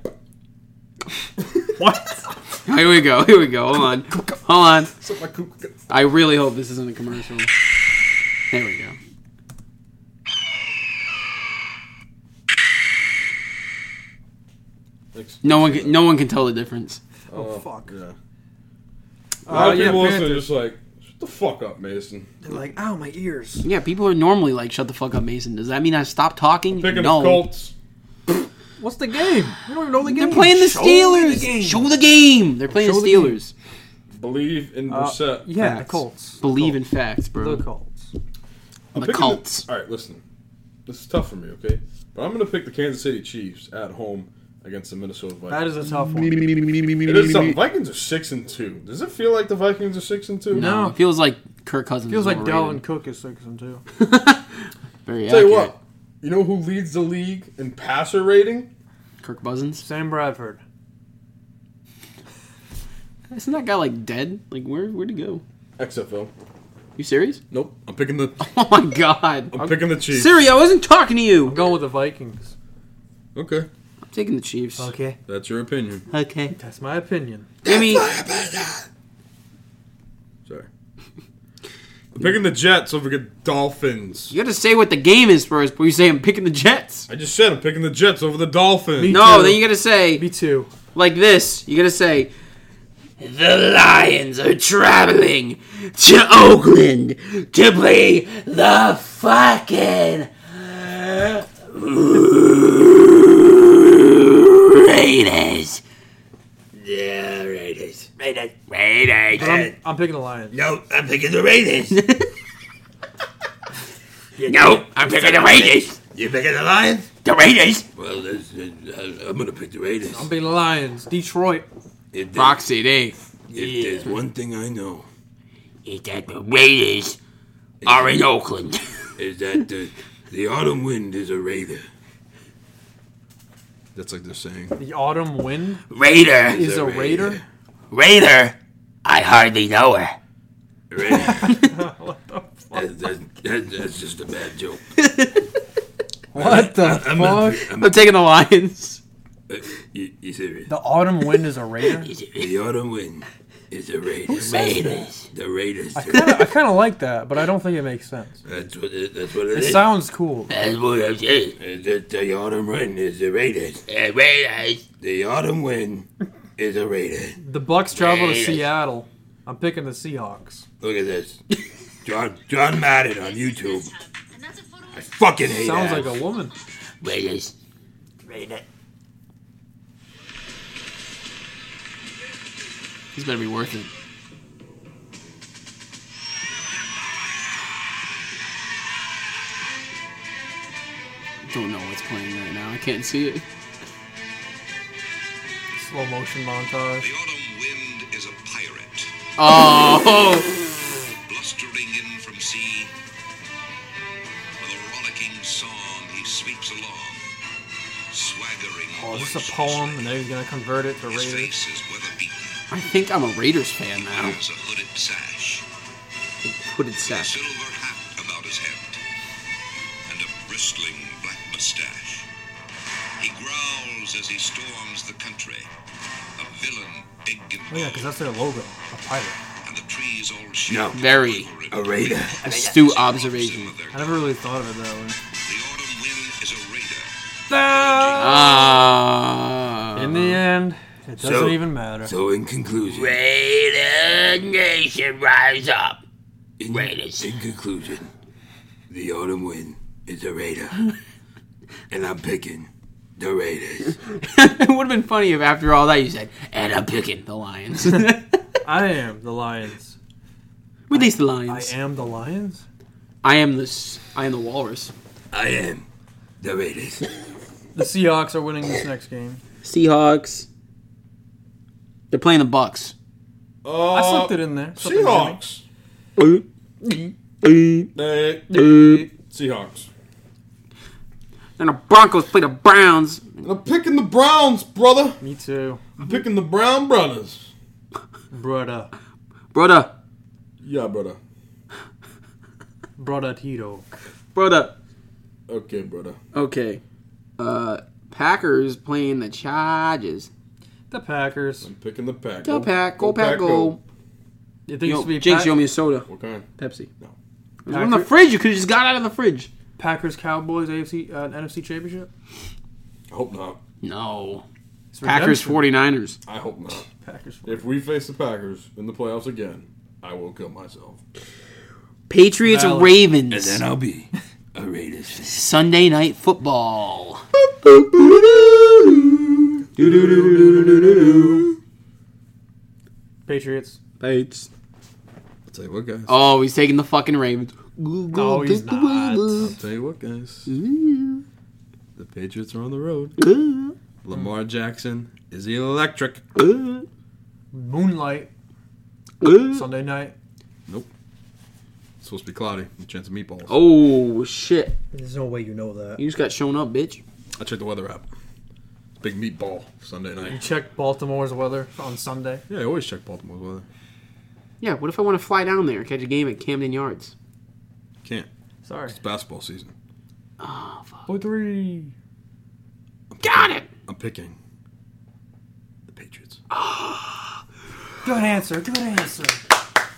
Speaker 2: What?
Speaker 1: Oh, here we go. Here we go. Hold on. Hold on.
Speaker 3: Suck my cuc-
Speaker 1: I really hope this isn't a commercial. There we go.
Speaker 3: Thanks.
Speaker 1: No one, can, no one can tell the difference.
Speaker 2: Oh, fuck.
Speaker 3: Yeah. A lot
Speaker 2: Uh,
Speaker 3: of
Speaker 2: yeah,
Speaker 3: people listening are
Speaker 2: Panthers.
Speaker 3: just like, shut the fuck up, Mason.
Speaker 2: They're like, ow, my ears.
Speaker 1: Yeah, people are normally like, "Shut the fuck up, Mason." Does that mean I stop talking?
Speaker 3: Picking
Speaker 1: no.
Speaker 3: the Colts.
Speaker 2: What's the game? We don't even know the game.
Speaker 1: They're playing the
Speaker 2: Show
Speaker 1: Steelers.
Speaker 2: the game.
Speaker 1: Show the game. They're playing
Speaker 2: Show
Speaker 1: the
Speaker 2: the game.
Speaker 1: Steelers.
Speaker 3: Believe in
Speaker 2: Uh,
Speaker 3: Brissett.
Speaker 2: yeah, the
Speaker 1: Facts.
Speaker 2: Colts.
Speaker 1: Believe
Speaker 2: Colts.
Speaker 1: in facts, bro.
Speaker 2: the Colts.
Speaker 1: The
Speaker 3: picking
Speaker 1: Colts.
Speaker 3: all right, listen. This is tough for me, okay? But I'm going to pick the Kansas City Chiefs at home against the Minnesota
Speaker 2: That
Speaker 3: Vikings.
Speaker 2: is a tough one.
Speaker 3: it is something. Vikings are six and two. Does it feel like the Vikings are six and two?
Speaker 1: No,
Speaker 2: No.
Speaker 1: it feels like Kirk Cousins.
Speaker 2: Feels
Speaker 1: is
Speaker 2: like
Speaker 1: overrated.
Speaker 2: Dalvin Cook is six and two.
Speaker 1: Very
Speaker 3: Tell you
Speaker 1: accurate.
Speaker 3: what. You know who leads the league in passer rating?
Speaker 1: Kirk Cousins.
Speaker 2: Sam Bradford.
Speaker 1: Isn't that guy like dead? Like where? Where'd he go?
Speaker 3: XFL.
Speaker 1: You serious?
Speaker 3: Nope. I'm picking the.
Speaker 1: Oh my god.
Speaker 3: I'm picking the Chiefs.
Speaker 1: Siri, I wasn't talking to
Speaker 2: I'm
Speaker 1: you.
Speaker 2: going with the Vikings.
Speaker 3: Okay,
Speaker 1: I'm taking the Chiefs.
Speaker 2: Okay,
Speaker 3: that's your opinion.
Speaker 1: Okay.
Speaker 2: that's my opinion.
Speaker 1: Jimmy,
Speaker 3: Sorry. I'm picking the Jets over the Dolphins.
Speaker 1: you got to say what the game is first before you say I'm picking the Jets.
Speaker 3: I just said I'm picking the Jets over the Dolphins.
Speaker 2: Me-
Speaker 1: No,
Speaker 2: too.
Speaker 1: then you got to say
Speaker 2: Me too.
Speaker 1: like this. You gotta say, the Lions are traveling to Oakland to play the fucking Raiders. Yeah, Raiders. Raiders.
Speaker 2: But I'm, I'm picking the Lions.
Speaker 6: No, I'm picking the Raiders.
Speaker 1: Nope, I'm picking the Raiders.
Speaker 6: You picking the Lions?
Speaker 1: The Raiders.
Speaker 6: Well, that's, that's, I'm gonna pick the Raiders.
Speaker 2: I'm picking the Lions. Detroit.
Speaker 6: If, there-
Speaker 1: Roxy D.
Speaker 6: if there's one thing I know,
Speaker 1: Is that the Raiders are in Oakland?
Speaker 6: is that the, the autumn wind is a Raider.
Speaker 3: That's like they're saying.
Speaker 2: The Autumn Wind
Speaker 1: Raider.
Speaker 2: is a Raider.
Speaker 1: Raider. I hardly know her.
Speaker 6: Raider. That- that- that- that's just a bad joke.
Speaker 2: What the
Speaker 6: I'm not, I'm,
Speaker 1: I'm taking the Lions.
Speaker 6: uh, you, you serious?
Speaker 2: The Autumn Wind is a Raider.
Speaker 6: The autumn wind is a Raider.
Speaker 1: Raiders.
Speaker 6: The Raiders.
Speaker 2: I kind of like that, but I don't think it makes sense.
Speaker 6: That's what it, that's what it
Speaker 2: It
Speaker 6: is.
Speaker 2: sounds cool.
Speaker 6: That's what I said. The, the autumn wind is the Raiders.
Speaker 1: The Raiders.
Speaker 6: The autumn wind is a Raider.
Speaker 2: The Bucks travel to
Speaker 6: Raiders.
Speaker 2: Seattle. I'm picking the Seahawks.
Speaker 6: Look at this. John John Madden on YouTube. I fucking hate
Speaker 2: Sounds
Speaker 6: that.
Speaker 2: like a woman.
Speaker 1: Raiders. He's better be worth it. Don't know what's playing right now. I can't see it.
Speaker 2: Slow motion montage.
Speaker 7: The autumn wind is a pirate,
Speaker 1: Oh,
Speaker 7: blustering in from sea. With a rollicking song, he sweeps along, swaggering.
Speaker 2: Oh, is this a
Speaker 7: boisterously.
Speaker 2: poem? And then he's gonna convert it to
Speaker 7: His
Speaker 2: Raiders.
Speaker 7: face is weather beaten,
Speaker 1: I think I'm a Raiders fan now.
Speaker 7: wears a hooded sash,
Speaker 1: Hooded
Speaker 7: a
Speaker 1: sash.
Speaker 7: silver hat about his head, and a bristling black mustache. He growls as he storms the country, a villain big and
Speaker 2: Oh yeah, because that's their logo. A pirate.
Speaker 7: bold, and the trees all shake.
Speaker 6: No.
Speaker 1: Very
Speaker 6: A raider.
Speaker 1: astute observation.
Speaker 7: With their
Speaker 2: I never really thought of it that way.
Speaker 7: The autumn wind is a raider.
Speaker 1: Ah.
Speaker 2: In the end, it doesn't
Speaker 6: So-
Speaker 2: even matter.
Speaker 6: So, in conclusion,
Speaker 8: Raider Nation, rise up.
Speaker 6: in,
Speaker 8: Raiders.
Speaker 6: in conclusion, the autumn wind is a raider, and I'm picking the raiders.
Speaker 1: it would have been funny if after all that you said, and I'm picking the Lions. Release
Speaker 2: I am the Lions.
Speaker 1: the
Speaker 2: I
Speaker 1: Lions.
Speaker 2: am the Lions?
Speaker 1: I am this. I am the Walrus.
Speaker 6: I am the raiders.
Speaker 2: The Seahawks are winning this next game.
Speaker 1: Seahawks. They're playing the Bucks.
Speaker 3: Uh,
Speaker 2: I slipped it in there. Slipped it in there.
Speaker 3: Seahawks. They- Seahawks.
Speaker 1: Then the Broncos play the Browns.
Speaker 3: I'm picking the Browns, brother.
Speaker 2: Me too.
Speaker 1: Mm-hmm.
Speaker 3: I'm picking the Brown brothers.
Speaker 2: Brother.
Speaker 1: Brother,
Speaker 3: Yeah, brother.
Speaker 2: Brother Tito.
Speaker 1: brother.
Speaker 3: Okay, brother.
Speaker 1: Okay. Uh, Packers playing the Chargers.
Speaker 2: The Packers.
Speaker 3: I'm picking the pack.
Speaker 1: Go pack, go pack, go.
Speaker 2: It
Speaker 1: Yo,
Speaker 2: used to be
Speaker 1: Jinx,
Speaker 2: Pack-
Speaker 1: you owe me a soda.
Speaker 3: What kind?
Speaker 1: Pepsi.
Speaker 3: No.
Speaker 1: It was in the
Speaker 2: Packer-
Speaker 1: fridge. You could have just got out of the fridge.
Speaker 2: Packers Cowboys AFC uh, NFC Championship.
Speaker 3: I hope not.
Speaker 1: No.
Speaker 2: It's
Speaker 1: Packers
Speaker 2: redemption.
Speaker 1: 49ers.
Speaker 3: I hope not.
Speaker 2: Packers.
Speaker 3: If we face the Packers in the playoffs again, I will kill myself.
Speaker 1: Patriots
Speaker 2: Valid.
Speaker 1: Ravens.
Speaker 6: And then I'll be a raiders. fan.
Speaker 1: Sunday night football.
Speaker 2: Patriots.
Speaker 3: Thanks. I'll tell you what, guys.
Speaker 1: Oh, he's taking the fucking Ravens.
Speaker 2: No, he's not.
Speaker 3: I'll tell you what, guys. The Patriots are on the road. Lamar Jackson is electric.
Speaker 2: Moonlight. Sunday night.
Speaker 3: It's supposed to be cloudy. A chance of meatballs.
Speaker 1: Oh shit!
Speaker 2: There's no way you know that.
Speaker 1: You just got shown up, bitch.
Speaker 3: I checked the weather app. Big meatball Sunday
Speaker 2: You
Speaker 3: night.
Speaker 2: check Baltimore's weather on Sunday.
Speaker 3: Yeah, I always check Baltimore's weather.
Speaker 1: Yeah. What if I want to fly down there and catch a game at Camden Yards?
Speaker 3: Can't.
Speaker 2: Sorry.
Speaker 3: It's basketball season.
Speaker 2: Oh three.
Speaker 1: Got it.
Speaker 3: I'm picking the Patriots.
Speaker 2: Good answer. Good answer.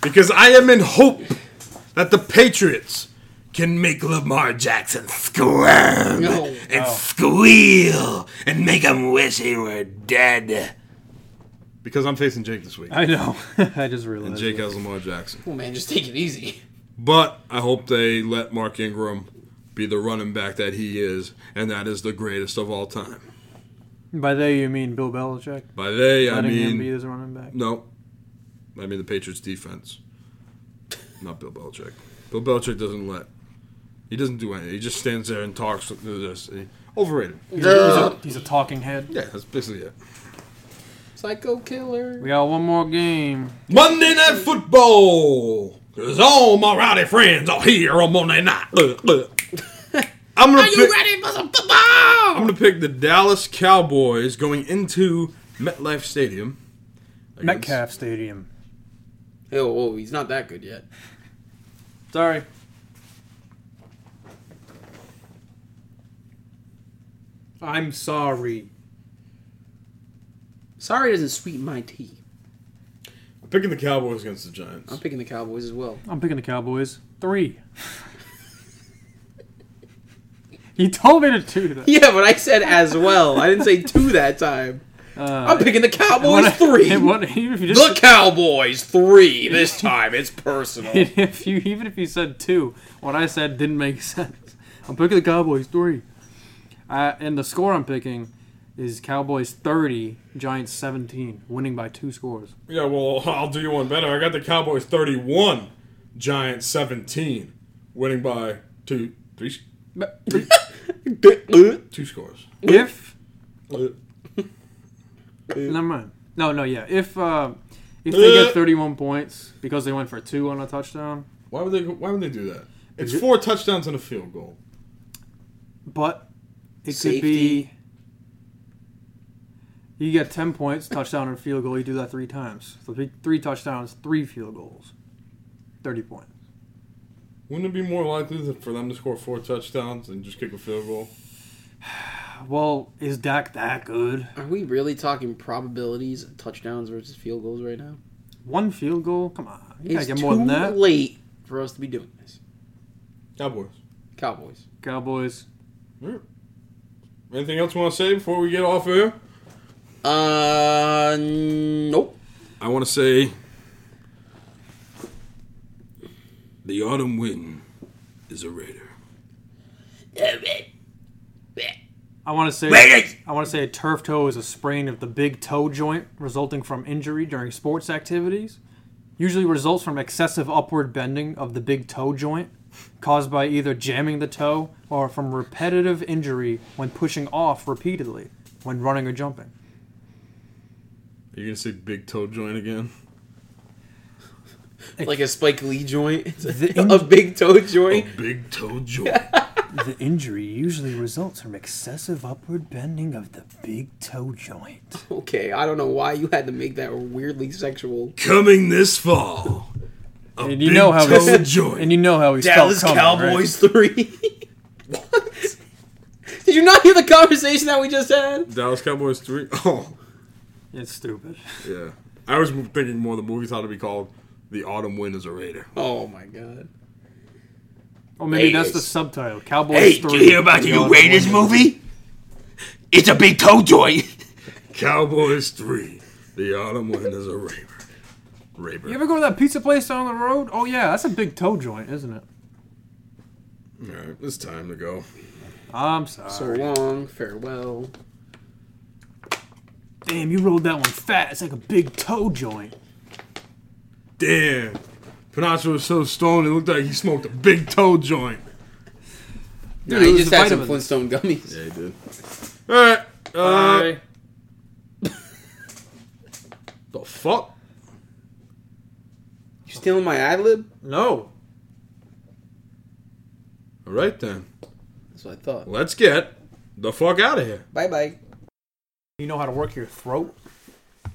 Speaker 3: Because I am in hope that the Patriots
Speaker 6: Can make Lamar Jackson squirm and
Speaker 3: Oh.
Speaker 6: squeal and make him wish he were dead.
Speaker 3: because I'm facing Jake this week.
Speaker 2: I know. I just realized.
Speaker 3: And Jake has Lamar Jackson.
Speaker 1: Well, oh, man, just take it easy.
Speaker 3: But I hope they let Mark Ingram be the running back that he is, and that is the greatest of all time.
Speaker 2: By they you mean Bill Belichick?
Speaker 3: By they, I
Speaker 2: Letting him
Speaker 3: mean
Speaker 2: be his running back.
Speaker 3: no, I mean the Patriots defense, not Bill Belichick. Bill Belichick doesn't let. He doesn't do anything. He just stands there and talks. and does This and he- overrated.
Speaker 2: He's a, he's a talking head.
Speaker 3: Yeah, that's basically it.
Speaker 1: Psycho killer.
Speaker 2: We got one more game.
Speaker 3: Monday Night Football. Cause all my rowdy friends are here on Monday night. Look, look. I'm gonna pick,
Speaker 1: Ready for some football?
Speaker 3: I'm gonna pick the Dallas Cowboys going into MetLife Stadium. against-
Speaker 2: Metcalf Stadium.
Speaker 1: Oh, whoa, he's not that good yet.
Speaker 2: Sorry. I'm sorry.
Speaker 1: Sorry, doesn't sweeten my tea.
Speaker 3: I'm picking the Cowboys against the Giants.
Speaker 1: I'm picking the Cowboys as well.
Speaker 2: I'm picking the Cowboys. Three. he told me to do that.
Speaker 1: Yeah, but I said as well. I didn't say two that time.
Speaker 2: Uh,
Speaker 1: I'm picking the Cowboys
Speaker 2: what-
Speaker 1: three.
Speaker 2: and what- even if you just-
Speaker 1: the Cowboys three. This time it's personal.
Speaker 2: if you even if you said two, what I said didn't make sense. I'm picking the Cowboys three, uh, and the score I'm picking is Cowboys 30, Giants 17, winning by two scores.
Speaker 3: Yeah, well, I'll do you one better. I got the Cowboys 31, Giants 17, winning by two, three, s- two scores.
Speaker 2: If
Speaker 3: Uh,
Speaker 2: never mind. No, no, yeah. If uh, if they get 31 points because they went for two on a touchdown,
Speaker 3: Why would they? go- Why would they do that? It's four touchdowns and a field goal.
Speaker 2: but it could be
Speaker 1: Safety.
Speaker 2: you get 10 points, touchdown and field goal. You do that three times. So three, three touchdowns, three field goals, 30 points.
Speaker 3: Wouldn't it be more likely that for them to score four touchdowns and just kick a field goal?
Speaker 2: Well, is Dak that good?
Speaker 1: Are we really talking probabilities of touchdowns versus field goals right now?
Speaker 2: One field goal? Come on. You
Speaker 1: It's
Speaker 2: gotta get
Speaker 1: too
Speaker 2: more than that.
Speaker 1: late for us to be doing this.
Speaker 3: Cowboys.
Speaker 1: Cowboys.
Speaker 2: Cowboys.
Speaker 3: Anything else you want to say before we get off air?
Speaker 1: Uh, nope.
Speaker 6: I want to say the autumn wind is a raider.
Speaker 2: I want to say
Speaker 8: Raiders.
Speaker 2: I want to say a turf toe is a sprain of the big toe joint resulting from injury during sports activities. Usually results from excessive upward bending of the big toe joint caused by either jamming the toe or from repetitive injury when pushing off repeatedly when running or jumping.
Speaker 3: Are you gonna say big toe joint again?
Speaker 1: Like a Spike Lee joint,
Speaker 2: The-
Speaker 1: a big toe
Speaker 3: Oh,
Speaker 1: joint.
Speaker 6: Big toe joint.
Speaker 2: The injury usually results from excessive upward bending of the big toe joint.
Speaker 1: Okay, I don't know why you had to make that weirdly sexual.
Speaker 6: Coming this fall. A
Speaker 2: And you know how
Speaker 6: big toe
Speaker 2: this
Speaker 6: joint.
Speaker 2: and you know how he's
Speaker 1: Dallas Cowboys three. what? Did you not hear the conversation that we just had?
Speaker 3: Dallas Cowboys three. Oh,
Speaker 2: It's stupid.
Speaker 3: yeah. I was thinking more the movie's how to be called. The autumn wind is a raider.
Speaker 1: Oh my god.
Speaker 2: Or Oh, maybe that's the
Speaker 8: Raiders.
Speaker 2: subtitle. Cowboys
Speaker 8: Hey, did
Speaker 2: three.
Speaker 8: you hear about the new
Speaker 2: Beyond
Speaker 8: Raiders
Speaker 2: Wonder.
Speaker 8: movie? It's a big toe joint.
Speaker 6: Cowboys three. The autumn wind is a raver. Raver.
Speaker 2: You ever go to that pizza place down the road? Oh yeah, that's a big toe joint, isn't it?
Speaker 3: All right, it's time to go.
Speaker 2: I'm sorry.
Speaker 1: So long, farewell.
Speaker 2: Damn, you rolled that one fat. It's like a big toe joint.
Speaker 3: Damn, Panacho was so stoned it looked like he smoked a big toe joint.
Speaker 1: No,
Speaker 2: it
Speaker 1: he
Speaker 2: was
Speaker 1: just
Speaker 2: the
Speaker 1: had some
Speaker 2: vitamins.
Speaker 1: Flintstone gummies.
Speaker 3: he did. All right. Uh, The fuck?
Speaker 1: You stealing my ad lib?
Speaker 2: No.
Speaker 3: All right then.
Speaker 1: That's what I thought.
Speaker 3: Let's get the fuck out of here.
Speaker 1: Bye bye.
Speaker 2: You know how to work your throat?